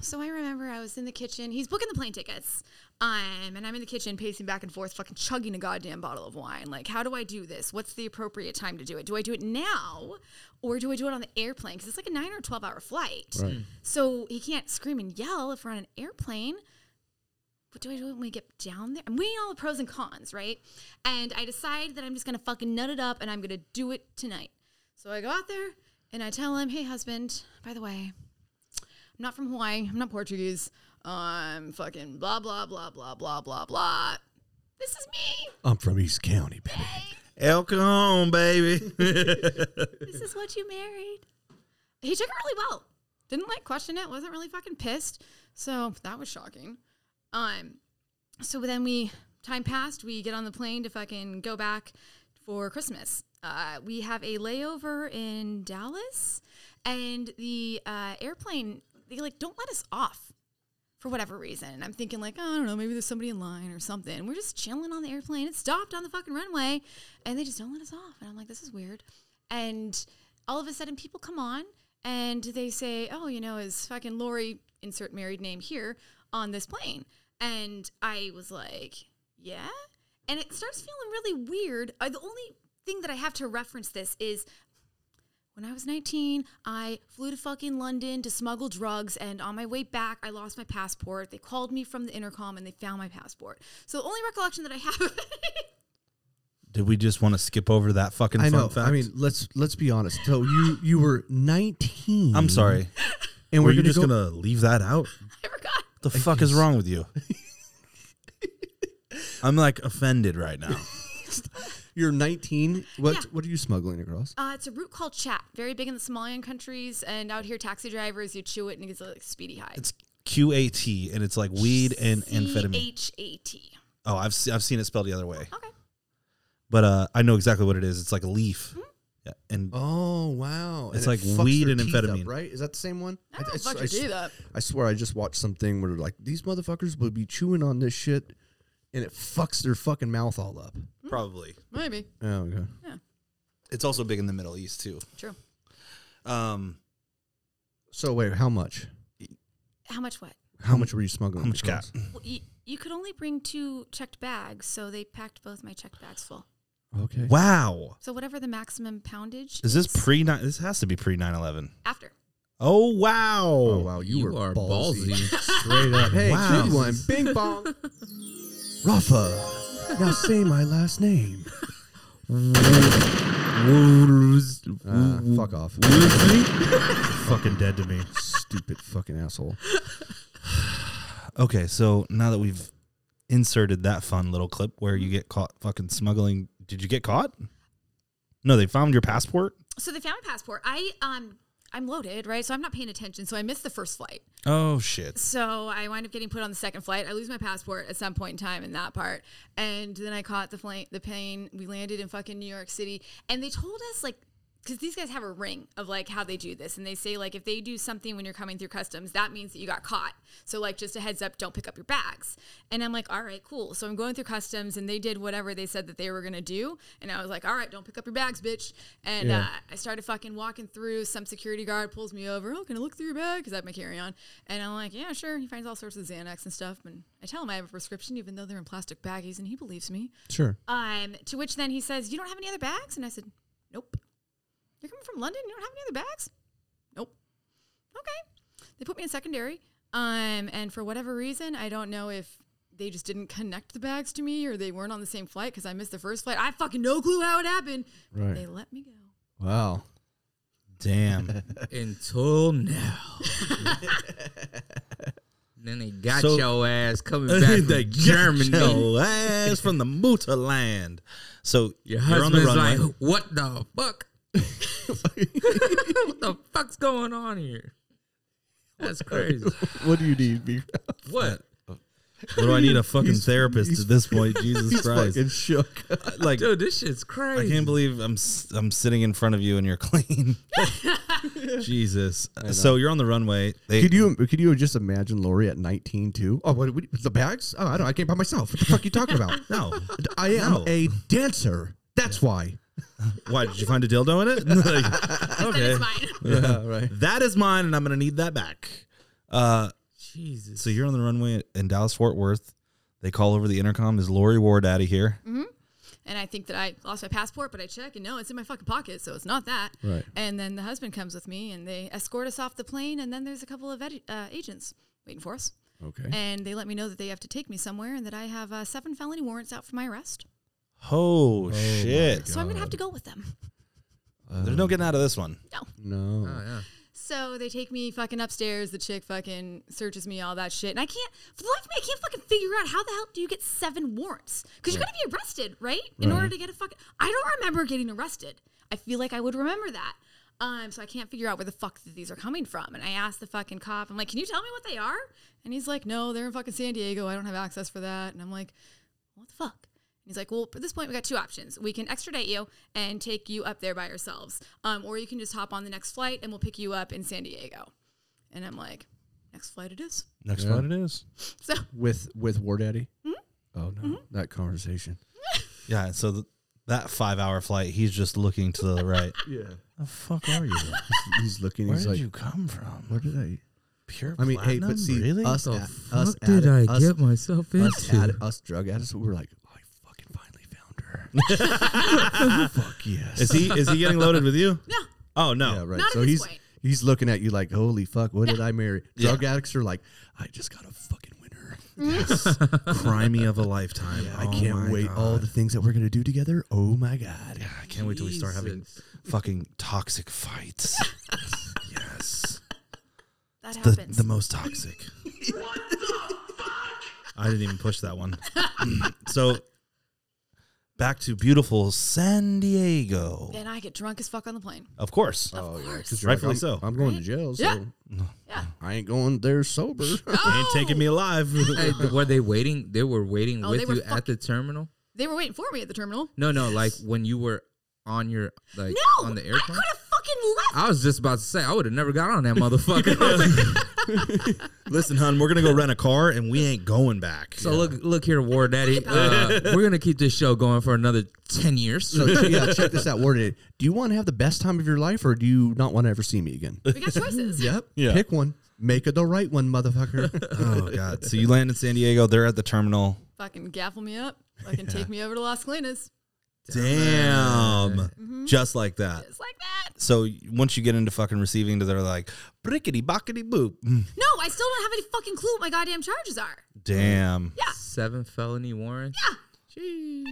C: So I remember I was in the kitchen. He's booking the plane tickets. Um, and I'm in the kitchen pacing back and forth, fucking chugging a goddamn bottle of wine. Like, how do I do this? What's the appropriate time to do it? Do I do it now or do I do it on the airplane? Because it's like a nine or 12 hour flight.
B: Right.
C: So he can't scream and yell if we're on an airplane. What do I do when we get down there? I'm weighing all the pros and cons, right? And I decide that I'm just gonna fucking nut it up and I'm gonna do it tonight. So I go out there and I tell him, hey, husband, by the way, I'm not from Hawaii. I'm not Portuguese. I'm fucking blah, blah, blah, blah, blah, blah, blah. This is me.
B: I'm from East County, baby.
A: El Cajon, baby.
C: this is what you married. He took it really well. Didn't like question it. Wasn't really fucking pissed. So that was shocking. Um, so then we time passed. We get on the plane to fucking go back for Christmas. Uh, we have a layover in Dallas, and the uh, airplane they like don't let us off for whatever reason. And I'm thinking like, oh, I don't know, maybe there's somebody in line or something. And we're just chilling on the airplane. It stopped on the fucking runway, and they just don't let us off. And I'm like, this is weird. And all of a sudden, people come on and they say, oh, you know, is fucking Lori insert married name here on this plane? And I was like, yeah. And it starts feeling really weird. Uh, the only thing that I have to reference this is when I was 19, I flew to fucking London to smuggle drugs, and on my way back, I lost my passport. They called me from the intercom and they found my passport. So the only recollection that I have of it
A: Did we just want to skip over that fucking
B: I
A: fun
B: know.
A: fact?
B: I mean, let's let's be honest. So you you were 19.
A: I'm sorry.
B: And
A: mm-hmm. Were
B: we're
A: you
B: gonna
A: just
B: go-
A: gonna leave that out?
C: I forgot.
A: The fuck is wrong with you? I'm like offended right now.
B: You're 19. What
C: Yeah.
B: what are you smuggling across?
C: Uh, it's a root called chat, very big in the Somalian countries, and out here, taxi drivers, you chew it and it gets a like, speedy high.
A: It's QAT and it's like weed and amphetamine.
C: C-H-A-T.
A: Oh, I've se- I've seen it spelled the other way,
C: Okay.
A: but uh, I know exactly what it is. It's like a leaf, yeah, and
B: Oh wow!
A: It's
B: it
A: like
B: fucks
A: weed
B: their
A: and
B: teeth up,
A: amphetamine.
B: right? Is that the same one?
C: I don't
B: s-
C: fucking
B: s-
C: do that.
B: I swear, I just watched something where like these motherfuckers would be chewing on this shit, and it fucks their fucking mouth all up.
A: probably
C: Maybe.
B: Oh, okay.
A: it's also big in the Middle East too.
C: True.
A: Um,
B: So wait, how much?
C: How much what?
B: How much were you smuggling?
A: how much
B: across?
A: got?
C: Well, you, you could only bring two checked bags, so they packed both my checked bags full.
B: Okay.
A: Wow,
C: So whatever the maximum poundage
A: is this pre nine? This has to be pre nine eleven.
C: after.
A: Oh wow!
B: Oh wow, you,
F: You
B: were
F: are
B: ballsy.
F: ballsy.
B: Straight up. Hey,
A: Wow.
B: good one. Bing bong. Rafa. Now say my last name. Uh, fuck off.
A: fucking dead to me.
B: Stupid fucking asshole.
A: Okay, so now that we've inserted that fun little clip where you get caught fucking smuggling, did you get caught? No, they found your passport.
C: So they found my passport. I um I'm loaded, right? So I'm not paying attention. So I missed the first flight.
A: Oh shit!
C: So I wind up getting put on the second flight. I lose my passport at some point in time in that part. And then I caught the plane, the plane. We landed in fucking New York City. And they told us, like, because these guys have a ring of like how they do this. And they say, like, if they do something when you're coming through customs, that means that you got caught. So, like, just a heads up, don't pick up your bags. And I'm like, all right, cool. So I'm going through customs and they did whatever they said that they were going to do. And I was like, all right, don't pick up your bags, bitch. And
B: Yeah.
C: uh, I started fucking walking through. Some security guard pulls me over. Oh, can I look through your bag? Because I have my carry on. And I'm like, yeah, sure. He finds all sorts of Xanax and stuff. And I tell him I have a prescription, even though they're in plastic baggies, and he believes me.
B: Sure.
C: Um, to which then he says, you don't have any other bags? And I said, nope. You're coming from London? You don't have any other bags? Nope. Okay. They put me in secondary. Um, and for whatever reason, I don't know if they just didn't connect the bags to me or they weren't on the same flight because I missed the first flight. I have fucking no clue how it happened. but
B: Right.
C: They let me go.
B: Wow.
A: Damn.
F: until now. then they got
A: So-
F: your ass coming back
A: They got
F: from Germany.
A: your ass from the Mutterland. So
F: Your
A: you're on the
F: husband's
A: runway.
F: like, what the fuck? what the fuck's going on here? That's crazy.
B: What do you need, B?
F: What?
A: what do I need a fucking therapist at this point? Jesus
B: He's
A: Christ!
B: fucking shook.
A: Like
F: Dude, this shit's crazy.
A: I can't believe I'm s- I'm sitting in front of you and you're clean. Jesus. So you're on the runway. They,
B: Could you could you just imagine Lori at 19 too? Oh, what, what the bags? Oh, I don't. I came by myself. What the fuck are you talking about?
A: no.
B: I am
A: No.
B: a dancer. That's why.
A: Why did you find a dildo in it? Like, okay.
B: Yeah, right.
A: That is mine, and I'm gonna need that back. Uh,
F: Jesus.
A: so you're on the runway in Dallas Fort Worth. They call over the intercom. Is Lori Ward out of here?
C: And I think that I lost my passport, but I check and no, it's in my fucking pocket, so it's not that.
B: Right.
C: And then the husband comes with me and they escort us off the plane. And then there's a couple of ed- uh, agents waiting for us.
B: Okay.
C: And they let me know that they have to take me somewhere and that I have uh, seven felony warrants out for my arrest.
A: Oh, shit!
C: So I'm going to have to go with them.
A: Uh, There's no getting out of this one.
B: No.
F: Oh, yeah.
C: So they take me fucking upstairs. The chick fucking searches me, all that shit. And I can't, for the life of me, I can't fucking figure out how the hell do you get seven warrants? Because you're going to be arrested, right? In order to get a fucking. I don't remember getting arrested. I feel like I would remember that. Um, so I can't figure out where the fuck that these are coming from. And I asked the fucking cop, I'm like, can you tell me what they are? And he's like, no, they're in fucking San Diego. I don't have access for that. And I'm like, what the fuck? And he's like, well, at this point, we got two options. We can extradite you and take you up there by yourselves, um, or you can just hop on the next flight and we'll pick you up in San Diego. And I'm like, next flight it is.
A: Next
B: Yeah.
A: one it is.
C: So
B: With with War Daddy.
C: Mm-hmm.
B: Oh no, that conversation.
A: Yeah. So th- that five hour flight, he's just looking to the right.
B: Yeah.
A: the fuck are you?
B: He's looking.
A: Where
B: he's
A: did
B: like,
A: you come from?
B: where did I?
A: Pure.
B: I mean, hey,
A: platinum?
B: but see,
A: really?
B: us,
F: The
B: at, us,
F: fuck
B: did
F: did I
B: us,
F: get myself
B: us,
F: into?
B: ad, us drug addicts, we were like, "Oh, I fucking finally found her. Fuck yes.
A: is he is he getting loaded with you?
C: no,
A: Oh no.
B: Yeah, right.
C: Not at
B: so
C: this
B: he's
C: point.
B: he's looking at you like, holy fuck, what did I marry?
A: Yeah.
B: Drug addicts are like, I just got a fucking winner.
A: Crimey of a lifetime.
B: I
A: Oh
B: can't
A: my
B: wait.
A: God.
B: All the things that we're gonna do together. Oh my god.
A: Yeah, I can't wait till we start having
F: Jesus.
A: fucking toxic fights. yes.
C: that
A: The,
C: happens.
A: the most toxic. I didn't even push that one. so back to beautiful San Diego.
C: and I get drunk as fuck on the plane.
A: Of course.
B: Oh yeah,
C: course.
B: you're like,
A: Rightfully so. Mm.
B: I'm, I'm going to jail, so
C: Yeah. Yeah.
B: I ain't going there sober.
A: Ain't taking me alive.
F: Hey, th- were they waiting? They were waiting
C: Oh, they
F: with
C: were
F: you at the terminal?
C: They were waiting for me at the terminal.
F: No, no, like when you were on your like
C: No,
F: on the
C: I could
F: airplane.
C: have fucking left.
F: I was just about to say I would have never got on that motherfucker.
A: Listen, hon, we're gonna go rent a car and we ain't going back.
F: so look, look here, War Daddy. Uh, we're gonna keep this show going for another ten years.
B: So che- yeah, check this out. Worded. Do you want to have the best time of your life, or do you not want to ever see me again?
C: We got choices.
B: yep.
A: Yeah.
B: Pick one. Make it the right one, motherfucker.
A: Oh god. So you land in San Diego, they're at the terminal.
C: Fucking gaffle me up. Fucking take me over to Las Colinas.
A: Damn. Mm-hmm. Just like that.
C: It's like that.
A: So once you get into fucking receiving, they're like brickety bockety boop.
C: No, I still don't have any fucking clue what my goddamn charges are.
A: Damn.
F: Seven felony warrants. Yeah. Jeez.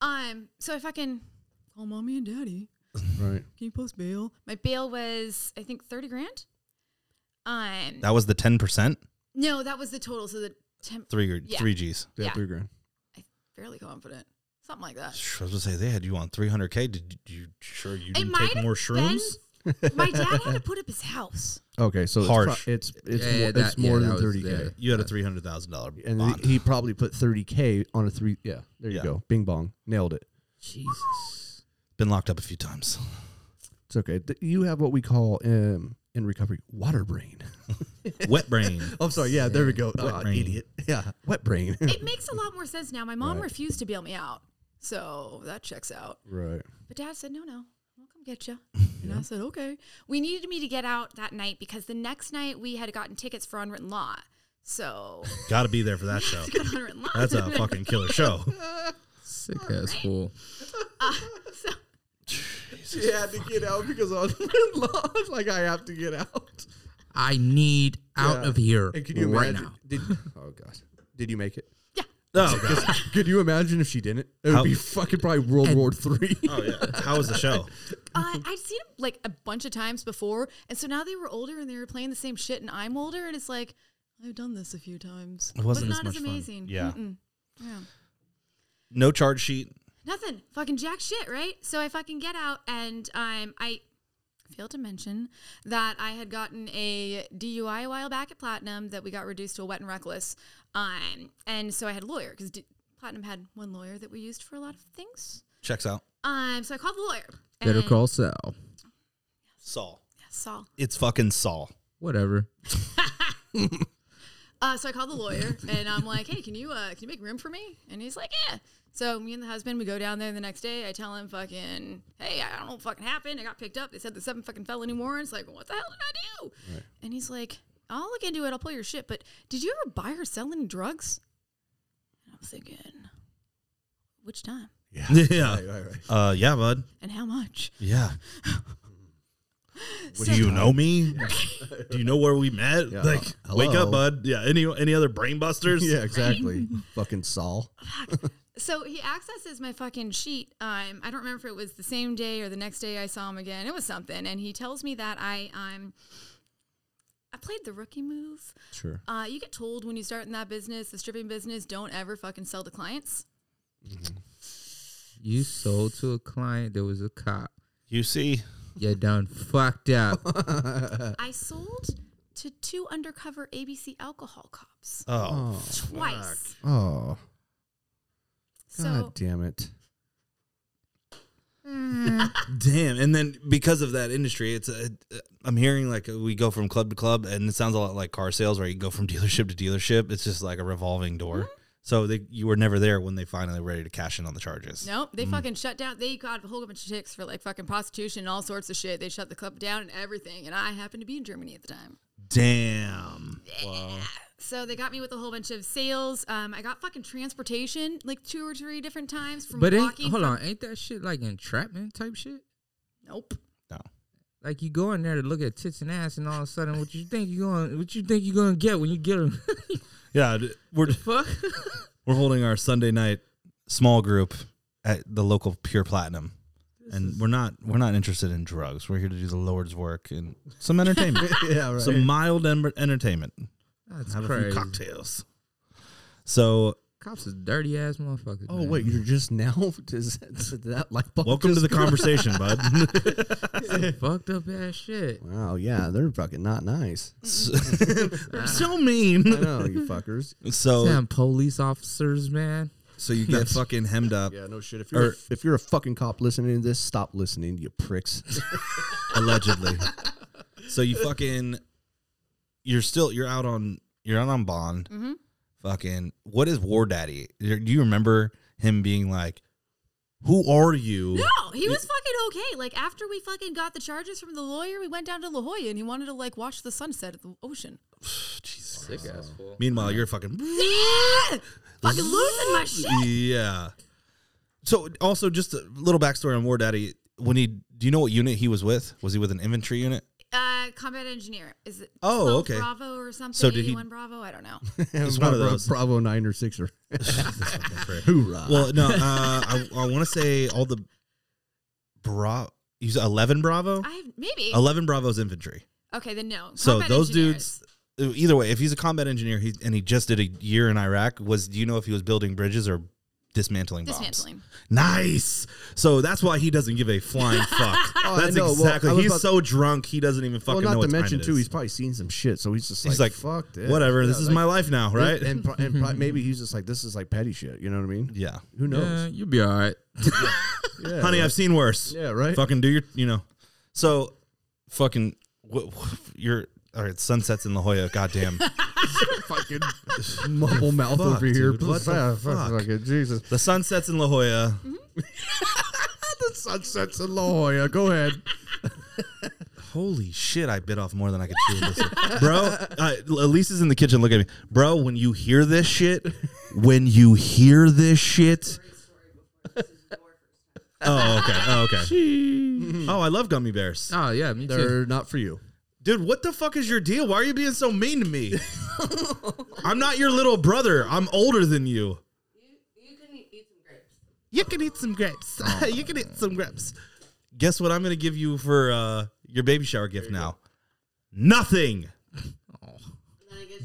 C: Um, so I fucking call mommy and daddy.
B: right.
C: Can you post bail? My bail was, I think, thirty grand. Um,
A: That was the ten percent.
C: no, that was the total. So the temp,
A: Three
C: Yeah.
A: three G's.
B: Yeah.
C: Yeah.
B: Three grand.
C: fairly confident, something like that.
A: I was gonna say they had you on three hundred k. Did you sure you
C: It
A: didn't
C: might
A: take
C: have
A: more shrooms?
C: been. My dad had to put up his house.
B: Okay, so
A: Harsh.
B: It's pro- it's it's
F: Yeah,
B: more,
F: yeah, that-
B: it's more
F: yeah, that
B: than
F: was
B: thirty k.
F: there.
A: You had a three hundred thousand dollar
B: And
A: bond.
B: he, he probably put 30k on a three. Yeah, there you
A: Yeah.
B: go. Bing bong, nailed it.
F: Jesus.
A: been locked up a few times.
B: It's okay. Th- You have what we call um, in recovery water brain.
A: Wet brain.
B: Oh, sorry. Yeah, there we go.
A: Wet
B: Ah,
A: brain.
B: Idiot. Yeah, wet brain.
C: It makes a lot more sense now. My mom
B: Right.
C: refused to bail me out, so that checks out.
B: right.
C: But dad said, no, no, I'll come get you. And I said, okay. We needed me to get out that night because the next night we had gotten tickets for Unwritten Law. So,
A: Got to be there for that show.
C: got Unwritten Law.
A: That's a fucking killer show.
F: Sick ass fool.
B: She had to get out because I was lost. Like I have to get out.
F: I need out
B: Yeah.
F: of here
B: And can you
F: right
B: imagine?
F: now.
B: Did, oh gosh, did you make it?
A: Oh,
B: Because Could you imagine if she didn't? It would
A: How-
B: be fucking probably World War Three.
A: oh yeah. How was the show?
C: Uh,
A: Mm-hmm.
C: I'd seen them like a bunch of times before, and so now they were older and they were playing the same shit, and I'm older, and it's like I've done this a few times.
A: It wasn't
C: but
A: as
C: not
A: much fun.
C: amazing.
A: Yeah.
C: Mm-mm. yeah,
A: No charge sheet.
C: nothing, fucking jack shit, right? So I fucking get out, and um, I failed to mention that I had gotten a DUI a while back at Platinum that we got reduced to a wet and reckless, um, and so I had a lawyer because D- Platinum had one lawyer that we used for a lot of things.
A: Checks out.
C: Um, so I called the lawyer.
F: Better
C: and-
F: call Sal.
A: Saul.
C: Saul.
A: It's fucking Saul.
F: Whatever.
C: Uh, so I called the lawyer and I'm like, "Hey, can you uh, can you make room for me?" And he's like, "Yeah." So me and the husband we go down there the next day. I tell him, "Fucking, hey, I don't know what fucking happened. I got picked up. They said the seven fucking felony warrants. Like, what the hell did I do?" And he's like, "I'll look into it. I'll pull your shit. But did you ever buy or sell any drugs?" And I'm thinking, which time
B: Yeah.
A: Yeah.
B: Right, right, right.
A: Uh, yeah, bud.
C: and how much?
A: Yeah.
C: So-
A: Do you know me? Do you know where we met?
B: Yeah.
A: Like, wake
B: Hello?
A: up, bud. Yeah. Any any other brain busters?
B: Yeah, exactly. fucking Saul.
C: So he accesses my fucking sheet. Um, I don't remember if it was the same day or the next day I saw him again. It was something, and he tells me that I um, I played the rookie move.
B: Sure.
C: Uh, you get told when you start in that business, the stripping business, don't ever fucking sell to clients.
F: You sold to a client that was a cop.
A: You see,
F: You done fucked up.
C: I sold to two undercover ABC alcohol cops
A: oh,
B: Oh.
C: twice.
B: Oh.
C: So
B: God damn it.
A: Oh, damn! And then because of that industry, it's a, I'm hearing like we go from club to club, and it sounds a lot like car sales, where you go from dealership to dealership. It's just like a revolving door.
B: Mm-hmm.
A: So they, you were never there when they finally were ready to cash in on the charges.
C: Nope, they fucking shut down. They got a whole bunch of chicks for like fucking prostitution and all sorts of shit. They shut the club down and everything. And I happened to be in Germany at the time.
A: Damn. Wow.
C: So they got me with a whole bunch of sales. Um, I got fucking transportation like two or three different times from
F: But ain't,
C: walking.
F: hold on, ain't that shit like entrapment type shit?
C: Nope.
A: No.
F: Like you go in there to look at tits and ass, and all of a sudden, what you think you going, what you think you gonna get when you get them?
A: Yeah, d- we're
F: Fuck.
A: we're holding our Sunday night small group at the local Pure Platinum. And we're not we're not interested in drugs. We're here to do the Lord's work and some entertainment,
B: yeah, right.
A: some mild en- entertainment.
F: That's
A: Have a few
F: crazy.
A: cocktails. So,
F: Cops is dirty ass motherfuckers.
B: Oh
F: man.
B: wait, you're just now does that, did that light bulb
A: welcome to the
B: just go-
A: conversation, bud.
F: fucked up ass shit.
B: Wow, yeah, they're fucking not nice.
A: So- They're so mean.
B: I know you fuckers.
A: So,
F: Damn police officers, man.
A: so you get fucking hemmed up.
B: Yeah, no shit. If you're
A: Or-
B: if you're a fucking cop listening to this, stop listening, you pricks.
A: allegedly. so you fucking, you're still you're out on you're out on bond.
C: Mhm.
A: Fucking, what is War Daddy? Do you remember him being like, "Who are you?"
C: No, he was fucking okay. Like after we fucking got the charges from the lawyer, we went down to La Jolla and he wanted to like watch the sunset at the ocean.
A: Jesus.
F: Sick ass fool.
A: Meanwhile, you're fucking.
C: Yeah, fucking losing my shit.
A: Yeah. So also just a little backstory on War Daddy. When he, do you know what unit he was with? Was he with an infantry unit?
C: Uh, combat engineer is it?
A: Oh,
C: South
A: okay.
C: Bravo or something?
A: So did he-
C: 81 Bravo? I don't know.
A: He's one of
B: Bravo-
A: those.
B: Bravo nine or six or hoorah.
A: Well, no, uh, I, I want to say all the bra. He's eleven Bravo.
C: I have maybe.
A: Eleven Bravo's infantry.
C: Okay, then no.
A: So
C: Combat
A: those
C: engineers.
A: dudes, uh, either way, if he's a combat engineer he, and he just did a year in Iraq, was do you know if he was building bridges or dismantling bombs?
C: dismantling.
A: Nice. So that's why he doesn't give a flying fuck.
B: Oh, I
A: that's
B: know. Well,
A: exactly.
B: I was
A: he's
B: about-
A: so drunk he doesn't even
B: well,
A: fucking know
B: not
A: what
B: to
A: time
B: mention
A: it
B: too,
A: is.
B: he's probably seen some shit, so he's just like,
A: He's like,
B: fuck this.
A: whatever.
B: Yeah,
A: this is
B: like-
A: my life now, right?
B: And, pro- and pro- maybe he's just like, this is like petty shit. You know what I mean?
A: yeah,
B: Who
F: Yeah,
B: knows?
F: you'll be all right.
B: Yeah,
A: honey,
B: right.
A: I've seen worse.
B: yeah, right.
A: Fucking do your, you know. So, fucking, wh- wh- you're all right. Sunsets in La Jolla. Goddamn.
B: fucking mumble mouth
A: Fuck,
B: over here.
A: dude, what the fuck?
B: Fucking Jesus.
A: the sunsets in La Jolla.
B: The sunsets in La Jolla. Go ahead.
A: Holy shit, I bit off more than I could chew. in this. Bro, uh, Elisa's in the kitchen looking at me. Bro, when you hear this shit, when you hear this shit. Oh, okay. Oh, okay. Oh, I love gummy bears.
F: Oh yeah, me too.
B: They're not for you.
A: Dude, what the fuck is your deal? Why are you being so mean to me? I'm not your little brother. I'm older than you. You can eat some grapes. you can eat some grapes. Guess what I'm going to give you for uh, your baby shower gift now? Nothing.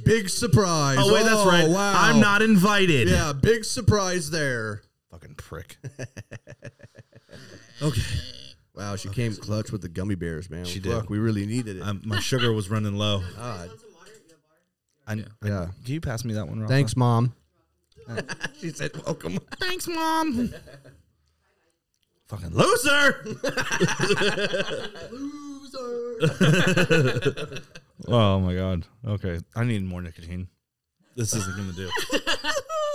B: Big surprise.
A: Oh, wait, that's right.
B: wow.
A: I'm not invited.
B: Yeah, big surprise there.
A: Fucking prick. okay.
B: Wow, she came clutch with the gummy bears, man.
A: She
B: Fuck,
A: did.
B: we really needed it.
A: Um, my sugar was running low.
B: God.
A: I, yeah.
B: Yeah.
A: can you pass me that one, Rafa?
B: Thanks, mom.
A: She said, welcome. Thanks, Mom. Fucking loser. oh, my God. Okay. I need more nicotine. This isn't going to do.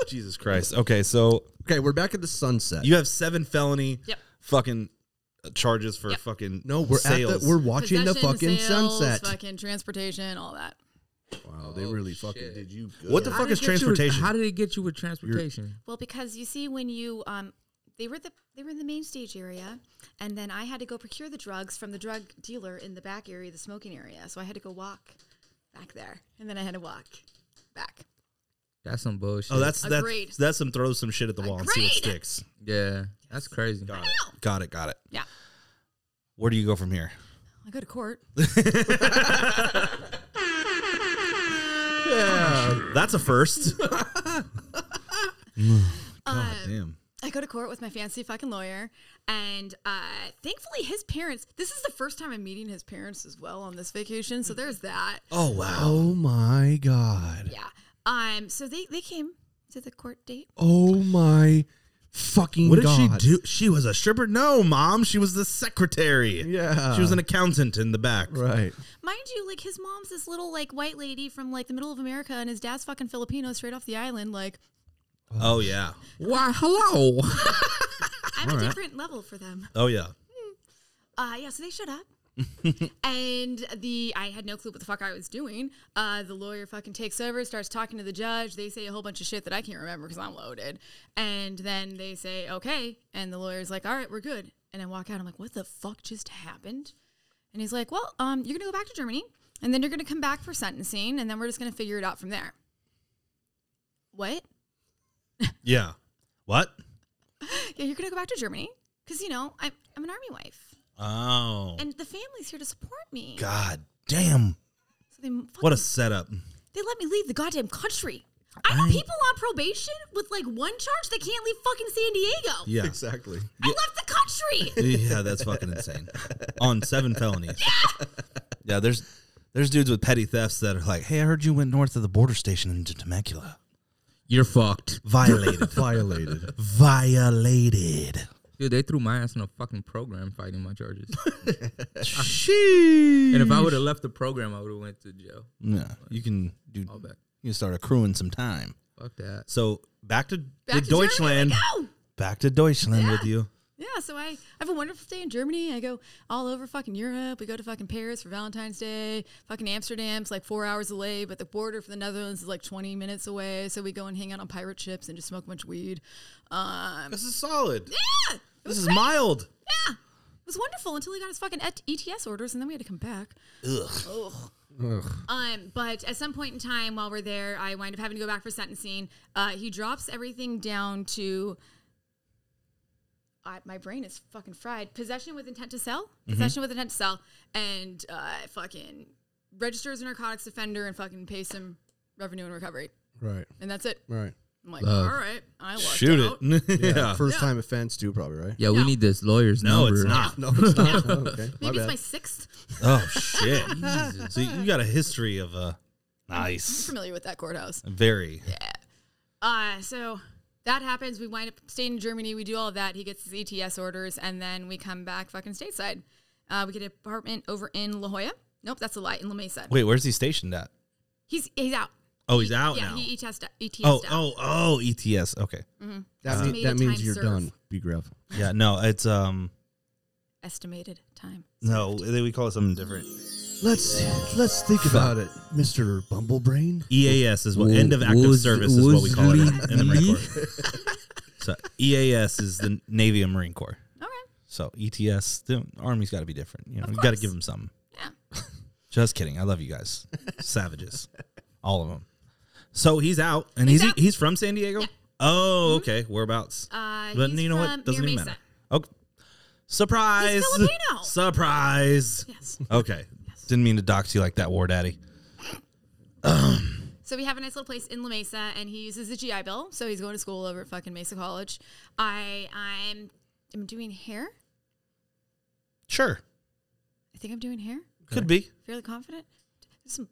A: Jesus Christ. Okay. So
B: Okay, we're back at the sunset.
A: you have seven felony
C: Yep.
A: fucking charges for
C: Yep.
A: fucking
B: no, we're at
A: sales.
B: the, we're watching the
C: Possession,
B: fucking
C: sales,
B: sunset.
C: fucking transportation, all that.
B: Wow, they really fucking did you good.
A: what the
F: How
A: fuck
F: did
A: is
F: they get you with-
A: transportation?
F: how did they get you with transportation?
C: Well, because you see, when you um, they were the they were in the main stage area, and then I had to go procure the drugs from the drug dealer in the back area, the smoking area. So I had to go walk back there, and then I had to walk back.
F: That's some bullshit.
A: oh, that's
C: Agreed.
A: that's that's some throw some shit at the wall and see what
C: Agreed.
A: sticks.
F: yeah. That's crazy.
A: Got it. Got it. Got it.
C: Yeah,
A: Where do you go from here?
C: I go to court.
A: That's a first.
C: Uh,
A: Damn.
C: I go to court with my fancy fucking lawyer, and uh, thankfully his parents. This is the first time I'm meeting his parents as well on this vacation, so there's that.
A: Oh wow.
B: Oh my god.
C: Yeah. Um. So they they came to the court date.
B: Oh my fucking
A: What did
B: god.
A: she do? She was a stripper? No, mom. She was the secretary.
B: Yeah.
A: She was an accountant in the back.
B: Right.
C: Mind you, like his mom's this little like white lady from like the middle of America, and his dad's fucking Filipino, straight off the island. Like
A: Oh yeah.
F: Why hello.
C: I'm a different level for them.
A: Oh yeah.
C: Uh, yeah. So they showed up. and the I had no clue what the fuck I was doing. Uh, the lawyer fucking takes over, starts talking to the judge. They say a whole bunch of shit that I can't remember because I'm loaded. And then they say okay, and the lawyer's like, "All right, we're good." And I walk out. I'm like, "What the fuck just happened?" And he's like, "Well, um, you're gonna go back to Germany, and then you're gonna come back for sentencing, and then we're just gonna figure it out from there." What?
A: Yeah. What?
C: Yeah, you're gonna go back to Germany because you know I'm I'm an army wife,
A: Oh.
C: and the family's here to support me.
A: God damn.
C: So they fucking
A: What a setup.
C: They let me leave the goddamn country. I know people on probation with like one charge they can't leave fucking San Diego.
A: Yeah.
B: Exactly.
C: I left the country.
A: Yeah, that's fucking insane. On seven felonies. Yeah, there's there's dudes with petty thefts that are like, hey, I heard you went north of the border station into Temecula.
F: You're fucked.
A: Violated.
B: Violated.
A: Violated.
F: Dude, they threw my ass in a fucking program fighting my charges.
A: Sheesh.
F: and if I would have left the program, I would have went to jail.
A: Yeah, you can do.
F: All back.
A: You can start accruing some time.
F: Fuck that.
A: So back to,
C: Back
A: to
C: to Germany,
A: Deutschland.
C: I go.
A: Back to Deutschland with you.
C: Yeah, so I, I have a wonderful day in Germany. I go all over fucking Europe. We go to fucking Paris for Valentine's Day. Fucking Amsterdam's like four hours away, but the border for the Netherlands is like 20 minutes away. So we go and hang out on pirate ships and just smoke a bunch of weed. Um,
A: This is solid.
C: yeah, it
A: This
C: was,
A: is
C: great.
A: mild.
C: Yeah, it was wonderful until he got his fucking ET- ETS orders and then we had to come back. Ugh. Um, but at some point in time while we're there, I wind up having to go back for sentencing. Uh, he drops everything down to. I my brain is fucking fried. Possession with intent to sell,
A: Mm-hmm.
C: possession with intent to sell, and uh, fucking register as a narcotics offender and fucking pay some revenue and recovery,
B: Right.
C: and that's it.
B: Right.
C: I'm like, all right, I lucked
A: Uh, Shoot
C: out.
A: it. yeah.
B: First time offense too, probably, right?
F: Yeah, we need this lawyer's
A: No,
F: number.
A: it's not.
B: No, it's not. Oh, okay. My
C: Maybe it's
B: bad.
C: my sixth.
A: Oh shit. so you got a history of uh, nice.
C: Familiar with that courthouse.
A: Very.
C: Uh, so that happens. We wind up staying in Germany. We do all of that. He gets his ETS orders, and then we come back fucking stateside. Uh, we get an apartment over in La Jolla. Nope, that's a lie. In La Mesa.
A: Wait, where's he stationed at?
C: He's he's out.
A: Oh, he's out
C: yeah,
A: now.
C: he E ETS ETS
A: oh,
C: out.
A: oh, oh, ETS. Okay.
C: Mm-hmm.
B: that, mean-
C: Estimated
B: that means
C: time
B: you're
C: served.
B: done. Be gruff.
A: Yeah. No, it's um.
C: Estimated time.
A: No, they- we call it something different.
B: Let's let's think about it, Mister Bumblebrain.
A: EAS E is what end of active
F: Wuz-
A: service is what we call it in, in the Marine
F: Wuzli-
A: Corps. so EAS is the Navy and Marine Corps.
C: Okay.
A: So ETS, the Army's got to be different. You know, you got to
C: course.
A: give them something.
C: Yeah.
A: Just kidding. I love you guys, savages, all of them. So he's out, and
C: He's
A: he's
C: out. Mm-hmm.
A: he's from San Diego. Oh, okay. Whereabouts?
C: Uh,
A: But
C: he's
A: you know
C: from
A: what? Doesn't
C: near
A: even
C: Mesa.
A: matter. Okay. Surprise.
C: He's Filipino.
A: Surprise.
C: Yes.
A: Okay. Didn't mean to dox you like that, War Daddy.
C: So we have a nice little place in La Mesa, and he uses the GI Bill. So he's going to school over at fucking Mesa College. I I'm I'm doing hair.
A: Sure.
C: I think I'm doing hair.
A: Could be.
C: Fairly confident. There's some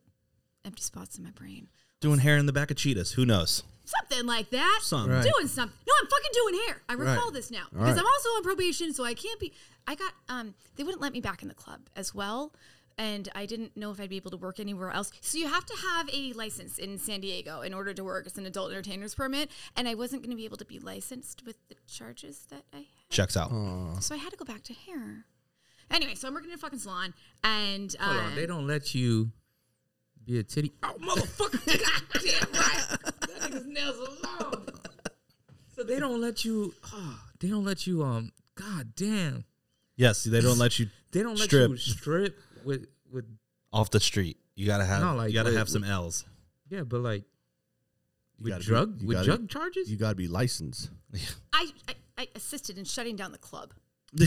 C: empty spots in my brain.
A: Doing hair in the back of cheetahs. Who knows?
C: Something like that.
A: Some.
B: Right.
C: Doing something. No, I'm fucking doing hair. I recall this now because
B: right.
C: I'm also on probation, so I can't be. I got um. They wouldn't let me back in the club as well, and I didn't know if I'd be able to work anywhere else. So you have to have a license in San Diego in order to work. It's an adult entertainer's permit, and I wasn't going to be able to be licensed with the charges that I had.
A: Checks out.
C: So I had to go back to hair. Anyway, so I'm working in a fucking salon, and
F: Hold
C: um,
F: on, they don't let you be a titty. Oh, motherfucker! Goddamn right. That nigga's nails are long. So they don't let you. Oh, they don't let you. Um, goddamn.
A: Yes, they don't let you
F: They don't let
A: Strip.
F: you strip with with.
A: off the street. You gotta have
F: No, like,
A: you gotta
F: wait,
A: have some L's.
F: Yeah, but like
B: You
F: with
B: gotta be-
F: drug
B: you
F: with
B: gotta-
F: drug charges.
B: You got to be licensed.
C: I, I I assisted in shutting down the club.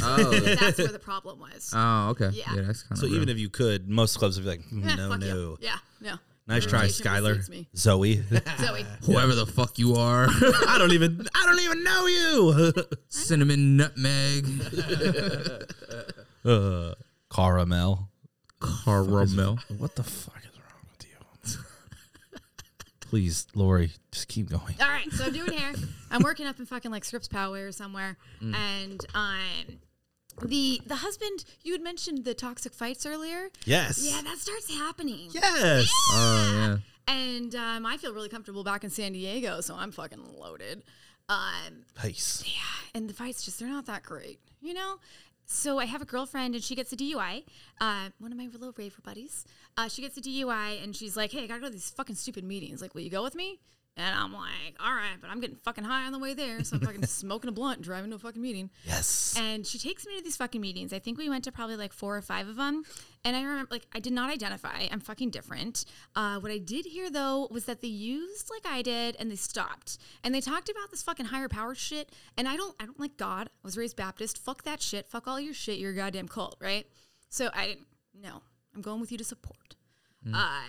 F: oh,
C: That's where the problem was.
F: oh, okay.
C: Yeah.
F: Yeah, that's kind of.
A: So even if you could, most clubs would be like, "Mm,
C: Eh,
A: no,
C: fuck you.
A: no.
C: Yeah, no.
A: Nice try,
C: Reputation precedes
A: Skylar.
C: me.
A: Zoe.
C: Zoe.
F: whoever the fuck you are,
A: I don't even I don't even know
F: cinnamon nutmeg
A: you. uh, caramel.
F: caramel.
A: What the fuck is wrong with you? Please, Lori, just keep going.
C: All right, so I'm doing hair. I'm working up in fucking like Scripps Poway or somewhere,
A: Mm.
C: and um, the the husband you had mentioned the toxic fights earlier.
A: Yes.
C: Yeah, that starts happening.
A: Yes. Uh,
F: Oh yeah.
C: And um, I feel really comfortable back in San Diego, so I'm fucking loaded. Um,
A: Nice.
C: and the fights just they're not that great, you know. So I have a girlfriend and she gets a DUI. Uh, one of my little raver buddies, uh, she gets a DUI and she's like, "Hey, I gotta go to these fucking stupid meetings. Like, will you go with me?" And I'm like, "All right," but I'm getting fucking high on the way there, so I'm fucking smoking a blunt and driving to a fucking meeting.
A: Yes.
C: And she takes me to these fucking meetings. I think we went to probably like four or five of them. And I remember, like, I did not identify. I'm fucking different. Uh, what I did hear, though, was that they used like I did and they stopped. And they talked about this fucking higher power shit. And I don't, I don't like God. I was raised Baptist. Fuck that shit. Fuck all your shit. You're a goddamn cult, right? So I didn't, no, I'm going with you to support. Uh,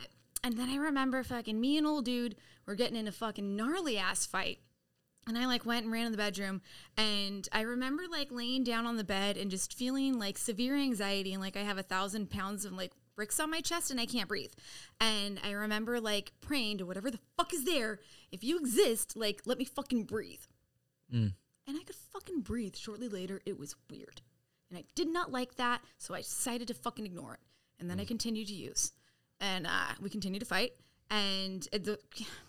C: and then I remember fucking me and old dude were getting in a fucking gnarly ass fight. And I like went and ran in the bedroom and I remember like laying down on the bed and just feeling like severe anxiety and like I have a thousand pounds of like bricks on my chest and I can't breathe. And I remember like praying to whatever the fuck is there, if you exist, like let me fucking breathe. And I could fucking breathe shortly later. It was weird. And I did not like that, so I decided to fucking ignore it. And then I continued to use. And uh, we continued to fight. And at the,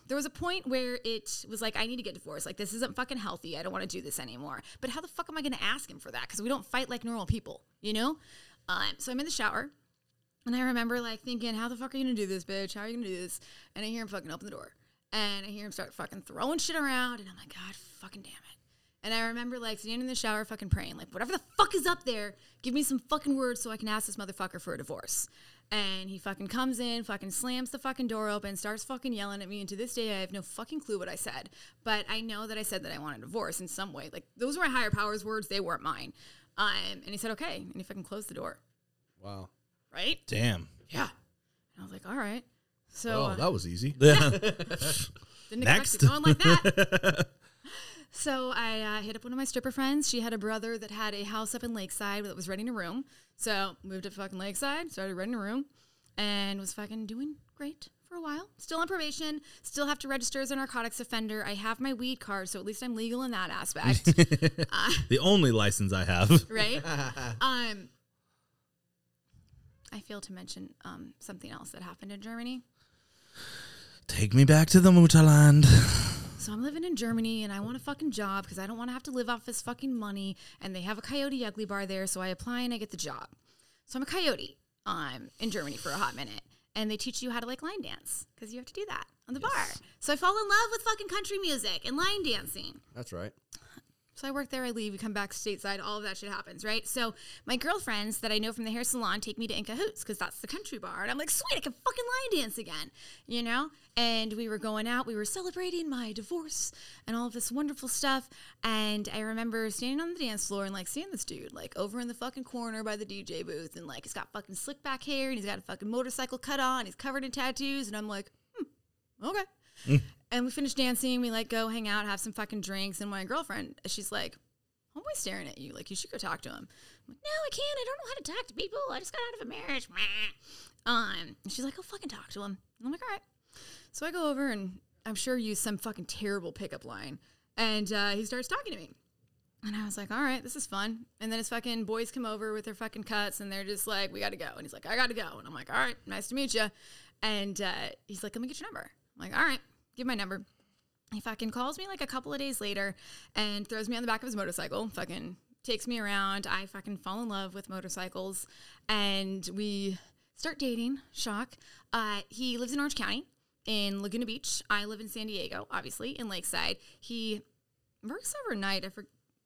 C: there was a point where it was like, I need to get divorced. Like, this isn't fucking healthy. I don't want to do this anymore. But how the fuck am I going to ask him for that? Because we don't fight like normal people, you know? Um, so I'm in the shower. And I remember like thinking, how the fuck are you gonna do this, bitch? How are you gonna do this? And I hear him fucking open the door. And I hear him start fucking throwing shit around. And I'm like, God fucking damn it. And I remember like standing in the shower fucking praying, like, whatever the fuck is up there, give me some fucking words so I can ask this motherfucker for a divorce. And he fucking comes in, fucking slams the fucking door open, starts fucking yelling at me. And to this day, I have no fucking clue what I said. But I know that I said that I want a divorce in some way. Like, those were my higher powers words, they weren't mine. Um, and he said, okay. And he fucking closed the door,
B: Wow.
C: right?
A: Damn.
C: Yeah. And I was like, all right. So
B: Oh,
C: uh,
B: that was easy.
C: didn't expect
A: next.
C: it going like that. so I uh, hit up one of my stripper friends. She had a brother that had a house up in Lakeside that was renting a room. So moved to fucking Lakeside, started renting a room, and was fucking doing great for a while. Still on probation. Still have to register as a narcotics offender. I have my weed card, so at least I'm legal in that aspect,
A: the only license I have.
C: right? Um. I failed to mention um, something else that happened in Germany.
A: Take me back to the Mutaland.
C: So I'm living in Germany and I want a fucking job because I don't want to have to live off this fucking money. And they have a coyote ugly bar there, so I apply and I get the job. So I'm a coyote um, in Germany for a hot minute. And they teach you how to like line dance because you have to do that on the bar. So I fall in love with fucking country music and line dancing.
B: That's right.
C: So I work there, I leave, we come back stateside, all of that shit happens, right? So my girlfriends that I know from the hair salon take me to In Cahoots because that's the country bar. And I'm like, sweet, I can fucking line dance again, you know? And we were going out, we were celebrating my divorce and all of this wonderful stuff. And I remember standing on the dance floor and like seeing this dude like over in the fucking corner by the DJ booth. And like he's got fucking slick back hair and he's got a fucking motorcycle cut on, he's covered in tattoos. And I'm like, hmm, okay. And we finish dancing. We like go hang out, have some fucking drinks. And my girlfriend, she's like, "Homeboy's staring at you. Like you should go talk to him." I'm like, "No, I can't. I don't know how to talk to people. I just got out of a marriage." Meh." Um, and she's like, "Go fucking talk to him." And I'm like, "All right." So I go over and I'm sure use some fucking terrible pickup line, and uh, he starts talking to me. And I was like, all right, this is fun. And then his fucking boys come over with their fucking cuts and they're just like, we got to go. And he's like, I got to go. And I'm like, all right, nice to meet you. And uh, he's like, let me get your number. I'm like, all right, give my number. He fucking calls me like a couple of days later and throws me on the back of his motorcycle, fucking takes me around. I fucking fall in love with motorcycles and we start dating. Shock. Uh, he lives in Orange County in Laguna Beach. I live in San Diego, obviously, in Lakeside. He works overnight. I for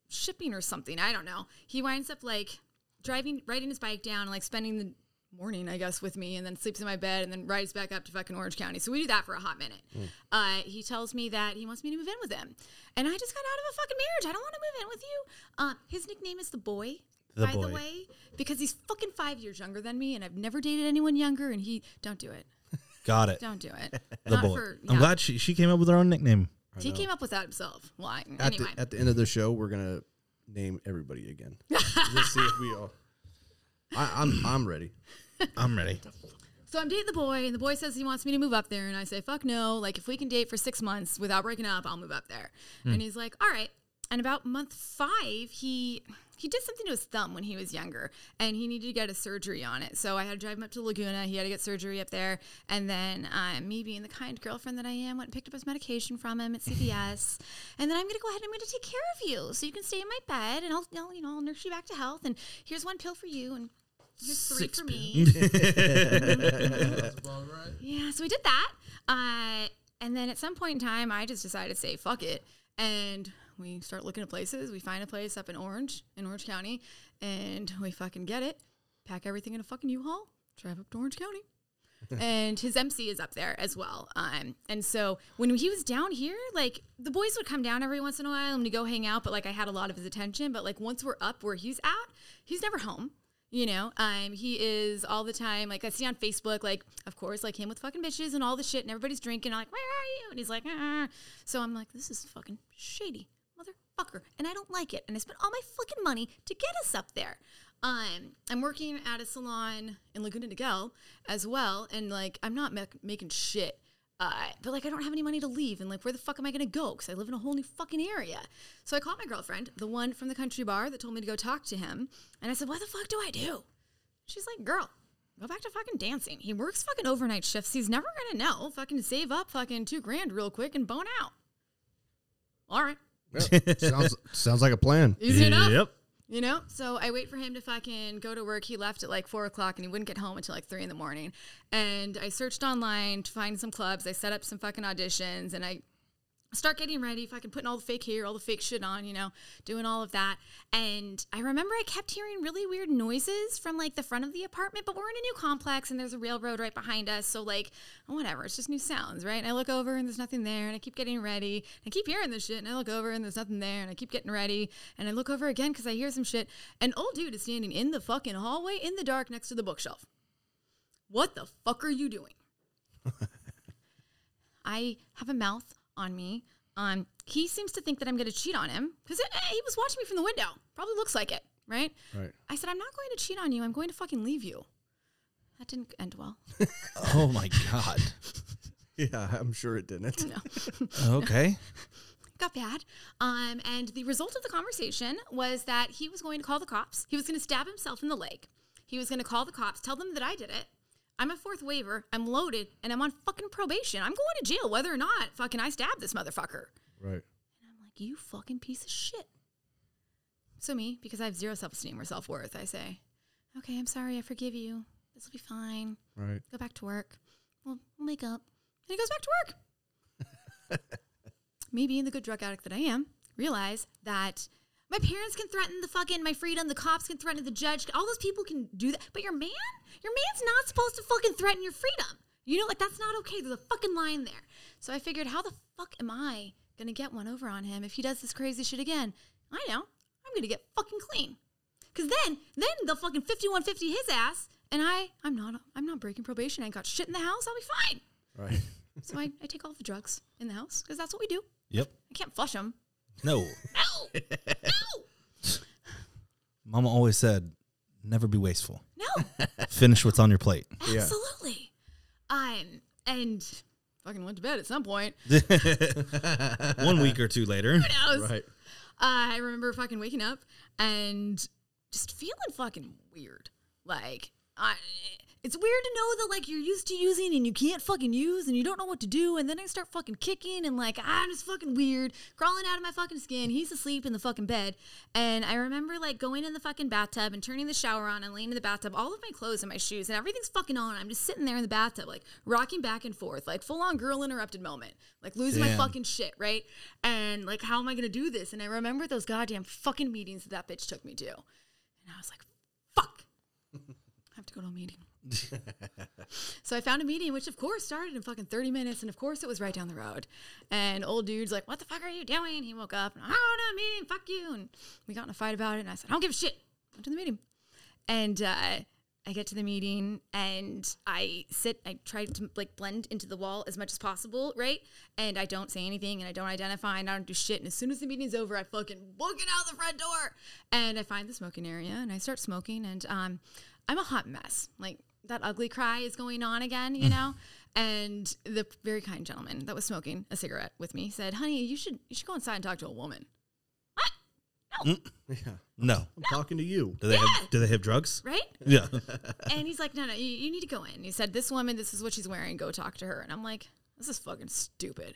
C: shipping or something. I don't know. He winds up like driving, riding his bike down, and like spending the morning, I guess, with me, and then sleeps in my bed, and then rides back up to fucking Orange County. So we do that for a hot minute.
A: Hmm.
C: Uh, he tells me that he wants me to move in with him, and I just got out of a fucking marriage. I don't want to move in with you. Uh, his nickname is the boy.
A: The
C: by the
A: Boy.
C: way, because he's fucking five years younger than me, and I've never dated anyone younger, and he don't do it,
A: Got it.
C: don't do it.
A: The
C: Not
A: boy.
C: for-
A: I'm
C: yeah.
A: glad she, she came up with her own nickname.
C: he came up with that himself. Why?
B: At
C: anyway,
B: the at the end of the show, we're gonna name everybody again. Let's see if we all. I, I'm I'm ready.
A: I'm ready.
C: So I'm dating the boy, and the boy says he wants me to move up there, and I say, "Fuck no! Like if we can date for six months without breaking up, I'll move up there." And he's like, "All right." And about month five, he he did something to his thumb when he was younger, and he needed to get a surgery on it. So I had to drive him up to Laguna. He had to get surgery up there, and then uh, me being the kind girlfriend that I am, went and picked up his medication from him at CVS, and then I'm gonna go ahead and I'm gonna take care of you, so you can stay in my bed, and I'll, I'll you know I'll nurse you back to health. And here's one pill for you, and here's three
F: Six
C: for
F: pills.
C: me. Yeah, so we did that. Uh, and then at some point in time, I just decided to say, fuck it. And we start looking at places. We find a place up in Orange, in Orange County, and we fucking get it. Pack everything in a fucking U-Haul, drive up to Orange County. and his MC is up there as well. Um, and so when he was down here, like the boys would come down every once in a while and we go hang out, but like I had a lot of his attention. But like once we're up where he's at, he's never home. You know, um, he is all the time. Like I see on Facebook, like of course, like him with fucking bitches and all the shit, and everybody's drinking. I'm like, where are you? And he's like, "Ah." so I'm like, this is fucking shady, motherfucker, and I don't like it. And I spent all my fucking money to get us up there. Um, I'm working at a salon in Laguna Niguel as well, and like I'm not mak making shit. Uh, but like I don't have any money to leave, and like where the fuck am I gonna go? Because I live in a whole new fucking area. So I called my girlfriend, the one from the country bar that told me to go talk to him, and I said, "What the fuck do I do?" She's like, girl, go back to fucking dancing. He works fucking overnight shifts. He's never gonna know. Fucking save up fucking two grand real quick and bone out. All right.
B: sounds sounds like a plan.
C: Easy enough.
A: Yep.
C: You know? So I wait for him to fucking go to work. He left at like four o'clock and he wouldn't get home until like three in the morning. And I searched online to find some clubs. I set up some fucking auditions and I start getting ready, fucking putting all the fake hair, all the fake shit on, you know, doing all of that. And I remember I kept hearing really weird noises from like the front of the apartment, but we're in a new complex and there's a railroad right behind us. So like, whatever, it's just new sounds, right? And I look over and there's nothing there and I keep getting ready. I keep hearing this shit and I look over and there's nothing there and I keep getting ready and I look over again because I hear some shit. An old dude is standing in the fucking hallway in the dark next to the bookshelf. What the fuck are you doing? I have a mouth on me. Um, he seems to think that I'm going to cheat on him because he was watching me from the window. Probably looks like it, right?
B: Right.
C: I said, I'm not going to cheat on you. I'm going to fucking leave you. That didn't end well.
A: Oh my god.
B: Yeah, I'm sure it didn't.
C: No.
A: Okay.
C: got bad. Um, and the result of the conversation was that he was going to call the cops. He was going to stab himself in the leg. He was going to call the cops, tell them that I did it. I'm a fourth waiver. I'm loaded, and I'm on fucking probation. I'm going to jail whether or not fucking I stab this motherfucker.
B: Right.
C: And I'm like, you fucking piece of shit. So me, because I have zero self-esteem or self-worth, I say, okay, I'm sorry. I forgive you. This will be fine.
B: Right.
C: Go back to work. We'll, we'll make up. And he goes back to work. Me being the good drug addict that I am, realize that My parents can threaten the fucking my freedom. The cops can threaten the judge. All those people can do that. But your man, your man's not supposed to fucking threaten your freedom. You know, like that's not okay. There's a fucking line there. So I figured, how the fuck am I gonna get one over on him if he does this crazy shit again? I know. I'm gonna get fucking clean. Cause then, then they'll fucking 5150 his ass, and I, I'm not, I'm not breaking probation. I ain't got shit in the house. I'll be fine.
B: Right.
C: So I, I take all the drugs in the house because that's what we do.
A: Yep.
C: I can't flush them.
A: No.
C: No, no,
A: Mama always said, never be wasteful.
C: no.
A: Finish what's on your plate.
B: Yeah.
C: Absolutely. Um, and fucking went to bed at some point.
A: One week or two later.
C: I, was-
B: Right.
C: I remember fucking waking up and just feeling fucking weird. Like, I, it's weird to know that like you're used to using and you can't fucking use and you don't know what to do. And then I start fucking kicking and like I'm just fucking weird, crawling out of my fucking skin. He's asleep in the fucking bed, and I remember like going in the fucking bathtub and turning the shower on and laying in the bathtub. All of my clothes and my shoes and everything's fucking on. I'm just sitting there in the bathtub, like rocking back and forth, like full on girl interrupted moment, like losing my
A: Damn.
C: fucking shit, right? And like, how am I gonna do this? And I remember those goddamn fucking meetings that that bitch took me to, and I was like, fuck. I have to go to a meeting. so I found a meeting, which of course started in fucking 30 minutes, and of course it was right down the road. And old dude's like, What the fuck are you doing? He woke up and I don't know, meeting, fuck you. And we got in a fight about it, and I said, I don't give a shit. Went to the meeting. And uh, I get to the meeting and I sit, I try to like blend into the wall as much as possible, right? And I don't say anything and I don't identify and I don't do shit. And as soon as the meeting's over, I fucking book it out the front door. And I find the smoking area and I start smoking and um, I'm a hot mess. Like that ugly cry is going on again, you know? and the very kind gentleman that was smoking a cigarette with me said, Honey, you should you should go inside and talk to a woman.
B: Yeah.
A: No.
B: I'm talking to you.
A: Do they have do they have drugs?
C: Right?
A: Yeah.
C: and he's like, no, no, you, you need to go in. He said, this woman, this is what she's wearing. Go talk to her. And I'm like, this is fucking stupid.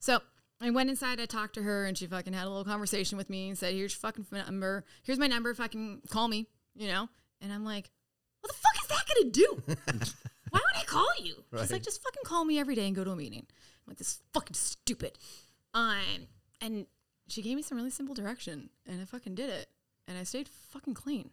C: So I went inside. I talked to her, and she fucking had a little conversation with me and said, here's your fucking phone number. Here's my number. Fucking call me. You know. And I'm like, what the fuck is that gonna do? Why would I call you? She's like, just fucking call me every day and go to a meeting. I'm like, this is fucking stupid. Um, and she gave me some really simple direction, and I fucking did it, and I stayed fucking clean.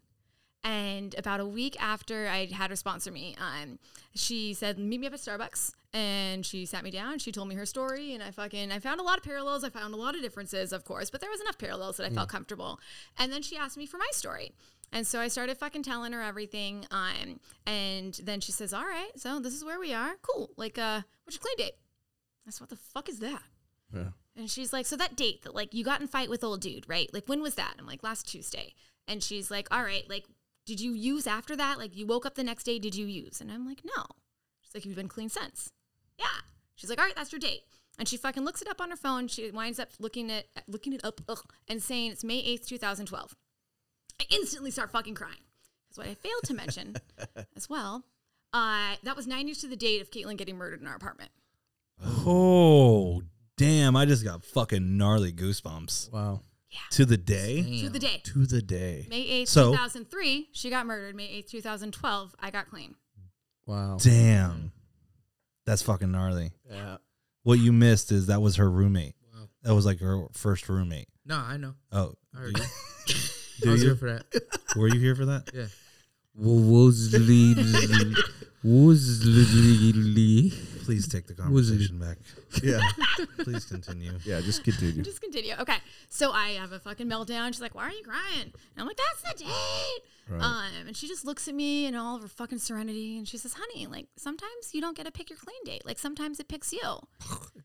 C: And about a week after I had her sponsor me, um, she said, "Meet me up at Starbucks." And she sat me down. She told me her story, and I fucking I found a lot of parallels. I found a lot of differences, of course, but there was enough parallels that I felt comfortable. And then she asked me for my story, and so I started fucking telling her everything. Um, and then she says, "All right, so this is where we are. Cool. Like, uh, what's your claim date?" I said, "What the fuck is that?"
B: Yeah.
C: And she's like, so that date that like you got in fight with old dude, right? Like when was that? I'm like last Tuesday. And she's like, all right, like did you use after that? Like you woke up the next day, did you use? And I'm like, no. She's like, you've been clean since. Yeah. She's like, all right, that's your date. And she fucking looks it up on her phone. She winds up looking it looking it up ugh, and saying it's May 8th, 2012. I instantly start fucking crying. Because what I failed to mention as well, uh, that was nine years to the date of Caitlin getting murdered in our apartment.
A: Oh damn, I just got fucking gnarly goosebumps.
B: Wow.
A: To the day.
C: To
F: Damn.
C: the day.
A: To the day.
C: May 8th,
A: So-
C: 2003, she got murdered. May 8th, 2012, I got clean.
B: Wow.
A: Damn. That's fucking gnarly.
B: Yeah.
A: What you missed is that was her roommate. That was like her first roommate.
F: No, I know.
A: Oh,
F: I heard you. I
A: do
F: was here
A: you?
F: for that.
A: Were you here for that?
F: Yeah. Woosley, Woosley.
A: Please take the
F: Was it-
A: conversation back.
B: Yeah.
A: Please continue.
B: yeah. Just continue.
C: Just continue. Okay. So I have a fucking meltdown. She's like, why are you crying? And I'm like, that's the date. Um, and she just looks at me in all of her fucking serenity and she says, honey, like sometimes you don't get to pick your clean date. Like sometimes it picks you.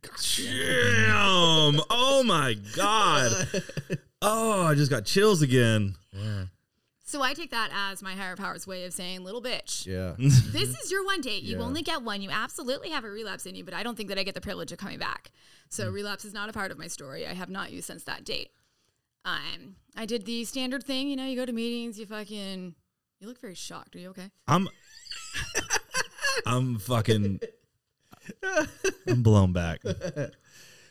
A: Damn! Oh my god! Oh, I just got chills again.
F: Yeah.
C: So I take that as my higher power's way of saying, little bitch,
B: yeah.
C: this is your one date. You
B: Yeah.
C: only get one. You absolutely have a relapse in you, but I don't think that I get the privilege of coming back. So
B: Hmm.
C: relapse is not a part of my story. I have not used since that date. Um, I did the standard thing. You know, you go to meetings, you fucking, you look very shocked. Are you okay?
A: I'm, I'm fucking, I'm blown back.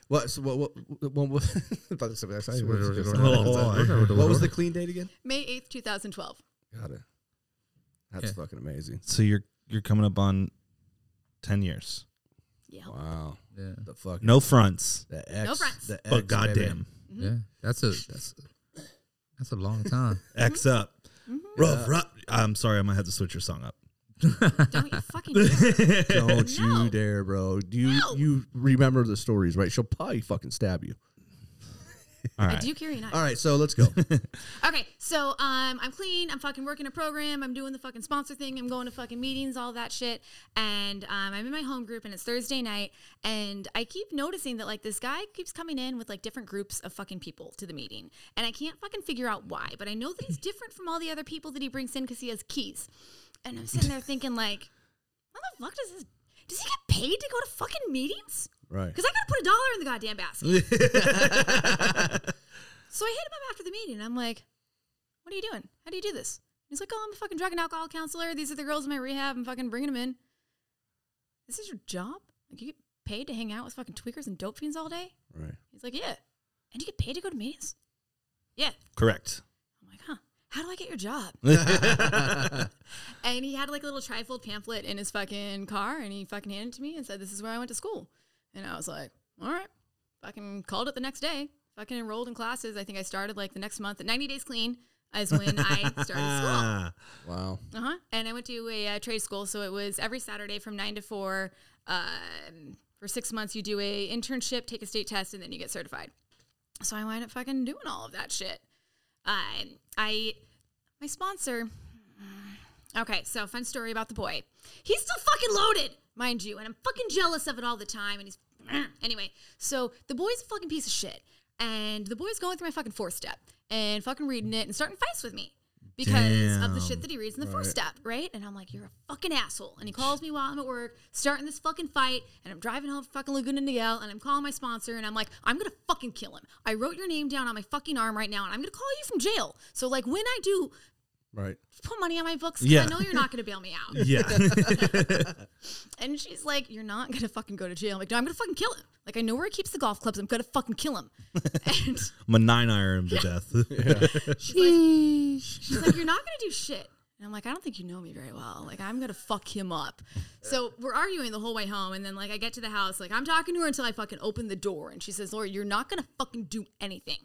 B: What? So what? What? What? what, what, about to say- I swear
F: Wait,
B: it's
F: wait,
B: just-
F: wait, wait, wait, wait, wait,
B: oh, what was the
F: wait.
B: clean date again?
C: May eighth, two thousand twelve.
B: Got it. That's
F: Yeah.
B: fucking amazing.
A: So you're you're coming up on ten years.
C: Yeah.
B: Wow.
F: Yeah.
B: The fuck. Oh,
A: No fronts,
B: The X.
C: friends.
B: The X,
A: but
B: baby.
A: goddamn,
F: Yeah. That's a that's That's a long time.
A: X
C: Mm-hmm.
A: up. Rough, rough. I'm sorry, I might have to switch your song up.
C: Don't you fucking do that.
B: Don't
C: No.
B: you dare, bro. Do you
C: No.
B: you remember the stories, right? She'll probably fucking stab you.
A: All
C: I
A: right.
C: do carry a knife.
B: All right, so let's go.
C: Okay, so um, I'm clean. I'm fucking working a program. I'm doing the fucking sponsor thing. I'm going to fucking meetings, all that shit. And um, I'm in my home group, and it's Thursday night. And I keep noticing that like this guy keeps coming in with like different groups of fucking people to the meeting, and I can't fucking figure out why. But I know that he's different from all the other people that he brings in because he has keys. And I'm sitting there thinking like, how the fuck does this? Does he get paid to go to fucking meetings?
B: Right.
C: Because I gotta put a dollar in the goddamn basket. so I hit him up after the meeting. and I'm like, what are you doing? How do you do this? He's like, oh, I'm a fucking drug and alcohol counselor. These are the girls in my rehab. I'm fucking bringing them in. This is your job? Like, you get paid to hang out with fucking tweakers and dope fiends all day?
B: Right.
C: He's like, yeah. And you get paid to go to meetings? Yeah.
A: Correct.
C: I'm like, huh. How do I get your job? and he had like a little trifold pamphlet in his fucking car and he fucking handed it to me and said, This is where I went to school. And I was like, All right. Fucking called it the next day. Fucking enrolled in classes. I think I started like the next month. 90 days clean is when I started school.
A: Ah,
B: Wow.
C: Uh huh. And I went to a uh, trade school, so it was every Saturday from nine to four. Um, for six months, you do a internship, take a state test, and then you get certified. So I wind up fucking doing all of that shit. Um, I my sponsor. Okay, so fun story about the boy. He's still fucking loaded, mind you, and I'm fucking jealous of it all the time. And he's anyway. So the boy's a fucking piece of shit, and the boy's going through my fucking four step and fucking reading it and starting fights with me because of
A: Damn.
C: the shit that he reads in the four step, right? And I'm like, you're a fucking asshole. And he calls me while I'm at work, starting this fucking fight, and I'm driving home from fucking Laguna Niguel, and I'm calling my sponsor, and I'm like, I'm gonna fucking kill him. I wrote your name down on my fucking arm right now, and I'm gonna call you from jail. So like, when I do,
B: Right.
C: put money on my books. 'cause
A: Yeah.
C: I know you're not going to bail me out.
A: yeah.
C: And she's like, You're not going to fucking go to jail. I'm like, No, I'm going to fucking kill him. Like, I know where he keeps the golf clubs. I'm going to fucking kill him. And
A: I'm a nine iron to death.
C: she's like, You're not going to do shit. And I'm like, I don't think you know me very well. Like, I'm going to fuck him up. So we're arguing the whole way home. And then, like, I get to the house. Like, I'm talking to her until I fucking open the door. And she says, Lori, you're not going to fucking do anything.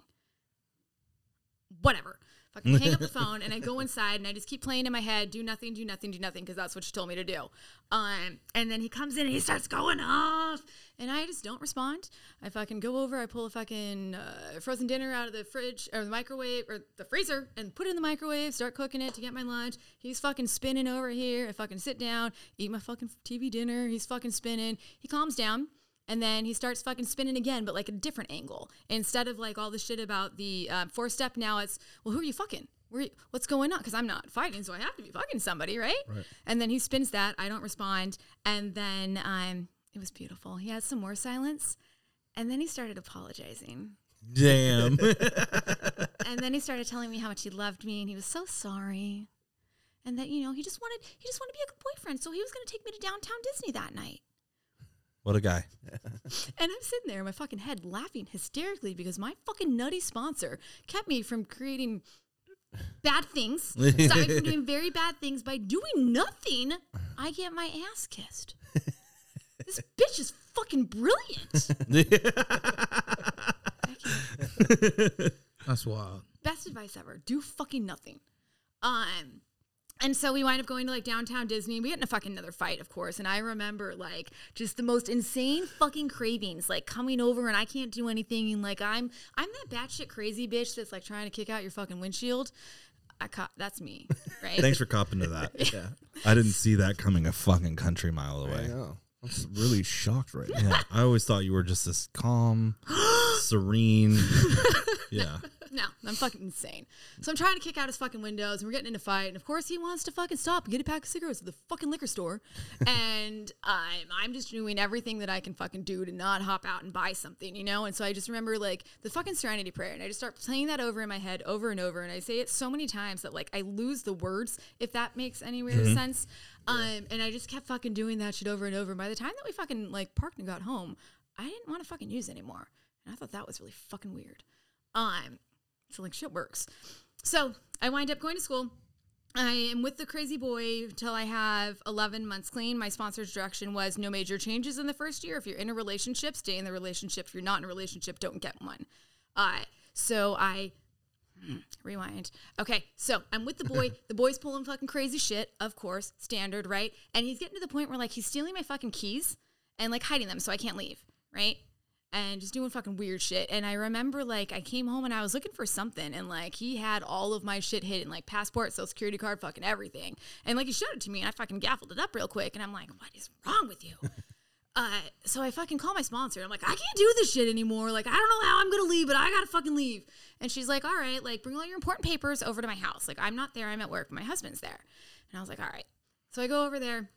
C: whatever. Fucking hang up the phone and I go inside and I just keep playing in my head, do nothing, do nothing, do nothing, because that's what she told me to do. Um, and then he comes in and he starts going off, and I just don't respond. I fucking go over, I pull a fucking uh, frozen dinner out of the fridge or the microwave or the freezer and put it in the microwave, start cooking it to get my lunch. He's fucking spinning over here. I fucking sit down, eat my fucking TV dinner. He's fucking spinning. He calms down. And then he starts fucking spinning again, but like a different angle. Instead of like all the shit about the um, four step, now it's, well, who are you fucking? Where you, what's going on? Because I'm not fighting, so I have to be fucking somebody, right? And then he spins that. I don't respond. And then um, it was beautiful. He had some more silence. And then he started apologizing.
A: Damn.
C: and then he started telling me how much he loved me and he was so sorry. And that, you know, he just wanted he just wanted to be a good boyfriend. So he was gonna take me to downtown Disney that night.
A: What a guy.
C: And I'm sitting there in my fucking head laughing hysterically because my fucking nutty sponsor kept me from creating bad things, stopped me from doing very bad things by doing nothing. I get my ass kissed. This bitch is fucking brilliant.
F: That's wild.
C: best advice ever do fucking nothing um and so we wind up going to like downtown Disney. We get in a fucking another fight, of course. And I remember like just the most insane fucking cravings, like coming over and I can't do anything. And like I'm I'm that batshit crazy bitch that's like trying to kick out your fucking windshield. I caught that's me, right?
A: Thanks for copping to that. Yeah. I didn't see that coming a fucking country mile away.
B: know. I'm s- really shocked right now.
A: Yeah, I always thought you were just this calm, serene. Yeah.
C: No, I'm fucking insane. So I'm trying to kick out his fucking windows, and we're getting in a fight. And of course, he wants to fucking stop and get a pack of cigarettes at the fucking liquor store. and I'm, I'm just doing everything that I can fucking do to not hop out and buy something, you know? And so I just remember like the fucking Serenity Prayer, and I just start playing that over in my head over and over. And I say it so many times that like I lose the words, if that makes any weird sense. Um, and I just kept fucking doing that shit over and over. And by the time that we fucking like parked and got home, I didn't want to fucking use anymore. And I thought that was really fucking weird. Um, so like shit works. So I wind up going to school. I am with the crazy boy till I have 11 months clean. My sponsor's direction was no major changes in the first year. If you're in a relationship, stay in the relationship. If you're not in a relationship, don't get one. Uh, so I Rewind. Okay, so I'm with the boy. the boy's pulling fucking crazy shit, of course, standard, right? And he's getting to the point where like he's stealing my fucking keys and like hiding them so I can't leave, right? And just doing fucking weird shit. And I remember like I came home and I was looking for something and like he had all of my shit hidden, like passport, social security card, fucking everything. And like he showed it to me and I fucking gaffled it up real quick and I'm like, what is wrong with you? uh, so I fucking call my sponsor. I'm like, I can't do this shit anymore. Like, I don't know how I'm gonna leave, but I gotta fucking leave. And she's like, All right, like, bring all your important papers over to my house. Like, I'm not there. I'm at work. My husband's there. And I was like, All right. So I go over there.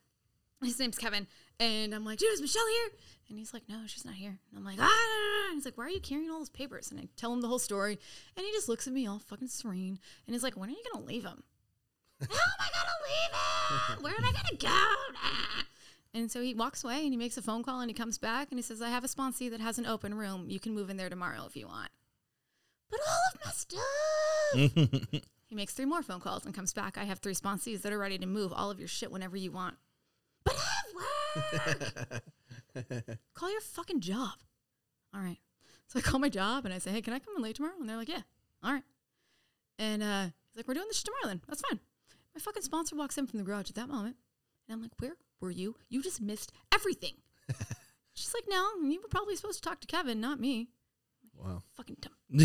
C: His name's Kevin. And I'm like, dude, is Michelle here? And he's like, no, she's not here. And I'm like, ah, no, no, no. And he's like, why are you carrying all those papers? And I tell him the whole story. And he just looks at me all fucking serene. And he's like, when are you going to leave him? How am I going to leave him? Where am I going to go? Ah. And so he walks away and he makes a phone call and he comes back and he says, I have a sponsee that has an open room. You can move in there tomorrow if you want. But all of my stuff. He makes three more phone calls and comes back. I have three sponsees that are ready to move all of your shit whenever you want. But I have work. call your fucking job. All right. So I call my job and I say, hey, can I come in late tomorrow? And they're like, yeah. All right. And uh, he's like, we're doing this shit tomorrow then. That's fine. My fucking sponsor walks in from the garage at that moment. And I'm like, where were you? You just missed everything. She's like, no, you were probably supposed to talk to Kevin, not me.
B: Wow.
C: Fucking dumb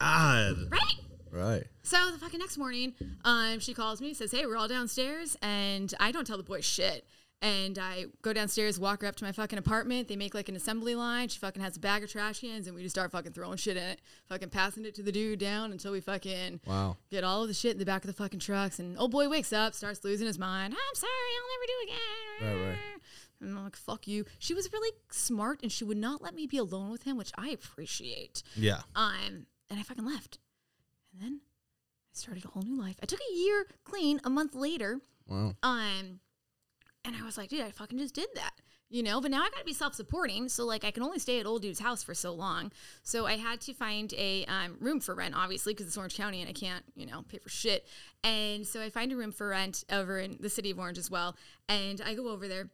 A: God.
C: right?
B: Right.
C: So the fucking next morning, um, she calls me, says, "Hey, we're all downstairs," and I don't tell the boy shit. And I go downstairs, walk her up to my fucking apartment. They make like an assembly line. She fucking has a bag of trash cans, and we just start fucking throwing shit in it, fucking passing it to the dude down until we fucking
B: Wow.
C: get all of the shit in the back of the fucking trucks. And old boy wakes up, starts losing his mind. I'm sorry, I'll never do again.
B: Right, right.
C: And I'm like, fuck you. She was really smart, and she would not let me be alone with him, which I appreciate.
A: Yeah.
C: Um, and I fucking left. And then I started a whole new life. I took a year clean a month later.
B: Wow.
C: Um, and I was like, dude, I fucking just did that. You know, but now I gotta be self supporting. So, like, I can only stay at old dude's house for so long. So, I had to find a um, room for rent, obviously, because it's Orange County and I can't, you know, pay for shit. And so, I find a room for rent over in the city of Orange as well. And I go over there,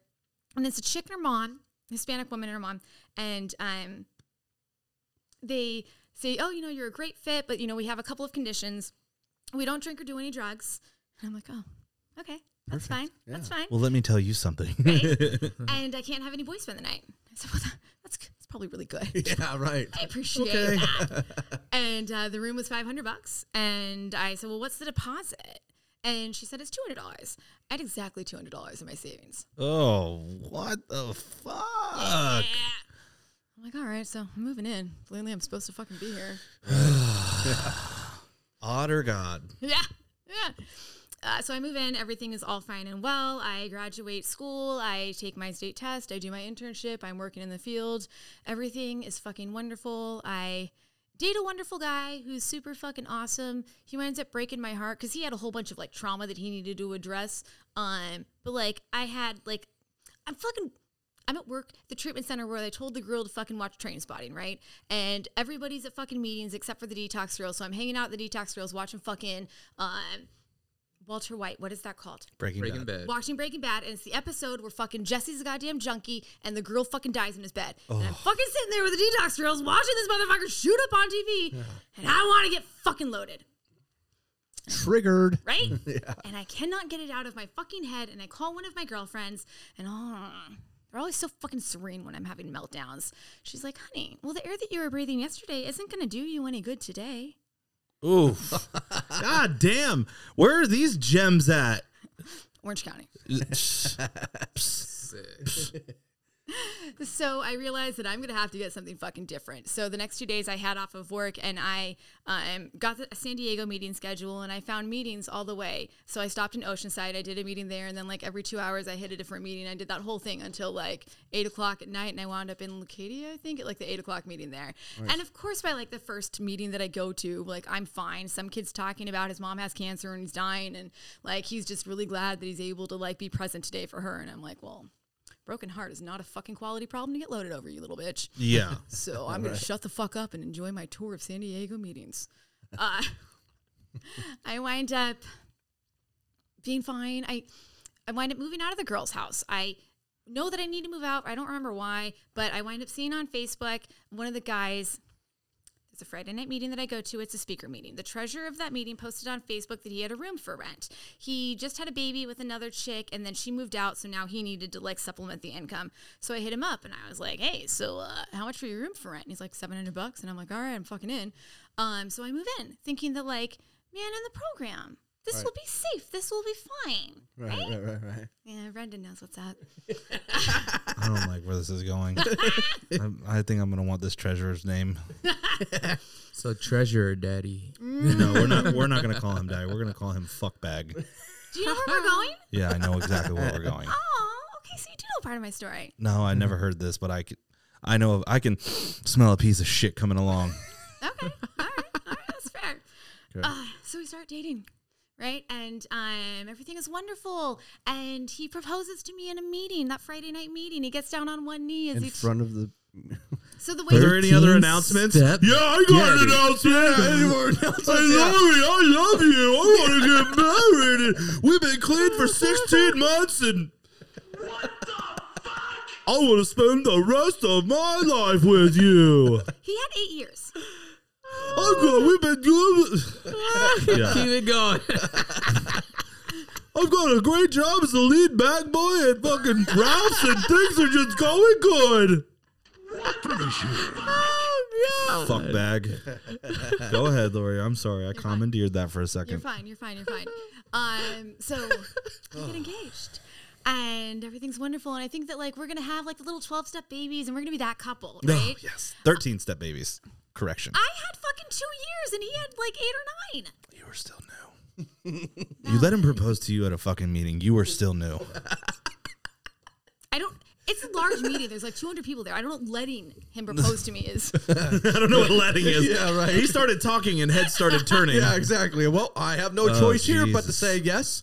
C: and it's a chick and her mom, Hispanic woman and her mom. And um, they say, "Oh, you know, you're a great fit, but you know, we have a couple of conditions. We don't drink or do any drugs." And I'm like, "Oh, okay, that's fine, that's fine."
A: Well, let me tell you something.
C: and I can't have any boys spend the night. I said, "Well, that- that's g- that's probably really good.
B: Yeah. Right.
C: I appreciate that." And uh, the room was 500 bucks, and I said, "Well, what's the deposit?" And she said, "It's 200 dollars." I had exactly 200 dollars in my savings.
A: oh, what the fuck?
C: I'm like, "All right, so I'm moving in. Plainly, I'm supposed to fucking be here."
A: Otter God.
C: yeah, yeah. Uh, so I move in, everything is all fine and well. I graduate school, I take my state test, I do my internship, I'm working in the field. Everything is fucking wonderful. I date a wonderful guy who's super fucking awesome. He winds up breaking my heart because he had a whole bunch of like trauma that he needed to address. Um, but like I had like I'm fucking. I'm at work, the treatment center where they told the girl to fucking watch train spotting, right? And everybody's at fucking meetings except for the detox girls. So I'm hanging out at the detox girls watching fucking um, Walter White. What is that called?
A: Breaking,
F: Breaking
A: Bad.
F: Bad.
C: Watching Breaking Bad, and it's the episode where fucking Jesse's a goddamn junkie and the girl fucking dies in his bed. And I'm fucking sitting there with the detox girls watching this motherfucker shoot up on TV, and I want to get fucking loaded
B: Triggered.
C: right? And I cannot get it out of my fucking head. And I call one of my girlfriends, and oh, they're always so fucking serene when I'm having meltdowns. She's like, honey, well, the air that you were breathing yesterday isn't going to do you any good today.
A: Oof. God damn. Where are these gems at?
C: Orange County.
F: Sick.
C: So I realized that I'm going to have to get something fucking different. So the next two days I had off of work and I um, got the San Diego meeting schedule and I found meetings all the way. So I stopped in Oceanside. I did a meeting there. And then like every two hours I hit a different meeting. I did that whole thing until like eight o'clock at night. And I wound up in Lucadia, I think, at like the eight o'clock meeting there. And of course, by like the first meeting that I go to, like I'm fine. Some kid's talking about his mom has cancer and he's dying. And like he's just really glad that he's able to like be present today for her. And I'm like, well, broken heart is not a fucking quality problem to get loaded over, you little bitch.
A: Yeah.
C: So I'm gonna shut the fuck up and enjoy my tour of San Diego meetings. Uh, I wind up being fine. I I wind up moving out of the girl's house. I know that I need to move out. I don't remember why, but I wind up seeing on Facebook one of the guys. It's a Friday night meeting that I go to. It's a speaker meeting. The treasurer of that meeting posted on Facebook that he had a room for rent. He just had a baby with another chick, and then she moved out, so now he needed to like supplement the income. So I hit him up, and I was like, "Hey, so uh, how much for your room for rent?" And he's like, 700 bucks," and I'm like, "All right, I'm fucking in." Um, so I move in, thinking that like, man, in the program, this
B: Right.
C: will be safe. This will be fine.
B: Right, right, right, right.
C: Yeah, Brendan knows what's up.
A: I don't like where this is going. I'm- I, think I'm gonna want this treasurer's name.
F: So treasure daddy.
A: No, we're not. We're not gonna call him daddy. We're gonna call him fuckbag.
C: Do you know where we're going?
A: Yeah, I know exactly where we're going.
C: Oh, okay. So you do know part of my story.
A: No, I never heard this, but I can. I know. of- I can smell a piece of shit coming along.
C: Okay. All right. All right. That's fair. Uh, so we start dating, right? And um, everything is wonderful. And he proposes to me in a meeting, that Friday night meeting. He gets down on one knee. As
B: In
C: he,
B: front of the.
C: so the way
A: Are there any other
F: 13
A: announcements?
F: step
A: yeah, I got
B: daddy.
A: an announcement. I love you. I love you. I want to get married. We've been clean for 16 months and. I want to spend the rest of my life with you.
C: he had eight years.
A: I'm good. We've been good.
F: Keep it going.
A: I've got a great job as the lead bag boy at fucking Ralph's, and things are just going good. Ah, Fuck bag. Go ahead, Lori. I'm sorry. I commandeered that for a
C: You're
A: second.
C: fine. You're fine. You're fine. Um, so we get engaged, and everything's wonderful. And I think that like we're gonna have like the little twelve step babies, and we're gonna be that couple, right?
A: Oh, yes. 13 step babies. Correction.
C: I had fucking two years, and he had like eight or nine.
A: You were still new. you let him propose to you at a fucking meeting. You were still new.
C: I don't. It's a large meeting. There's like 200 people there. I don't know what letting him propose to me is.
A: I don't know what letting is.
B: Yeah, right.
A: He started talking and head started turning.
B: Yeah, exactly. Well, I have no choice here but to
A: Jesus.
B: say yes.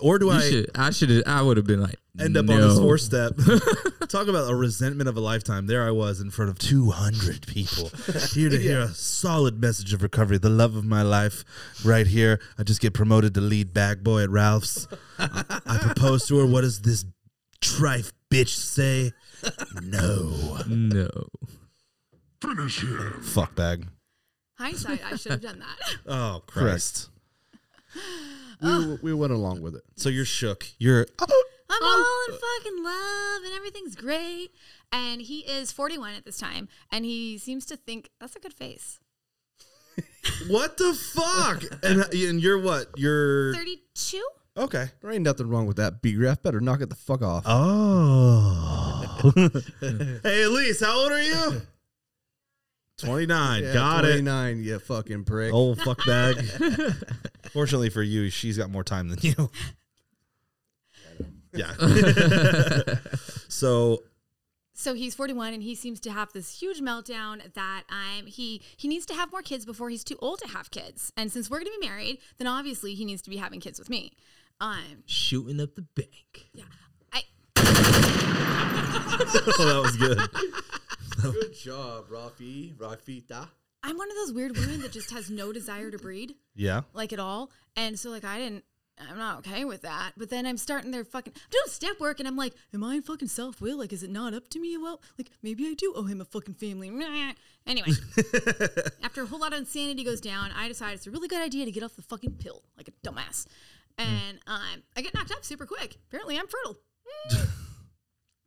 A: Or do
F: You
A: I
F: should, I should have. I would have been like,
A: end up
F: no.
A: on his four step? Talk about a resentment of a lifetime. There I was in front of 200 people here to hear a solid message of recovery, the love of my life right here. I just get promoted to lead bag boy at Ralph's. I, I propose to her. What does this trife bitch say? No.
F: No.
A: Fuck bag.
C: Hindsight, I should have done that.
A: Oh, Christ.
B: We, we went along with it.
A: So you're shook. You're
C: I'm
F: Oh.
C: all in fucking love and everything's great. And he is 41 at this time, and he seems to think that's a good face.
A: what the fuck? And and you're what? You're
C: 32?
A: okay.
B: There ain't nothing wrong with that. B ref better knock it the fuck off.
A: Oh. hey, Elise, how old are you? Twenty nine.
B: Yeah,
A: got it.
B: 29, you fucking prick.
A: Oh fuck bag. Fortunately for you, she's got more time than you. Yeah. so
C: So he's 41 and he seems to have this huge meltdown that um, he he needs to have more kids before he's too old to have kids. And since we're going to be married, then obviously he needs to be having kids with me. Um,
F: Shooting up the bank.
C: I
A: oh, that was good.
B: Good job, Rafi. Rafita.
C: I'm one of those weird women that just has no desire to breed.
A: Yeah.
C: like at all. And so like I didn't I'm not okay with that. But then I'm starting their fucking I'm doing step work and I'm like, am I in fucking self will? Like is it not up to me? Well, like maybe I do owe him a fucking family. Meh. Anyway. after a whole lot of insanity goes down, I decide it's a really good idea to get off the fucking pill like a dumbass. And um, I get knocked up super quick. Apparently I'm fertile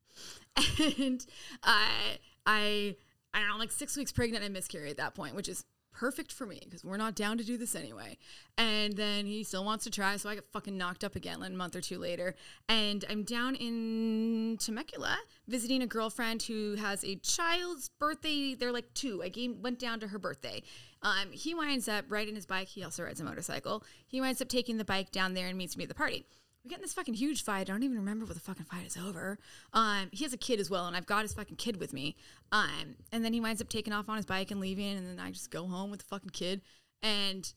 C: and I, I, I don't know, I'm like six weeks pregnant and miscarry at that point, which is perfect for me because we're not down to do this anyway. And then he still wants to try, so I get fucking knocked up again like a month or two later. And I'm down in Temecula visiting a girlfriend who has a child's birthday. They're like two. I came, went down to her birthday. Um, he winds up riding his bike. He also rides a motorcycle. He winds up taking the bike down there and meets me at the party we get in this fucking huge fight. I don't even remember what the fucking fight is over. Um, he has a kid as well, and I've got his fucking kid with me. Um, and then he winds up taking off on his bike and leaving, and then I just go home with the fucking kid. And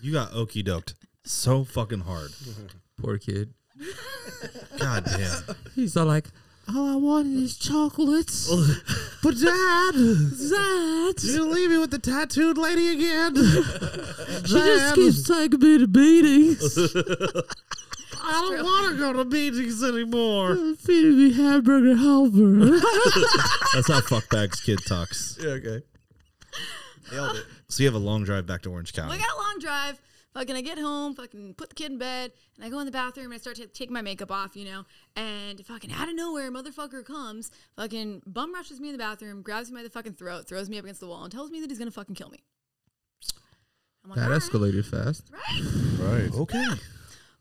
A: You got okey doked so fucking hard.
F: Poor kid.
A: God damn.
F: He's all like, all I wanted is chocolates.
A: But dad
F: That.
A: you leave me with the tattooed lady again.
F: She just keeps taking me to meetings,
A: I don't want to go to meetings anymore.
F: and feeding me hamburger helper.
A: That's how fuckbags kid talks.
B: Yeah, okay. Nailed it.
A: So you have a long drive back to Orange County.
C: We got a long drive. Fucking, I get home, fucking put the kid in bed, and I go in the bathroom and I start to take my makeup off, you know. And fucking out of nowhere, motherfucker comes, fucking bum rushes me in the bathroom, grabs me by the fucking throat, throws me up against the wall, and tells me that he's gonna fucking kill me. I'm like,
F: That
C: "All right."
F: escalated fast.
C: Right.
B: Right.
A: okay.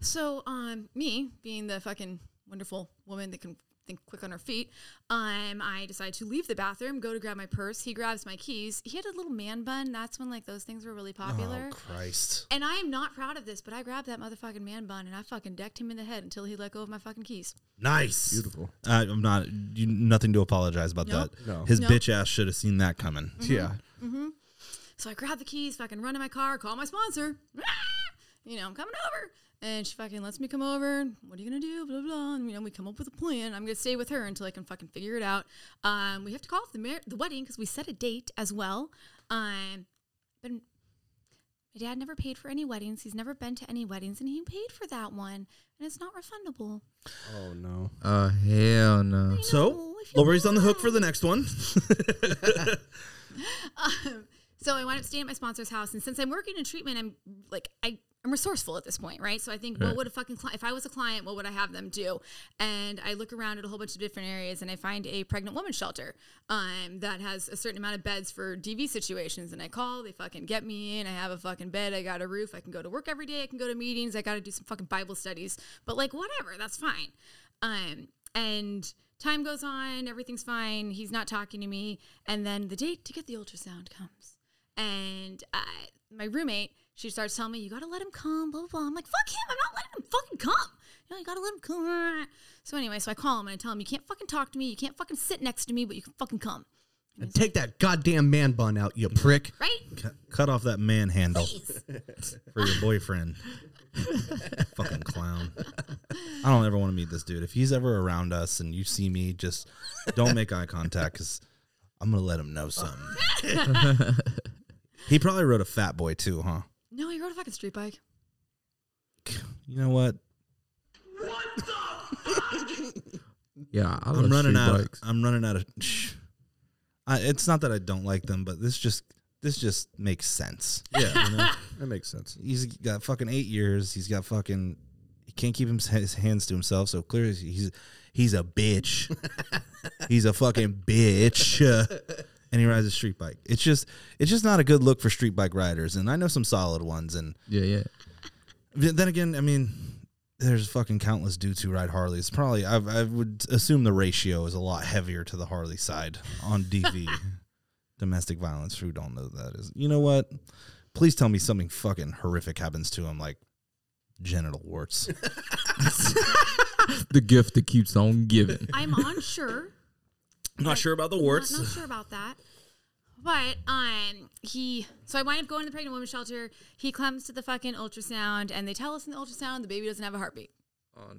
C: So, um, me being the fucking wonderful woman that can think quick on her feet, um, I decide to leave the bathroom, go to grab my purse. He grabs my keys. He had a little man bun. That's when like those things were really popular.
A: Oh Christ.
C: And I am not proud of this, but I grabbed that motherfucking man bun and I fucking decked him in the head until he let go of my fucking keys.
A: Nice.
B: Beautiful.
A: Uh, I'm not. You, nothing to apologize about
C: Nope.
A: that.
B: No.
A: His
C: Nope.
A: bitch ass should have seen that coming.
B: Yeah.
C: So I grab the keys, fucking run in my car, call my sponsor. Ah! You know, I'm coming over. And she fucking lets me come over. What are you gonna do? Blah blah. And, you know, we come up with a plan. I'm gonna stay with her until I can fucking figure it out. Um, we have to call off the mar- the wedding because we set a date as well. Um, but my dad never paid for any weddings. He's never been to any weddings, and he paid for that one, and it's not refundable.
B: Oh no.
F: Oh hell no.
A: So
C: No, Mm-hmm. if you
A: Lori's on the hook
C: want.
A: for the next one.
C: Um, so I wound up staying at my sponsor's house, and since I'm working in treatment, I'm like I. I'm resourceful at this point, right? So I think, what would a fucking client, if I was a client, what would I have them do? And I look around at a whole bunch of different areas and I find a pregnant woman shelter um, that has a certain amount of beds for DV situations. And I call, they fucking get me in. I have a fucking bed. I got a roof. I can go to work every day. I can go to meetings. I got to do some fucking Bible studies. But like, whatever, that's fine. Um, and time goes on, everything's fine. He's not talking to me. And then the date to get the ultrasound comes. And uh, my roommate, she starts telling me, You got to let him come, blah, blah, blah. I'm like, Fuck him. I'm not letting him fucking come. You know, you got to let him come. So anyway, so I call him and I tell him, You can't fucking talk to me. You can't fucking sit next to me, but you can fucking come.
B: And take that goddamn man bun out, you prick.
C: Right?
A: Cut- Cut off that man handle for your boyfriend. Fucking clown. I don't ever want to meet this dude. If he's ever around us and you see me, just don't make eye contact because I'm gonna let him know something. he probably rode a fat boy too, huh?
C: No, he rode a fucking street bike.
A: You know what?
F: Yeah, I love
A: I'm running
F: street
A: out.
F: bikes.
A: I'm running out of. I, it's not that I don't like them, but this just this just makes sense. Yeah, you know?
B: That makes sense.
A: he's got fucking eight years. He's got fucking. He can't keep his, his hands to himself. So clearly he's he's a bitch. he's a fucking bitch. and he rides a street bike. It's just it's just not a good look for street bike riders. And I know some solid ones. And
F: Yeah, yeah.
A: Th- Then again, I mean, there's fucking countless dudes who ride Harleys. Probably, I, I would assume the ratio is a lot heavier to the Harley side on DV, domestic violence. Who don't know that is? You know what? Please tell me something fucking horrific happens to him, like genital warts.
F: The gift that keeps on giving.
C: I'm unsure.
A: Not sure about the
C: Not, not sure about that. But um, he so I wind up going to the pregnant woman shelter. He comes to the fucking ultrasound, and they tell us in the ultrasound the baby doesn't have a heartbeat.
F: Oh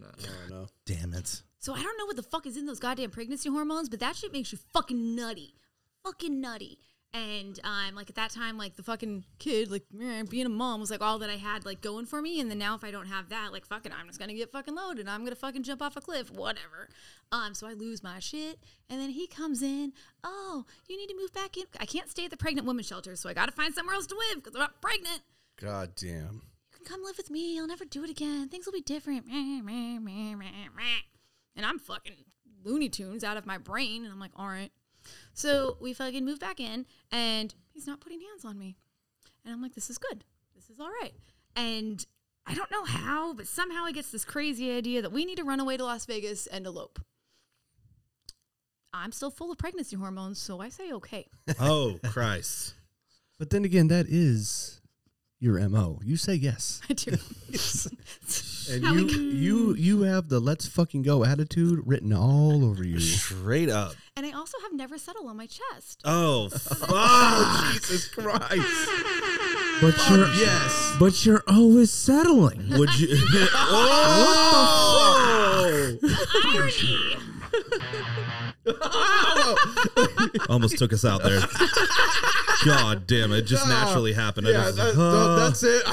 F: no.
A: Damn it!
C: So I don't know what the fuck is in those goddamn pregnancy hormones, but that shit makes you fucking nutty, fucking nutty. And um, like at that time, like the fucking kid, like meh, being a mom was like all that I had like going for me. And then now if I don't have that, like fucking, I'm just gonna get fucking loaded. I'm gonna fucking jump off a cliff, whatever. Um, so I lose my shit. And then he comes in. Oh, you need to move back in. I can't stay at the pregnant women's shelter, so I gotta find somewhere else to live because I'm not pregnant
B: God damn.
C: can come live with me. I'll never do it again. Things will be different. Meh, meh, meh, meh, meh. And I'm fucking Looney Tunes out of my brain. And I'm like, all right. So we fucking move back in, and he's not putting hands on me. And I'm like, this is good. This is all right. And I don't know how, but somehow he gets this crazy idea that we need to run away to Las Vegas and elope. I'm still full of pregnancy hormones, so I say okay.
A: Oh Christ!
B: But then again, that is your MO. You say yes.
C: I do.
B: And
C: How
B: you
C: we-
B: you you have the let's fucking go attitude written all over you.
A: Straight up.
C: and I also have never settled on my chest.
A: Oh fuck! Jesus Christ!
F: But you're
B: yes.
F: but you're always settling.
A: Would you? oh! Almost took us out there. God damn it! Just naturally happened. I
B: Yeah,
A: just,
B: that-
A: uh,
B: no, that's it.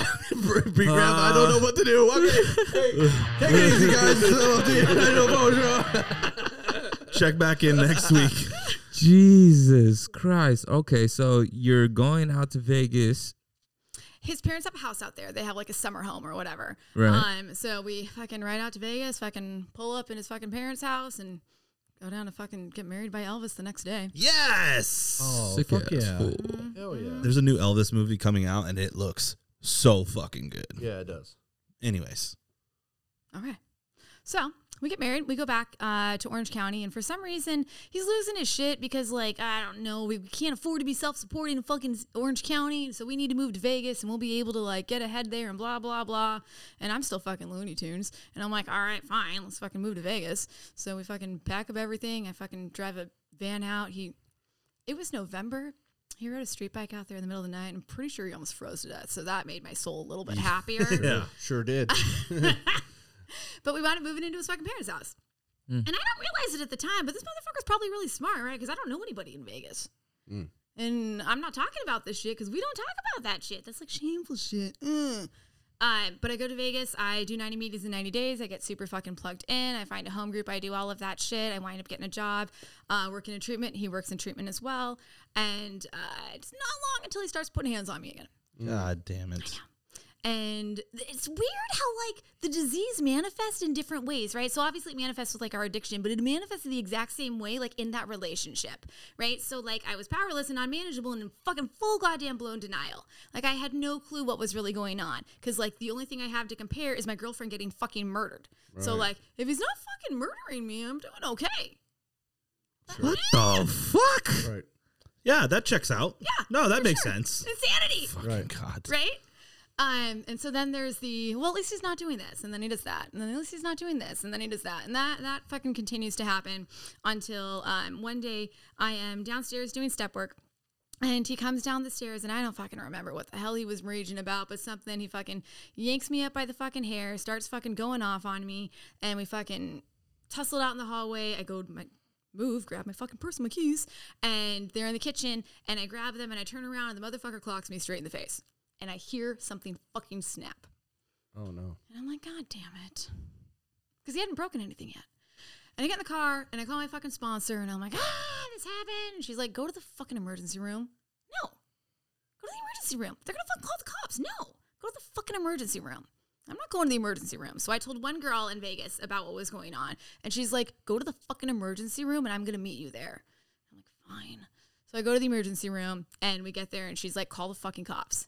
B: Be grand. I don't know what to do. Okay. Hey, take it Oh, easy, guys. I don't know what to do.
A: check back in next week.
F: Jesus Christ. Okay, so you're going out to Vegas.
C: His parents have a house out there. They have like a summer home or whatever.
F: Right.
C: Um, so we fucking ride out to Vegas, fucking pull up in his fucking parents' house and go down and fucking get married by Elvis the next day.
A: Yes.
F: Sick
B: Oh, fuck
F: ass
B: yeah.
F: fool.
B: Hell yeah.
A: There's a new Elvis movie coming out, and it looks so fucking good.
B: Yeah, it does.
A: Anyways,
C: Okay. So we get married. We go back uh, to Orange County, and for some reason, he's losing his shit because, like, I don't know, we can't afford to be self supporting in fucking Orange County. So we need to move to Vegas and we'll be able to, like, get ahead there and blah, blah, blah. And I'm still fucking Looney Tunes. And I'm like, all right, fine, let's fucking move to Vegas. So we fucking pack up everything. I fucking drive a van out. He, it was November. He rode a street bike out there in the middle of the night. I'm pretty sure he almost froze to death. So that made my soul a little bit happier.
B: Yeah, sure did.
C: But we wound up moving into his fucking parents' house. And I don't realize it at the time, but this motherfucker's probably really smart, right? Because I don't know anybody in Vegas. And I'm not talking about this shit because we don't talk about that shit. That's like shameful shit. Mm. Uh, but I go to Vegas. I do 90 meetings in 90 days. I get super fucking plugged in. I find a home group. I do all of that shit. I wind up getting a job, uh, working in treatment. He works in treatment as well. And uh, it's not long until he starts putting hands on me again.
B: Mm.
A: God damn it.
C: And th- it's weird how like the disease manifests in different ways, right? So obviously it manifests with like our addiction, but it manifests in the exact same way, like in that relationship, right? So like I was powerless and unmanageable and in fucking full goddamn blown denial. Like I had no clue what was really going on. Cause like the only thing I have to compare is my girlfriend getting fucking murdered. So like if he's not fucking murdering me, I'm doing okay.
A: What the fuck?
B: right.
A: Yeah, that checks out. Yeah. No, that makes sense.
C: Insanity.
A: Fucking
B: Right.
A: God.
C: right? Um, and so then there's the well, at least he's not doing this, and then he does that, and then at least he's not doing this, and then he does that, and that that fucking continues to happen until um, one day I am downstairs doing step work, and he comes down the stairs, and I don't fucking remember what the hell he was raging about, but something he fucking yanks me up by the fucking hair, starts fucking going off on me, and we fucking tussled out in the hallway. I go to my move, grab my fucking purse and my keys, and they're in the kitchen, and I grab them and I turn around and the motherfucker clocks me straight in the face. And I hear something fucking snap.
B: Oh no.
C: And I'm like, God damn it. Because he hadn't broken anything yet. And I get in the car and I call my fucking sponsor and I'm like, ah, this happened. And she's like, go to the fucking emergency room. No. Go to the emergency room. They're going to fucking call the cops. No. Go to the fucking emergency room. I'm not going to the emergency room. So I told one girl in Vegas about what was going on. And she's like, go to the fucking emergency room and I'm going to meet you there. I'm like, fine. So I go to the emergency room and we get there and she's like, call the fucking cops.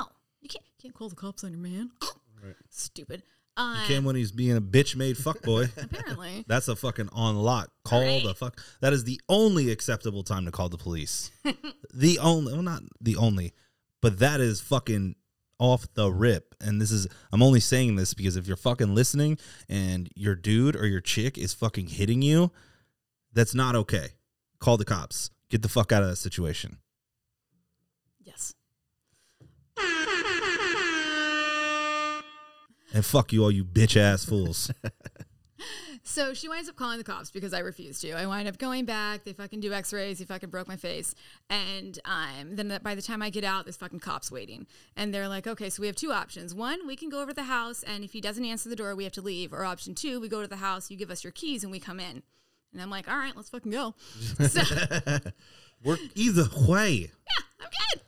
C: No. You can't, you can't call the cops on your man. Stupid. Um,
A: He came when he's being a bitch made fuck boy.
C: apparently.
A: That's a fucking on lock. Call the fuck. That is the only acceptable time to call the police. the only, well, not the only, but that is fucking off the rip. And this is, I'm only saying this because if you're fucking listening and your dude or your chick is fucking hitting you, that's not okay. Call the cops. Get the fuck out of that situation.
C: Yes.
A: And fuck you, all you bitch ass fools.
C: So she winds up calling the cops because I refused to. I wind up going back. They fucking do x-rays. He fucking broke my face. And um, then by the time I get out, there's fucking cops waiting. And they're like, okay, so we have two options. One, we can go over to the house. And if he doesn't answer the door, we have to leave. Or option two, we go to the house. You give us your keys and we come in. And I'm like, all right, let's fucking go. So
A: Work either way.
C: I'm good.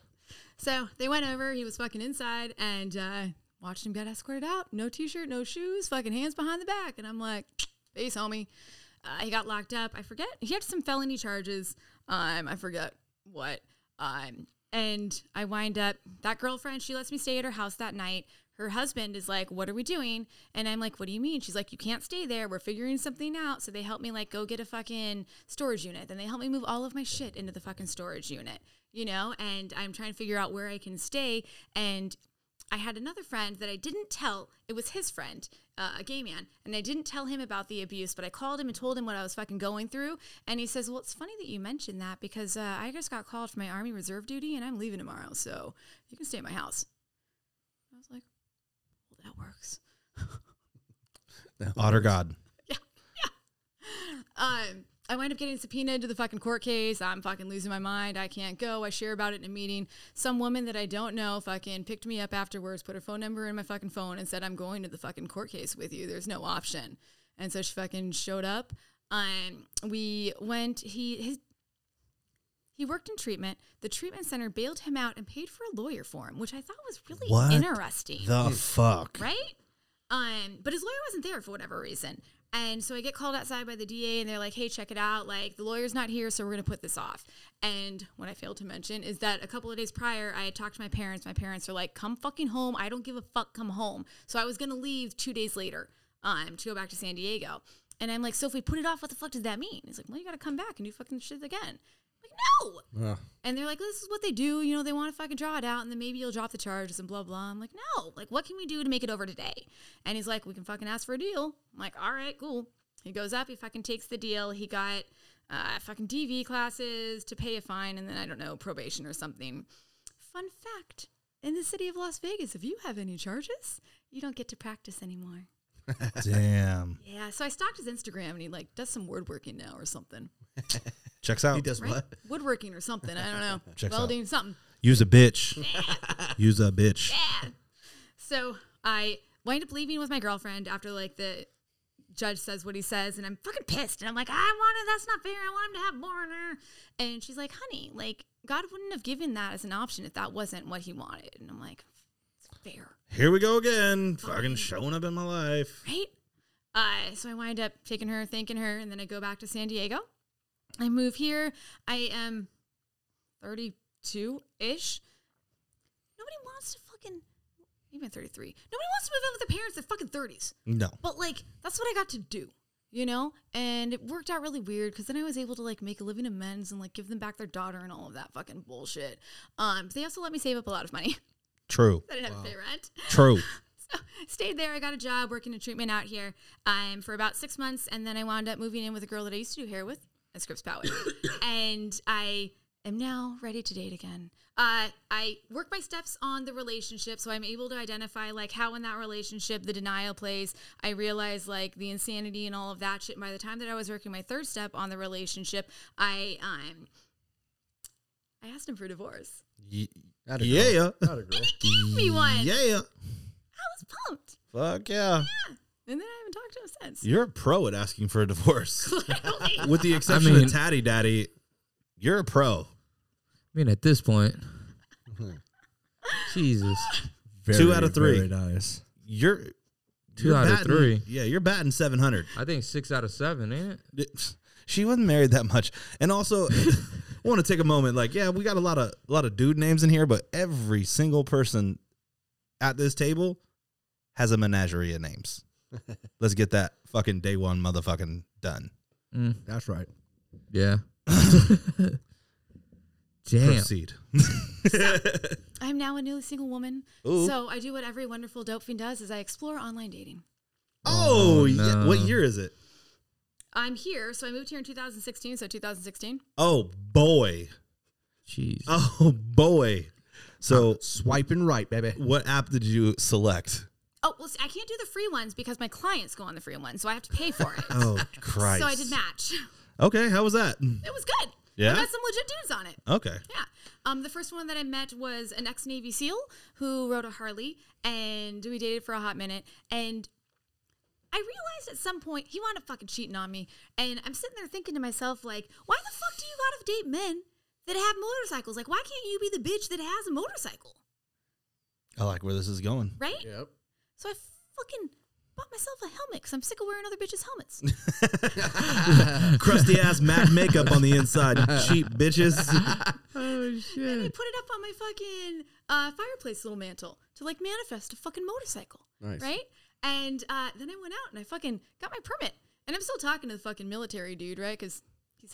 C: So they went over. He was fucking inside and uh, watched him get escorted out. No t-shirt, no shoes, fucking hands behind the back. And I'm like, peace, homie. Uh, he got locked up. I forget. He had some felony charges. Um, I forget what. Um, and I wind up that girlfriend. She lets me stay at her house that night. Her husband is like, "What are we doing?" And I'm like, "What do you mean?" She's like, "You can't stay there. We're figuring something out." So they help me like go get a fucking storage unit. Then they help me move all of my shit into the fucking storage unit you know, and I'm trying to figure out where I can stay. And I had another friend that I didn't tell, it was his friend, uh, a gay man, and I didn't tell him about the abuse, but I called him and told him what I was fucking going through. And he says, Well, it's funny that you mentioned that because uh, I just got called for my Army Reserve duty and I'm leaving tomorrow, so you can stay at my house. I was like, Well, that works.
A: Otter God.
C: um, I wind up getting subpoenaed to the fucking court case. I'm fucking losing my mind. I can't go. I share about it in a meeting. Some woman that I don't know fucking picked me up afterwards, put her phone number in my fucking phone, and said, I'm going to the fucking court case with you. There's no option. And so she fucking showed up. Um, we went, he, his, He worked in treatment. The treatment center bailed him out and paid for a lawyer for him, which I thought was really
A: What
C: interesting.
A: The fuck.
C: right? Um, but his lawyer wasn't there for whatever reason. And so I get called outside by the DA and they're like, hey, check it out. Like, the lawyer's not here, so we're going to put this off. And what I failed to mention is that a couple of days prior, I had talked to my parents. My parents are like, come fucking home. I don't give a fuck. Come home. So I was going to leave two days later um, to go back to San Diego. And I'm like, so if we put it off, what the fuck does that mean? He's like, well, you got to come back and do fucking shit again. I'm like, no. And they're like, this is what they do. You know, they want to fucking draw it out and then maybe you'll drop the charges and blah, blah. I'm like, no. Like, what can we do to make it over today? And he's like, we can fucking ask for a deal. I'm like, all right, cool. He goes up, he fucking takes the deal. He got uh, fucking DV classes to pay a fine and then, I don't know, probation or something. Fun fact in the city of Las Vegas, if you have any charges, you don't get to practice anymore.
A: Damn.
C: Yeah. So I stalked his Instagram and he like does some woodworking now or something.
A: Checks out.
B: He does
C: Right?
B: what?
C: Woodworking or something. I don't know.
A: Checks out.
C: Welding, something.
A: Use a bitch. Use a bitch.
C: So I wind up leaving with my girlfriend after like the judge says what he says, and I'm fucking pissed. And I'm like, I wanted that's not fair. I want him to have more. And she's like, honey, like God wouldn't have given that as an option if that wasn't what he wanted. And I'm like, it's fair,
A: Here we go again. Fucking showing up in my life.
C: right? Uh, so I wind up taking her, thanking her, and then I go back to San Diego. I move here. I am 32 ish. Nobody wants to fucking, even 33. Nobody wants to move in with their parents. They're fucking 30s.
A: No.
C: But like that's what I got to do, you know? And it worked out really weird because then I was able to like make a living amends and like give them back their daughter and all of that fucking bullshit. Um, they also let me save up a lot of money.
A: True.
C: I didn't have to pay rent.
A: True.
C: Stayed there. I got a job working in treatment out here um, for about six months, and then I wound up moving in with a girl that I used to do hair with, at Scripps Powell, and I am now ready to date again. Uh, I work my steps on the relationship, so I'm able to identify like how in that relationship the denial plays. I realize like the insanity and all of that shit. By the time that I was working my third step on the relationship, I um, I asked him for divorce.
A: Y-
B: Not a girl.
A: yeah.
B: Not a girl.
C: Gave me one.
A: Yeah.
C: I was pumped,
A: Fuck yeah.
C: and then I haven't talked to him since.
A: You're a pro at asking for a divorce.
C: Literally.
A: With the exception
F: mean-
A: of Tatty Daddy, you're a pro.
F: I mean, at this point, Jesus,
G: Very,
A: Two out of three.
G: Very nice.
A: You're
F: Two
A: you're
F: out of
A: batting-
F: three.
A: Yeah, you're batting seven hundred.
F: I think six out of seven, ain't it?
A: She wasn't married that much, and also want to take a moment. Like, yeah, we got a lot of a lot of dude names in here, but every single person at this table has a menagerie of names. Let's get that fucking day one motherfucking done.
F: Mm,
B: That's right.
F: yeah. Damn.
A: Proceed.
C: I'm now a newly single woman.
A: Ooh.
C: So I do what every wonderful dope fiend does is I explore online dating.
A: oh,
F: Oh,
A: yeah.
F: no.
A: What year is it?
C: I'm here, so I moved here in 2016, so 2016.
A: Oh boy.
F: Jeez.
A: Oh boy. So
B: Swiping right, baby.
A: Uh, what app did you select?
C: Oh, well, see, I can't do the free ones because my clients go on the free ones, so I have to pay for it.
A: Oh Christ.
C: So I did match.
A: Okay, how was that?
C: It was good.
A: Yeah?
C: I got some legit dudes on it.
A: Okay.
C: Yeah. Um, the first one that I met was an ex Navy SEAL who rode a Harley, and we dated for a hot minute. And I realized at some point he wound up fucking cheating on me. And I'm sitting there thinking to myself, like, why the fuck do you gotta date men that have motorcycles? Like, why can't you be the bitch that has a motorcycle?
A: I like where this is going.
C: Right?
B: Yep.
C: So I fucking bought myself a helmet because I'm sick of wearing other bitches' helmets.
A: Crusty ass Mac makeup on the inside, you cheap bitches.
F: oh
C: And I
F: shit.
C: put it up on my fucking uh, fireplace little mantle to like manifest a fucking motorcycle.
B: Nice.
C: Right? And uh, then I went out and I fucking got my permit. And I'm still talking to the fucking military dude, right? Because he's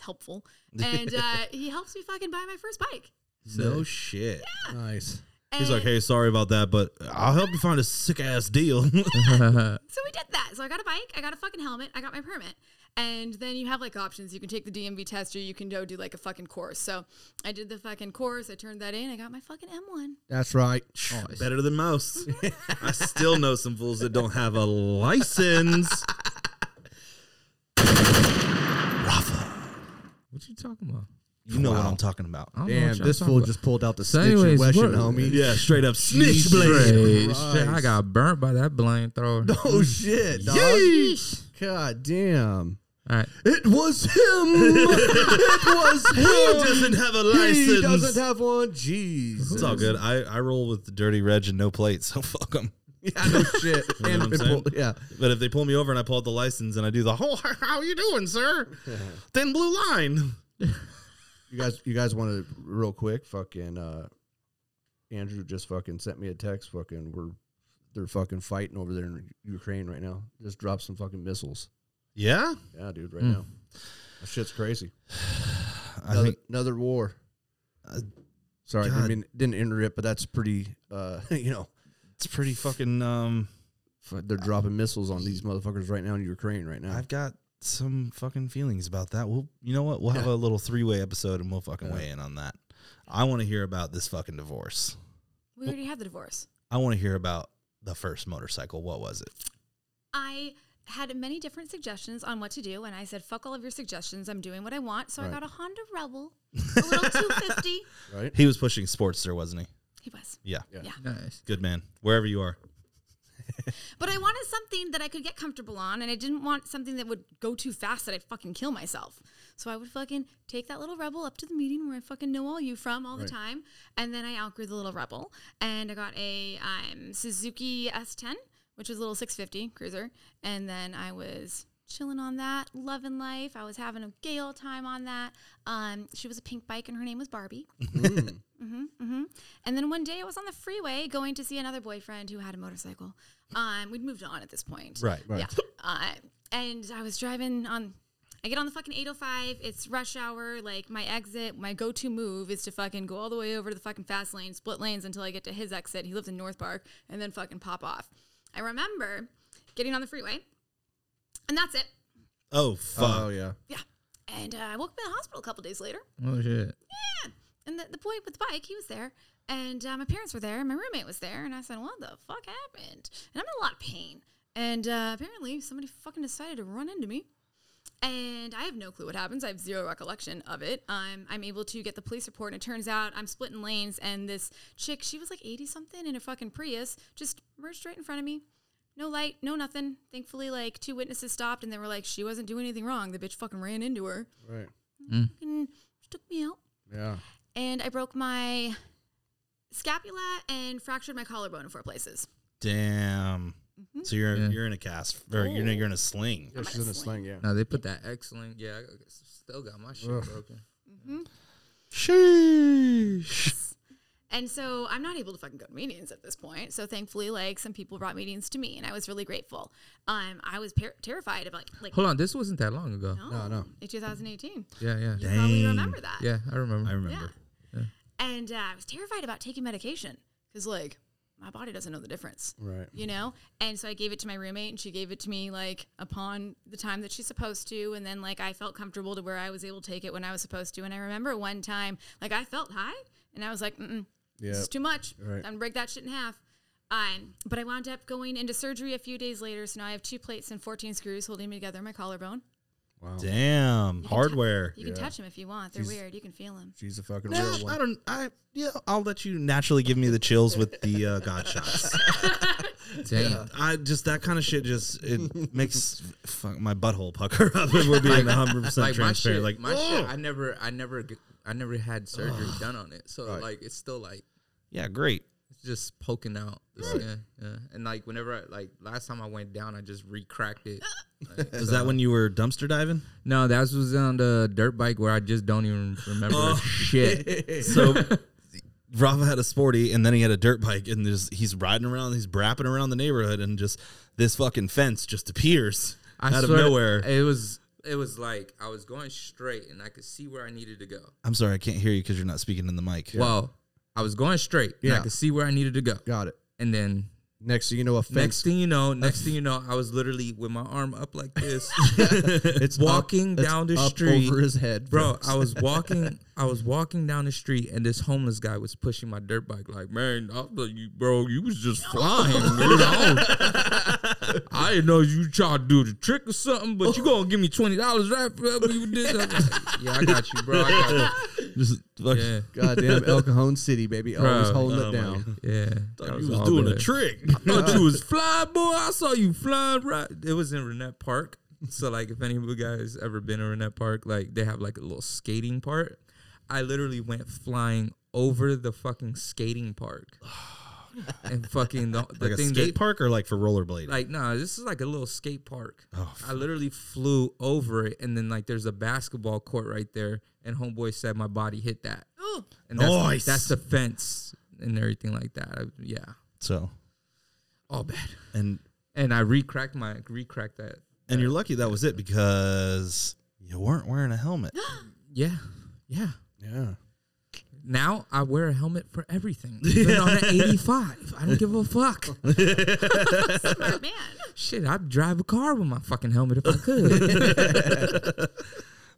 C: helpful. And uh, he helps me fucking buy my first bike.
A: No shit.
B: Nice.
A: He's like,
C: And
A: hey, sorry about that, but I'll help you find a sick ass deal.
C: So we did that. So I got a bike, I got a fucking helmet, I got my permit. And then you have like options. You can take the DMV test or you can go do like a fucking course. So I did the fucking course. I turned that in. I got my fucking M1.
B: That's right.
A: Better than most. I still know some fools that don't have a license.
F: what you talking about?
A: You know what
B: Wow.
A: I'm talking about.
F: I don't know
B: Damn,
F: what y'all
B: this
F: talking
B: fool
F: about.
B: just pulled out the
F: So
B: snitch
F: anyways,
B: and
F: what-
B: homie.
A: Yeah, straight up snitch
B: Snitch
A: blade.
B: blade.
F: Hey, shit, I
B: Christ.
F: got burnt by that blind thrower.
B: Oh shit, dog.
A: Yeesh.
B: God damn.
F: All right.
B: It was him. it was him.
A: Who doesn't have a license?
B: He doesn't have one. Jesus.
A: it's all good. I, I roll with the dirty reg and no plate, so fuck them.
B: Yeah, no shit.
A: know what I'm
B: and
A: saying?
B: people, yeah.
A: But if they pull me over and I pull out the license and I do the whole, how you doing, sir? Thin blue line.
B: You guys, you guys want to real quick? Fucking uh, Andrew just fucking sent me a text. Fucking, we're they're fucking fighting over there in Ukraine right now. Just drop some fucking missiles.
A: Yeah,
B: Yeah, dude, right
F: Hmm.
B: now, that shit's crazy.
A: I
B: Another,
A: think
B: another war.
A: Uh,
B: Sorry, I
A: God.
B: mean didn't enter it, but that's pretty. Uh, you know,
A: it's pretty fucking. Um,
B: f- they're dropping missiles on these motherfuckers right now in Ukraine right now.
A: I've got some fucking feelings about that. We'll, you know what? We'll have a little three way episode and we'll fucking weigh in on that. I want to hear about this fucking divorce.
C: We already had the divorce.
A: I want to hear about the first motorcycle. What was it?
C: I had many different suggestions on what to do, and I said, "Fuck all of your suggestions. I'm doing what I want." So I
B: Right.
C: got a Honda Rebel, a little 250.
B: right?
A: He was pushing Sportster, wasn't he?
C: He was.
A: Yeah.
F: Nice.
A: Good man. Wherever you are.
C: But I wanted something that I could get comfortable on, and I didn't want something that would go too fast that I'd fucking kill myself. So I would fucking take that little rebel up to the meeting where I fucking know all you from all
B: Right.
C: the time, and then I outgrew the little rebel, and I got a um, Suzuki S10, which was a little 650 cruiser, and then I was chilling on that, loving life. I was having a gay old time on that. Um, she was a pink bike, and her name was Barbie. hmm hmm And then one day I was on the freeway going to see another boyfriend who had a motorcycle. Um, we'd moved on at this point.
A: Right.
B: Right.
C: Yeah. Uh, and I was driving on. I get on the fucking 805. It's rush hour. Like my exit, my go-to move is to fucking go all the way over to the fucking fast lane, split lanes until I get to his exit. He lives in North Park, and then fucking pop off. I remember getting on the freeway, and that's it.
F: Uh,
A: Oh, fuck.
B: Oh yeah.
C: Yeah. And uh, I woke up in the hospital a couple days later.
F: Oh shit.
C: And the, the boy with the bike, he was there. And uh, my parents were there. And my roommate was there. And I said, What the fuck happened? And I'm in a lot of pain. And uh, apparently, somebody fucking decided to run into me. And I have no clue what happens. I have zero recollection of it. Um, I'm able to get the police report, and it turns out I'm splitting lanes. And this chick, she was like 80 something in a fucking Prius, just merged right in front of me. No light, no nothing. Thankfully, like two witnesses stopped, and they were like, she wasn't doing anything wrong. The bitch fucking ran into her. Mm.
B: Right.
C: Fucking took me out
B: Yeah.
C: and I broke my scapula and fractured my collarbone in four places.
A: Damn.
C: Mm-hmm.
A: So you're
F: Yeah.
A: you're in a cast, or you're,
C: Oh.
A: in- you're in a sling.
B: Yeah, she's in a sling. Yeah.
F: Now they put that excellent. Yeah, I got- still got my shit
B: Ugh.
F: broken.
A: Sheesh.
C: And so I'm not able to fucking go to meetings at this point. So thankfully, like some people brought meetings to me, and I was really grateful. Um, I was par- terrified of like like
F: Hold on, this wasn't that long ago.
B: No, Oh, no.
C: in 2018.
F: Yeah, yeah,
C: You probably
A: Dang.
C: remember that.
F: yeah. I remember.
A: I remember.
C: Yeah. And uh, I was terrified about taking medication because like my body doesn't know the difference.
B: Right.
C: you know? And so I gave it to my roommate and she gave it to me like upon the time that she's supposed to. And then like I felt comfortable to where I was able to take it when I was supposed to. And I remember one time, like I felt high and I was like, mm this
B: Yeah.
C: is too much.
B: Right.
C: I'm gonna break that shit in half. Um, but I wound up going into surgery a few days later. So now I have two plates and 14 screws holding me together in my collarbone.
B: Wow.
A: Damn. Hardware.
C: You can
B: Yeah.
C: touch them if you want. They're
B: She's-
C: weird. You can feel them.
B: She's a fucking
A: No,
B: real
A: I
B: one.
A: don't. I yeah. I'll let you naturally give me the chills with the uh, God shots.
F: Damn.
A: I just that kind of shit just it makes fuck, my butthole pucker up. If we're being one hundred percent
F: Like my
A: transparent.
F: shit,
A: like
F: my
A: oh!
F: shit. I never, I never, g- I never had surgery done on it. So like, it's still like
A: yeah, great.
F: it's just poking out the skin. Yeah. And like whenever, I, like last time I went down, I just re-cracked it. Like,
A: Was
F: so-
A: that when you were dumpster diving?
F: No, that was on the dirt bike where I just don't even remember
A: Oh.
F: shit.
A: So Rafa had a sporty, and then he had a dirt bike, and there's he's riding around, he's brapping around the neighborhood, and just this fucking fence just appears
F: I
A: out of
F: swear to-
A: nowhere.
F: It was, it was like I was going straight and I could see where I needed to go.
A: I'm sorry, I can't hear you because you're not speaking in the mic.
F: Well, I was going straight. Yeah. And
B: Yeah.
F: I could see where I needed to go.
B: Got it.
F: And then
B: Next thing you know, a fence.
F: next thing you know, next thing you know, I was literally with my arm up like this,
B: it's
F: walking
B: up- it's
F: down the
B: up
F: street.
B: over his head,
F: Bro,
B: folks.
F: I was walking, I was walking down the street, and this homeless guy was pushing my dirt bike. Like, man, I thought you, bro, you was just flying. dude. I, don't- I didn't know you tried to do the trick or something, but you gonna give me twenty dollars, right? For what you did. I was like, yeah, I got you, bro. I
A: Just
F: got
A: fuck,
F: you. Yeah,
B: Goddamn El Cajon City, baby. Always
F: Bro.
B: holding
A: Oh,
B: it
A: my
B: down.
F: yeah. That
A: thought you was
F: all
A: doing a
F: good.
A: trick.
F: Thought you was fly, boy. I saw you flying right. It was in Renette Park. so like, if any of you guys ever been over in that park, like they have like a little skating part. I literally went flying over the fucking skating park. and fucking the, the
A: like a
F: thing
A: skate
F: that,
A: park or like for rollerblading?
F: like no this is like a little skate park
A: Oh,
F: i literally flew over it and then like there's a basketball court right there and homeboy said my body hit that
C: Ooh,
F: and that's,
A: Nice.
F: that's the fence and everything like that I- yeah
A: so,
F: all bad
A: and
F: and i re-cracked my re-cracked that
A: and you're lucky that was it because you weren't wearing a helmet.
F: yeah yeah
B: Yeah.
F: now I wear a helmet for everything. Even on an 85, I don't give a fuck.
C: smart man.
F: Shit, I'd drive a car with my fucking helmet if I could.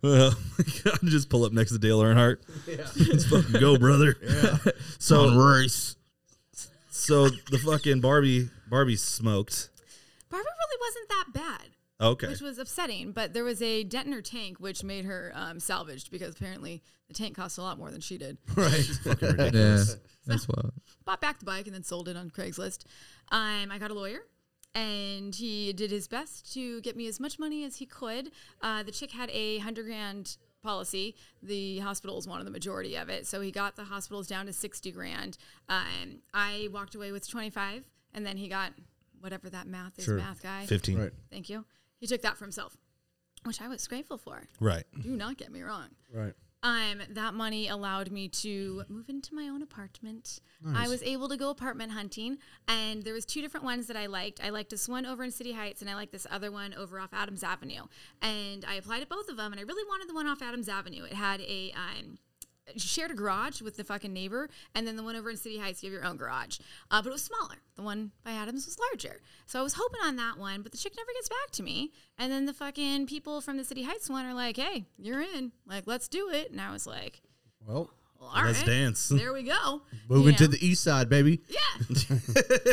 A: Well, I'd just pull up next to Dale Earnhardt. Let's fucking go, brother. So race. So the fucking Barbie Barbie smoked.
C: Barbara really wasn't that bad.
A: Okay.
C: Which was upsetting, but there was a dent in her tank, which made her um, salvaged because apparently the tank cost a lot more than she did.
F: yeah, that's what.
C: bought back the bike and then sold it on Craigslist. Um, I got a lawyer, and he did his best to get me as much money as he could. Uh, the chick had a hundred grand policy. The hospitals wanted the majority of it, so he got the hospitals down to sixty grand. Um, I walked away with twenty five, and then he got whatever that math is, math guy.
A: 15.
B: Right.
C: Thank you. He took that for himself, which I was grateful for.
A: Right.
C: Do not get me wrong.
B: Right.
C: Um, that money allowed me to move into my own apartment. I was able to go apartment hunting, and there was two different ones that I liked. I liked this one over in City Heights, and I liked this other one over off Adams Avenue. And I applied at both of them, and I really wanted the one off Adams Avenue. It had a um, shared a garage with the fucking neighbor, and then the one over in City Heights, you have your own garage, uh, but it was smaller. The one by Adams was larger, so I was hoping on that one, but the chick never gets back to me. And then the fucking people from the City Heights one are like, "Hey, you're in. Like, let's do it." And I was like,
B: Well,
C: well, all
A: Let's
C: right,
A: dance.
C: There we go.
B: moving
C: You
B: to
C: know?
B: the east side, baby.
C: yeah.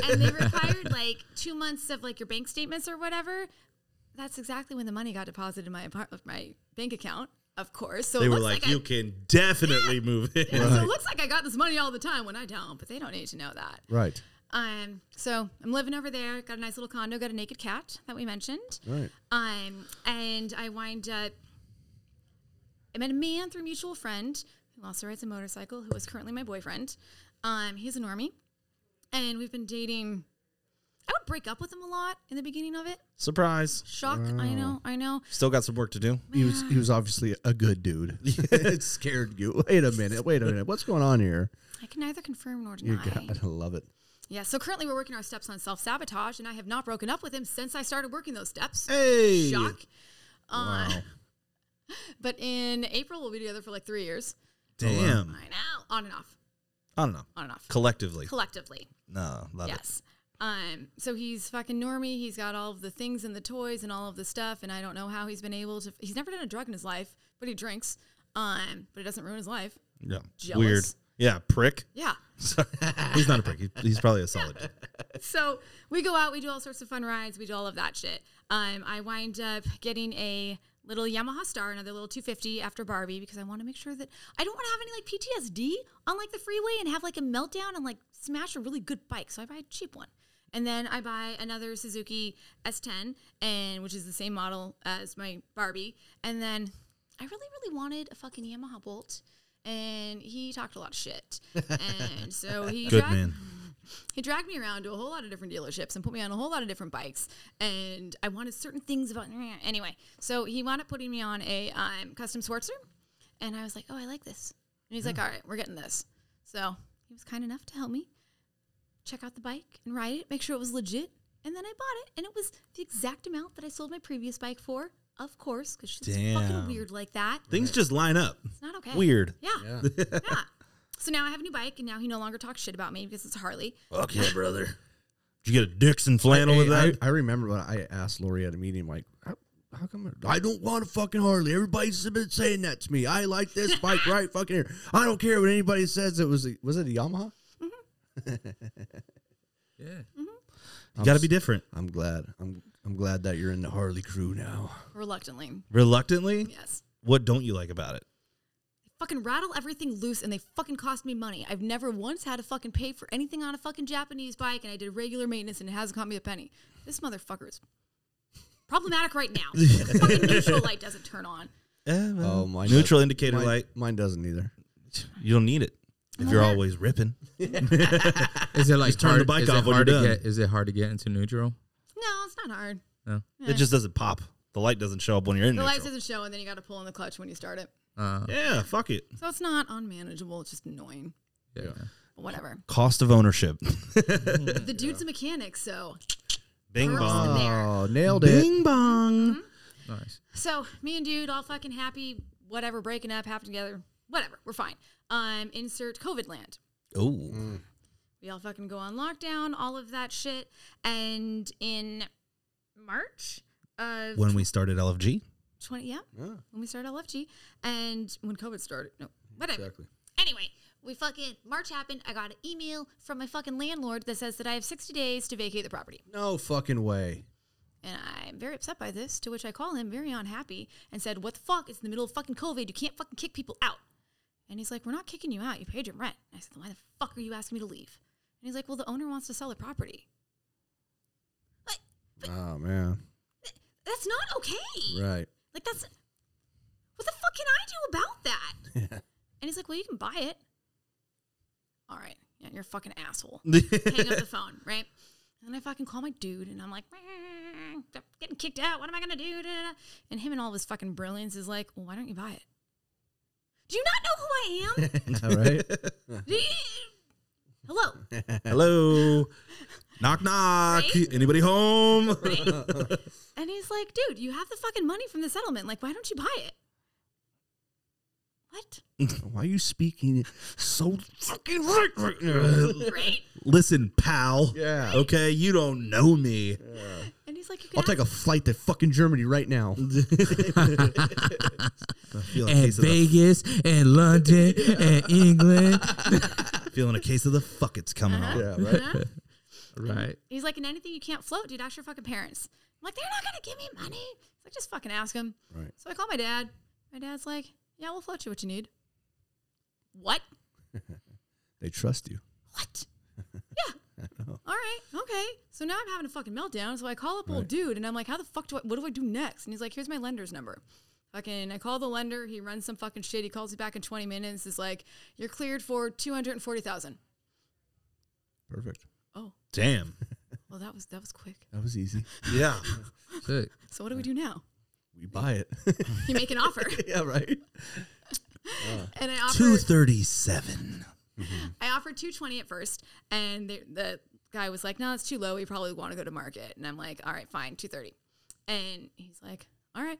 C: and they required like two months of like your bank statements or whatever. That's exactly when the money got deposited in my apartment, my bank account. Of course, so
A: They
C: it
A: were
C: looks
A: like,
C: I-
A: you can definitely move in.
C: so it looks like I got this money all the time when I don't, but they don't need to know that.
B: Right.
C: Um, so I'm living over there. Got a nice little condo. Got a naked cat that we mentioned.
B: Right.
C: Um, and I wind up. I met a man through a mutual friend who also rides a motorcycle, who is currently my boyfriend. Um, he's a normie, and we've been dating. I would break up with him a lot in the beginning of it.
A: Surprise.
C: Shock. I know. I know.
A: Still got some work to do.
B: He was he was obviously a good dude. it scared you. Wait a minute. Wait a minute. What's going on here?
C: I can neither confirm nor
B: You
C: deny.
B: got I love it.
C: Yeah, so currently we're working our steps on self sabotage, and I have not broken up with him since I started working those steps.
B: Hey.
C: Shock. Uh, But in April, we'll be together for like three years.
A: Damn.
C: I know. On and off.
A: I don't know.
C: On and off.
A: Collectively.
C: Collectively.
A: No, love it.
C: Yes. Um, so he's fucking normie. He's got all of the things and the toys and all of the stuff. And I don't know how he's been able to. He's never done a drug in his life, but he drinks. Um, but it doesn't ruin his life.
A: Yeah.
C: Jealous.
A: Weird. Yeah, prick.
C: Yeah.
A: he's not a prick. He, he's probably a solid. dude.
C: so we go out, we do all sorts of fun rides, we do all of that shit. Um, I wind up getting a little Yamaha Star, another little 250 after Barbie because I want to make sure that I don't want to have any like PTSD on like the freeway and have like a meltdown and like smash a really good bike. So I buy a cheap one. And then I buy another Suzuki S10 and which is the same model as my Barbie. And then I really really wanted a fucking Yamaha Bolt and he talked a lot of shit. And so he
A: Good
C: dragged-
A: man.
C: he dragged me around to a whole lot of different dealerships and put me on a whole lot of different bikes. And I wanted certain things about anyway. So he wound up putting me on a um, custom Schwarzer, and I was like, "Oh, I like this." And he's like, "All right, we're getting this." So he was kind enough to help me check out the bike and ride it, make sure it was legit, and then I bought it, and it was the exact amount that I sold my previous bike for, of course, because she's
A: Damn.
C: fucking weird like that.
A: Things just line up.
C: It's not okay.
A: Weird.
C: Yeah. yeah. So now I have a new bike, and now he no longer talks shit about me because it's a Harley.
A: Fuck yeah, brother. Did you get a Dixon flannel with
B: Hey, I,
A: that?
B: I remember when I asked Lori at a meeting, like, how, how come I don't want a fucking Harley? Everybody's been saying that to me. I like this bike right fucking here. I don't care what anybody says. It was a, was it a Yamaha?
F: Yeah.
A: you got to be different.
B: I'm glad. I'm I'm glad that you're in the Harley crew now.
C: Reluctantly.
A: Reluctantly,
C: Yes.
A: what don't you like about it?
C: They fucking rattle everything loose and they fucking cost me money. I've never once had to fucking pay for anything on a fucking Japanese bike and I did regular maintenance and it hasn't cost me a penny. This motherfucker is Problematic right now. The fucking neutral light doesn't turn on.
A: Eh, well,
B: Oh, mine
A: neutral
B: does-
A: indicator
B: mine,
A: light.
B: Mine doesn't either.
A: You don't need it if you're always ripping.
F: Is it like
A: turn the
F: hard,
A: bike
F: is
A: off
F: it
A: when
F: hard
A: you're
F: to
A: done.
F: get? Is it hard to get into neutral?
C: No, it's not hard.
F: No.
A: It just doesn't pop. The light doesn't show up when you're in
C: The
A: neutral.
C: light doesn't show, and then you got to pull in the clutch when you start it.
F: Uh,
A: yeah, fuck it.
C: So it's not unmanageable. It's just annoying.
F: yeah.
C: But whatever.
A: Cost of ownership.
C: The dude's a mechanic, so
A: Bing
C: Girls
A: bong.
C: in there.
B: Oh, nailed it.
A: Bing bong.
F: Nice.
C: So me and dude all fucking happy, whatever, breaking up, happy together, whatever, we're fine. Um, insert COVID land.
A: Oh,
C: We all fucking go on lockdown, all of that shit. And in March of
A: when we started LFG.
C: twenty yeah,
B: Yeah,
C: when we started LFG and when COVID started. No. Whatever.
B: exactly.
C: Anyway, we fucking March happened. I got an email from my fucking landlord that says that I have sixty days to vacate the property.
B: No fucking way.
C: And I'm very upset by this, to which I call him very unhappy and said, What the fuck? It's in the middle of fucking COVID. You can't fucking kick people out. And he's like, We're not kicking you out. You paid your rent. And I said, Why the fuck are you asking me to leave? And he's like, Well, the owner wants to sell the property. Like,
B: Oh man.
C: that's not okay.
B: Right.
C: Like, that's what the fuck can I do about that? And he's like, Well, you can buy it. All right. Yeah, you're a fucking asshole. hang up the phone, right? And I fucking call my dude, and I'm like, "Meh, I'm getting kicked out. What am I gonna do? Da, da, da." And him and all of his fucking brilliance is like, well, why don't you buy it? Do you not know who I am?
B: All right.
C: Do you- Hello,
A: Hello. knock knock. Anybody home?
C: right? and he's like, dude, you have the fucking money from the settlement. Like, why don't you buy it? What?
B: Why are you speaking so fucking right right now?
C: Right?
A: Listen, pal.
B: Yeah.
A: Okay, you don't know me.
C: And he's like, you can
B: I'll take a flight to fucking Germany right now.
A: Feeling a
F: And
A: case of the,
F: Vegas and London and England.
A: feeling a case of the fuck it's coming on.
C: Uh-huh.
B: yeah, right.
C: ask- Huh?
F: right.
C: He's like, and anything you can't float, dude, ask your fucking parents. I'm like, they're not gonna give me money. It's like, just fucking ask them.
B: Right.
C: So I call my dad. My dad's like, yeah, we'll float you what you need. What?
B: They trust you.
C: What? yeah. All right. Okay. So now I'm having a fucking meltdown. So I call up old
B: Right.
C: dude and I'm like, how the fuck do I, what do I do next? And he's like, here's my lender's number. Fucking, I call the lender. He runs some fucking shit. He calls me back in 20 minutes. Is like, you're cleared for 240,000.
B: Perfect.
C: Oh,
A: Damn.
C: well, that was, that was quick.
B: That was easy.
A: Yeah.
F: Sick.
C: So what do we do now?
B: We buy it.
C: You make an offer.
B: yeah, right.
C: And I offer.
A: 237.
C: I offered 220 at first, and the, the guy was like, "No, it's too low. We probably want to go to market." And I'm like, "All right, fine, 230." And he's like, "All right."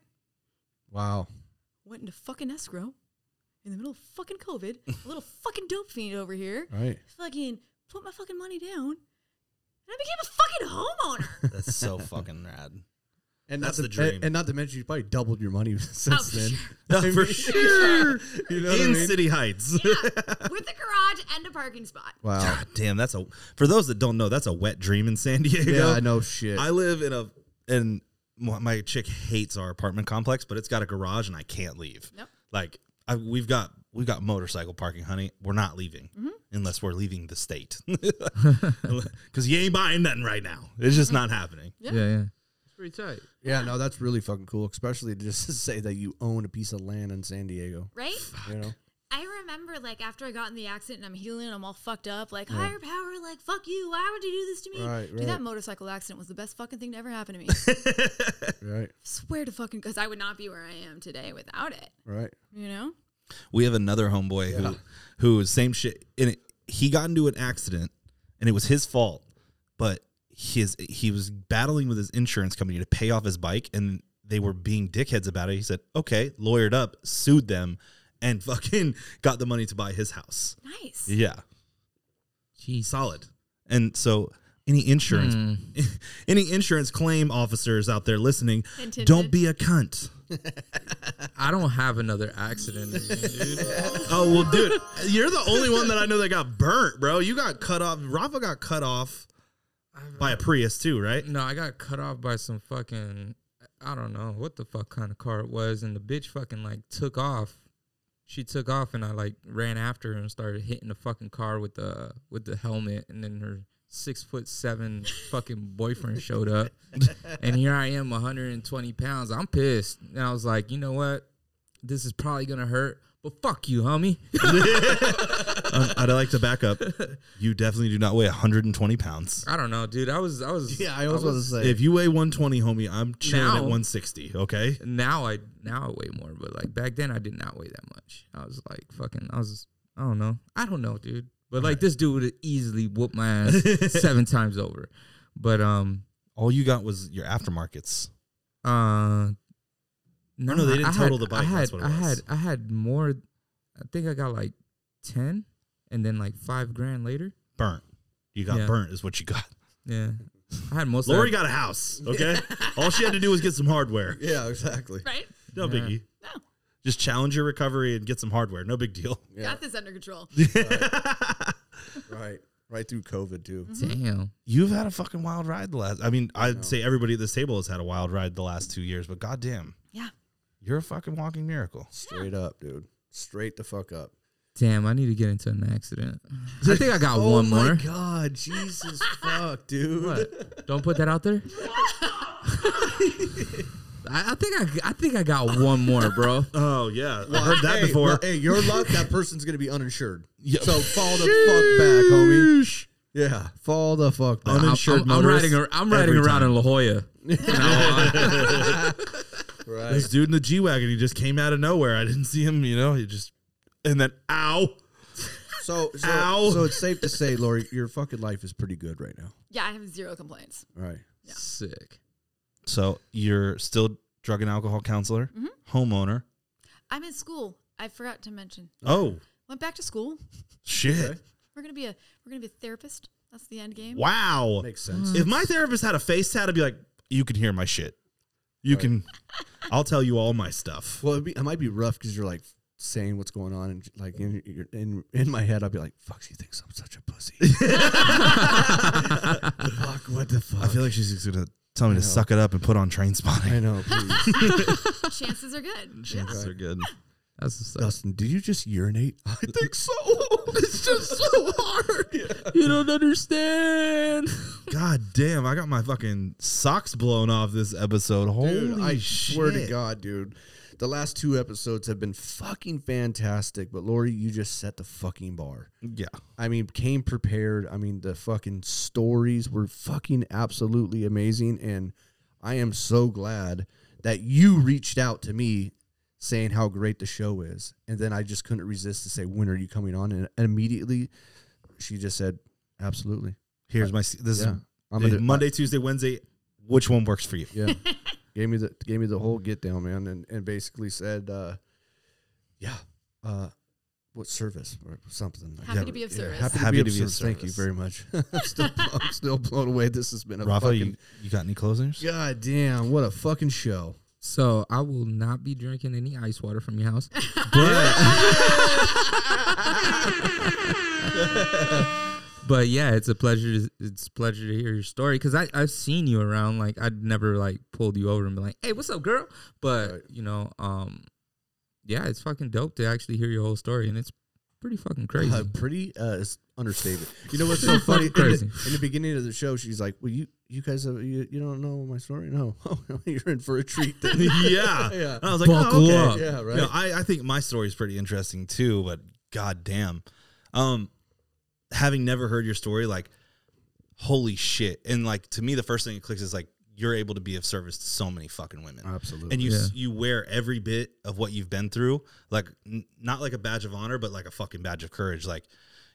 B: Wow.
C: Went into fucking escrow in the middle of fucking COVID. a little fucking dope fiend over here.
B: Right.
C: Fucking put my fucking money down, and I became a fucking homeowner.
A: That's so fucking rad.
B: And
A: That's
B: not
A: the
B: to,
A: dream.
B: And, and not to mention, you probably doubled your money since
C: for
B: then.
C: sure.
A: No,
B: I
A: for
B: mean,
A: sure.
B: you know what I
A: In
B: mean?
A: City Heights.
C: yeah, with a garage and a parking spot.
B: Wow.
A: God damn, that's a for those that don't know, that's a wet dream in San Diego.
B: Yeah, I know shit.
A: I live in a and my my chick hates our apartment complex, but it's got a garage and I can't leave.
C: Nope.
A: Like I, we've got we've got motorcycle parking, honey. We're not leaving unless we're leaving the state because you ain't buying nothing right now. It's just not happening.
C: Yeah.
F: Yeah, yeah. It's pretty tight.
B: yeah, no, that's really fucking cool, especially just to say that you own a piece of land in San Diego.
C: Right?
B: You know?
C: I remember, like, after I got in the accident and I'm healing and I'm all fucked up, like, higher power, like, fuck you. Why would you do this to me?
B: Right,
C: Dude,
B: right.
C: that motorcycle accident was the best fucking thing to ever happen to me.
B: Right.
C: Swear to fucking, because I would not be where I am today without it,
B: Right.
C: you know?
A: We have another homeboy who who is same shit. And it, he got into an accident, and it was his fault. But his he was battling with his insurance company to pay off his bike, and they were being dickheads about it. He said, "Okay," lawyered up, sued them, and fucking got the money to buy his house.
C: Nice.
A: Yeah,
F: Jeez.
A: solid. And so. Any
F: Hmm.
A: insurance, any insurance claim officers out there listening,
C: Hinted.
A: don't be a cunt.
F: I don't have another accident. in me, dude.
A: Oh well, dude, you're the only one that I know that got burnt, bro. You got cut off. Rafa got cut off by a Prius too, right?
F: No, I got cut off by some fucking I don't know what the fuck kind of car it was, and the bitch fucking like took off. She took off, and I like ran after her and started hitting the fucking car with the with the helmet, and then her six foot seven fucking boyfriend showed up, and here I am, 120 pounds. I'm pissed, and I was like, you know what? This is probably gonna hurt, but fuck you, homie.
A: Um, I'd like to back up. You definitely do not weigh 120 pounds.
F: I don't know, dude. I was, I was,
B: Yeah, I was about to say.
A: If you weigh 120, homie, I'm chilling at
F: Now-
A: 160. Okay.
F: now I now I weigh more, but like back then I did not weigh that much. I was like fucking I was I don't know. I don't know, dude. But like this dude would easily whoop my ass seven times over. But um
A: All you got was your aftermarkets.
F: uh
A: Oh, no, they didn't
F: I
A: total
F: had-
A: the bike,
F: I had,
A: that's what it
F: I had
A: was.
F: I had more I think I got like ten and then like five grand later.
A: Burnt. You got
F: Yeah.
A: burnt is what you got.
F: Yeah. I had most
A: Lori
F: of that-
A: got a house. Okay. All she had to do was get some hardware.
B: yeah, exactly.
C: Right?
A: No
F: Yeah.
A: biggie.
C: No.
A: Just challenge your recovery and get some hardware. No big deal.
B: Yeah,
C: Got this under control.
B: right. Right through COVID too.
F: Damn.
A: You've had a fucking wild ride the last. I mean, I'd
B: know.
A: say everybody at this table has had a wild ride the last two years, but goddamn,
C: Yeah.
A: you're a fucking walking miracle.
B: Straight up, dude. Straight the fuck up.
F: Damn, I need to get into an accident. I think I got
A: Oh
F: one more.
B: Oh god, Jesus fuck, dude.
F: What? Don't put that out there. I, I think I, I think I got one more, bro.
A: Oh yeah, I heard that
B: hey,
A: before.
B: well, hey, your luck, that person's gonna be uninsured.
A: Yeah.
B: So fall the fuck back, homie. Yeah, fall the fuck back.
A: I'm
F: I'm,
A: insured
F: I'm- I'm
A: motorist
F: riding. ar- I'm riding
A: every
F: around
A: time.
F: in La Jolla. From now on.
B: right.
A: This dude in the G wagon, he just came out of nowhere. I didn't see him. You know, he just and then ow.
B: So, so,
A: Ow.
B: so it's safe to say, Lori, your fucking life is pretty good right now.
C: Yeah, I have zero complaints.
B: All right.
F: Sick.
A: So you're still drug and alcohol counselor,
C: Mhm.
A: homeowner.
C: I'm in school. I forgot to mention.
A: Oh
C: Went back to school.
A: shit!
C: We're gonna be a we're gonna be a therapist. That's the end game.
A: Wow.
B: Makes sense.
A: If my therapist had a face tat, I'd be like, you can hear my shit. You can. I'll tell you all my stuff.
B: Well, it'd be, it might be rough because you're like saying what's going on, and like in your- in in my head, I'd be like, "Fuck, she thinks I'm such a pussy." fuck, what the fuck?
A: I feel like she's just gonna tell me to suck it up and put on train spotting.
B: I know. Please.
C: Chances are good. Yeah.
A: Chances are good.
F: That's what's
B: Dustin, did you just urinate? I think so. it's just so hard.
F: up. You don't understand.
A: God damn, I got my fucking socks blown off this episode. Holy
B: Dude, I
A: shit.
B: swear to God, dude. The last two episodes have been fucking fantastic, but Lori, you just set the fucking bar.
A: Yeah.
B: I mean, came prepared. I mean, the fucking stories were fucking absolutely amazing. And I am so glad that you reached out to me saying how great the show is. And then I just couldn't resist to say, When are you coming on? And immediately she just said, Absolutely.
A: Here's my s- this
B: Yeah. I'm
A: is
B: gonna-
A: Monday, Tuesday, Wednesday. Which one works for you?
B: Yeah. gave me the gave me the whole get down, man, and, and basically said, uh, yeah, uh, what service or something.
C: Happy to be of service.
B: Happy,
A: Happy
B: to be, of service. Thank you
A: service.
B: very much. I'm still, I'm still blown away. This has been a
A: Rafa,
B: fucking
A: you, you got any closers?
B: god damn, what a fucking show.
F: So I will not be drinking any ice water from your house. But yeah, it's a pleasure. To, it's a pleasure to hear your story because I I've seen you around. Like I'd never like pulled you over and been like, "Hey, what's up, girl?" But
B: Right.
F: you know, um, yeah, it's fucking dope to actually hear your whole story, and it's pretty fucking crazy.
B: Uh, pretty uh, is understated. You know what's so
F: Fucking
B: funny? In
F: crazy.
B: the, in the beginning of the show, she's like, "Well, you you guys have you, you don't know my story? No, you're in for a treat." Then.
A: yeah.
B: Yeah.
A: And I was like,
F: Buckle
A: oh, okay.
F: up.
B: yeah, right.
A: No, I, I think my story is pretty interesting too, but god damn. Um having never heard your story, like holy shit. And like to me the first thing it clicks is like you're able to be of service to so many fucking women.
B: Absolutely.
A: And you s you wear every bit of what you've been through, like n- not like a badge of honor, but like a fucking badge of courage. Like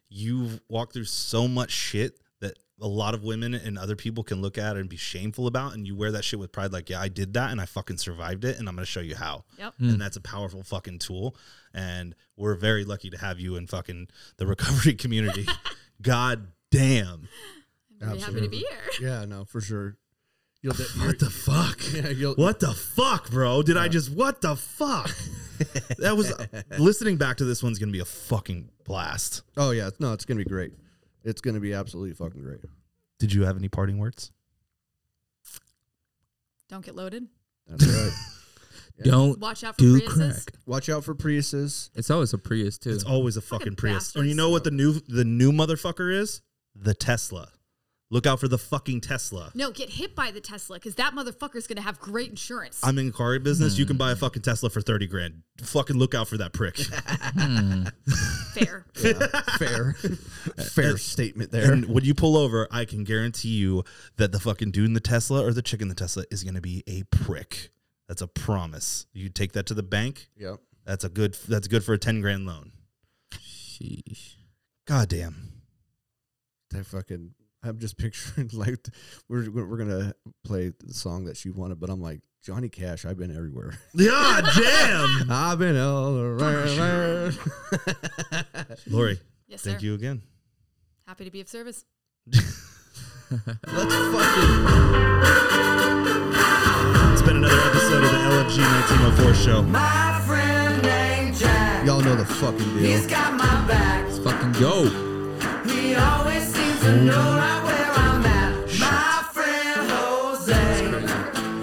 A: you've walked through so much shit that a lot of women and other people can look at and be shameful about, and you wear that shit with pride. Like, yeah, I did that, and I fucking survived it, and I'm gonna show you how.
C: Yep.
A: And that's a powerful fucking tool. And we're very lucky to have you in fucking the recovery community. God damn.
C: I'm really happy to be here.
B: yeah, no, for sure. You'll, de- you're-
A: What the fuck?
B: Yeah, you'll,
A: What the fuck, bro? Did I just what the fuck? that was listening back to this one's gonna be a fucking blast.
B: Oh yeah, no, it's gonna be great. It's gonna be absolutely fucking great.
A: Did you have any parting words?
C: Don't get loaded.
B: That's right.
F: Don't
C: Watch out for
F: do
C: Priuses.
F: crack.
B: Watch out for Priuses.
F: It's always a Prius too.
A: It's always a fucking
C: Fucking
A: Prius. Or
C: bastards.
A: you know what the new the new motherfucker is? The Tesla. Look out for the fucking Tesla.
C: No, get hit by the Tesla because that motherfucker's gonna have great insurance.
A: I'm in car business. You can buy a fucking Tesla for 30 grand. Fucking look out for that prick.
C: Fair.
B: Yeah, fair, fair statement there.
A: and when you pull over, I can guarantee you that the fucking dude in the Tesla or the chick in the Tesla is going to be a prick. That's a promise. You take that to the bank.
B: yep.
A: That's a good that's good for a 10 grand loan.
F: Sheesh.
A: God damn.
B: That fucking. I'm just picturing like we're we're gonna play the song that she wanted, but I'm like Johnny Cash. I've been everywhere.
A: God damn.
B: I've been all around.
A: Lori,
C: Yes, sir.
A: thank you again.
C: Happy to be of service.
B: Let's fucking.
A: It's been another episode of the LFG 1904 show.
G: My friend named Jack,
B: Y'all know the fucking deal.
G: he's got my back.
F: Let's fucking go.
G: He always seems to know right where I'm at. My friend Jose,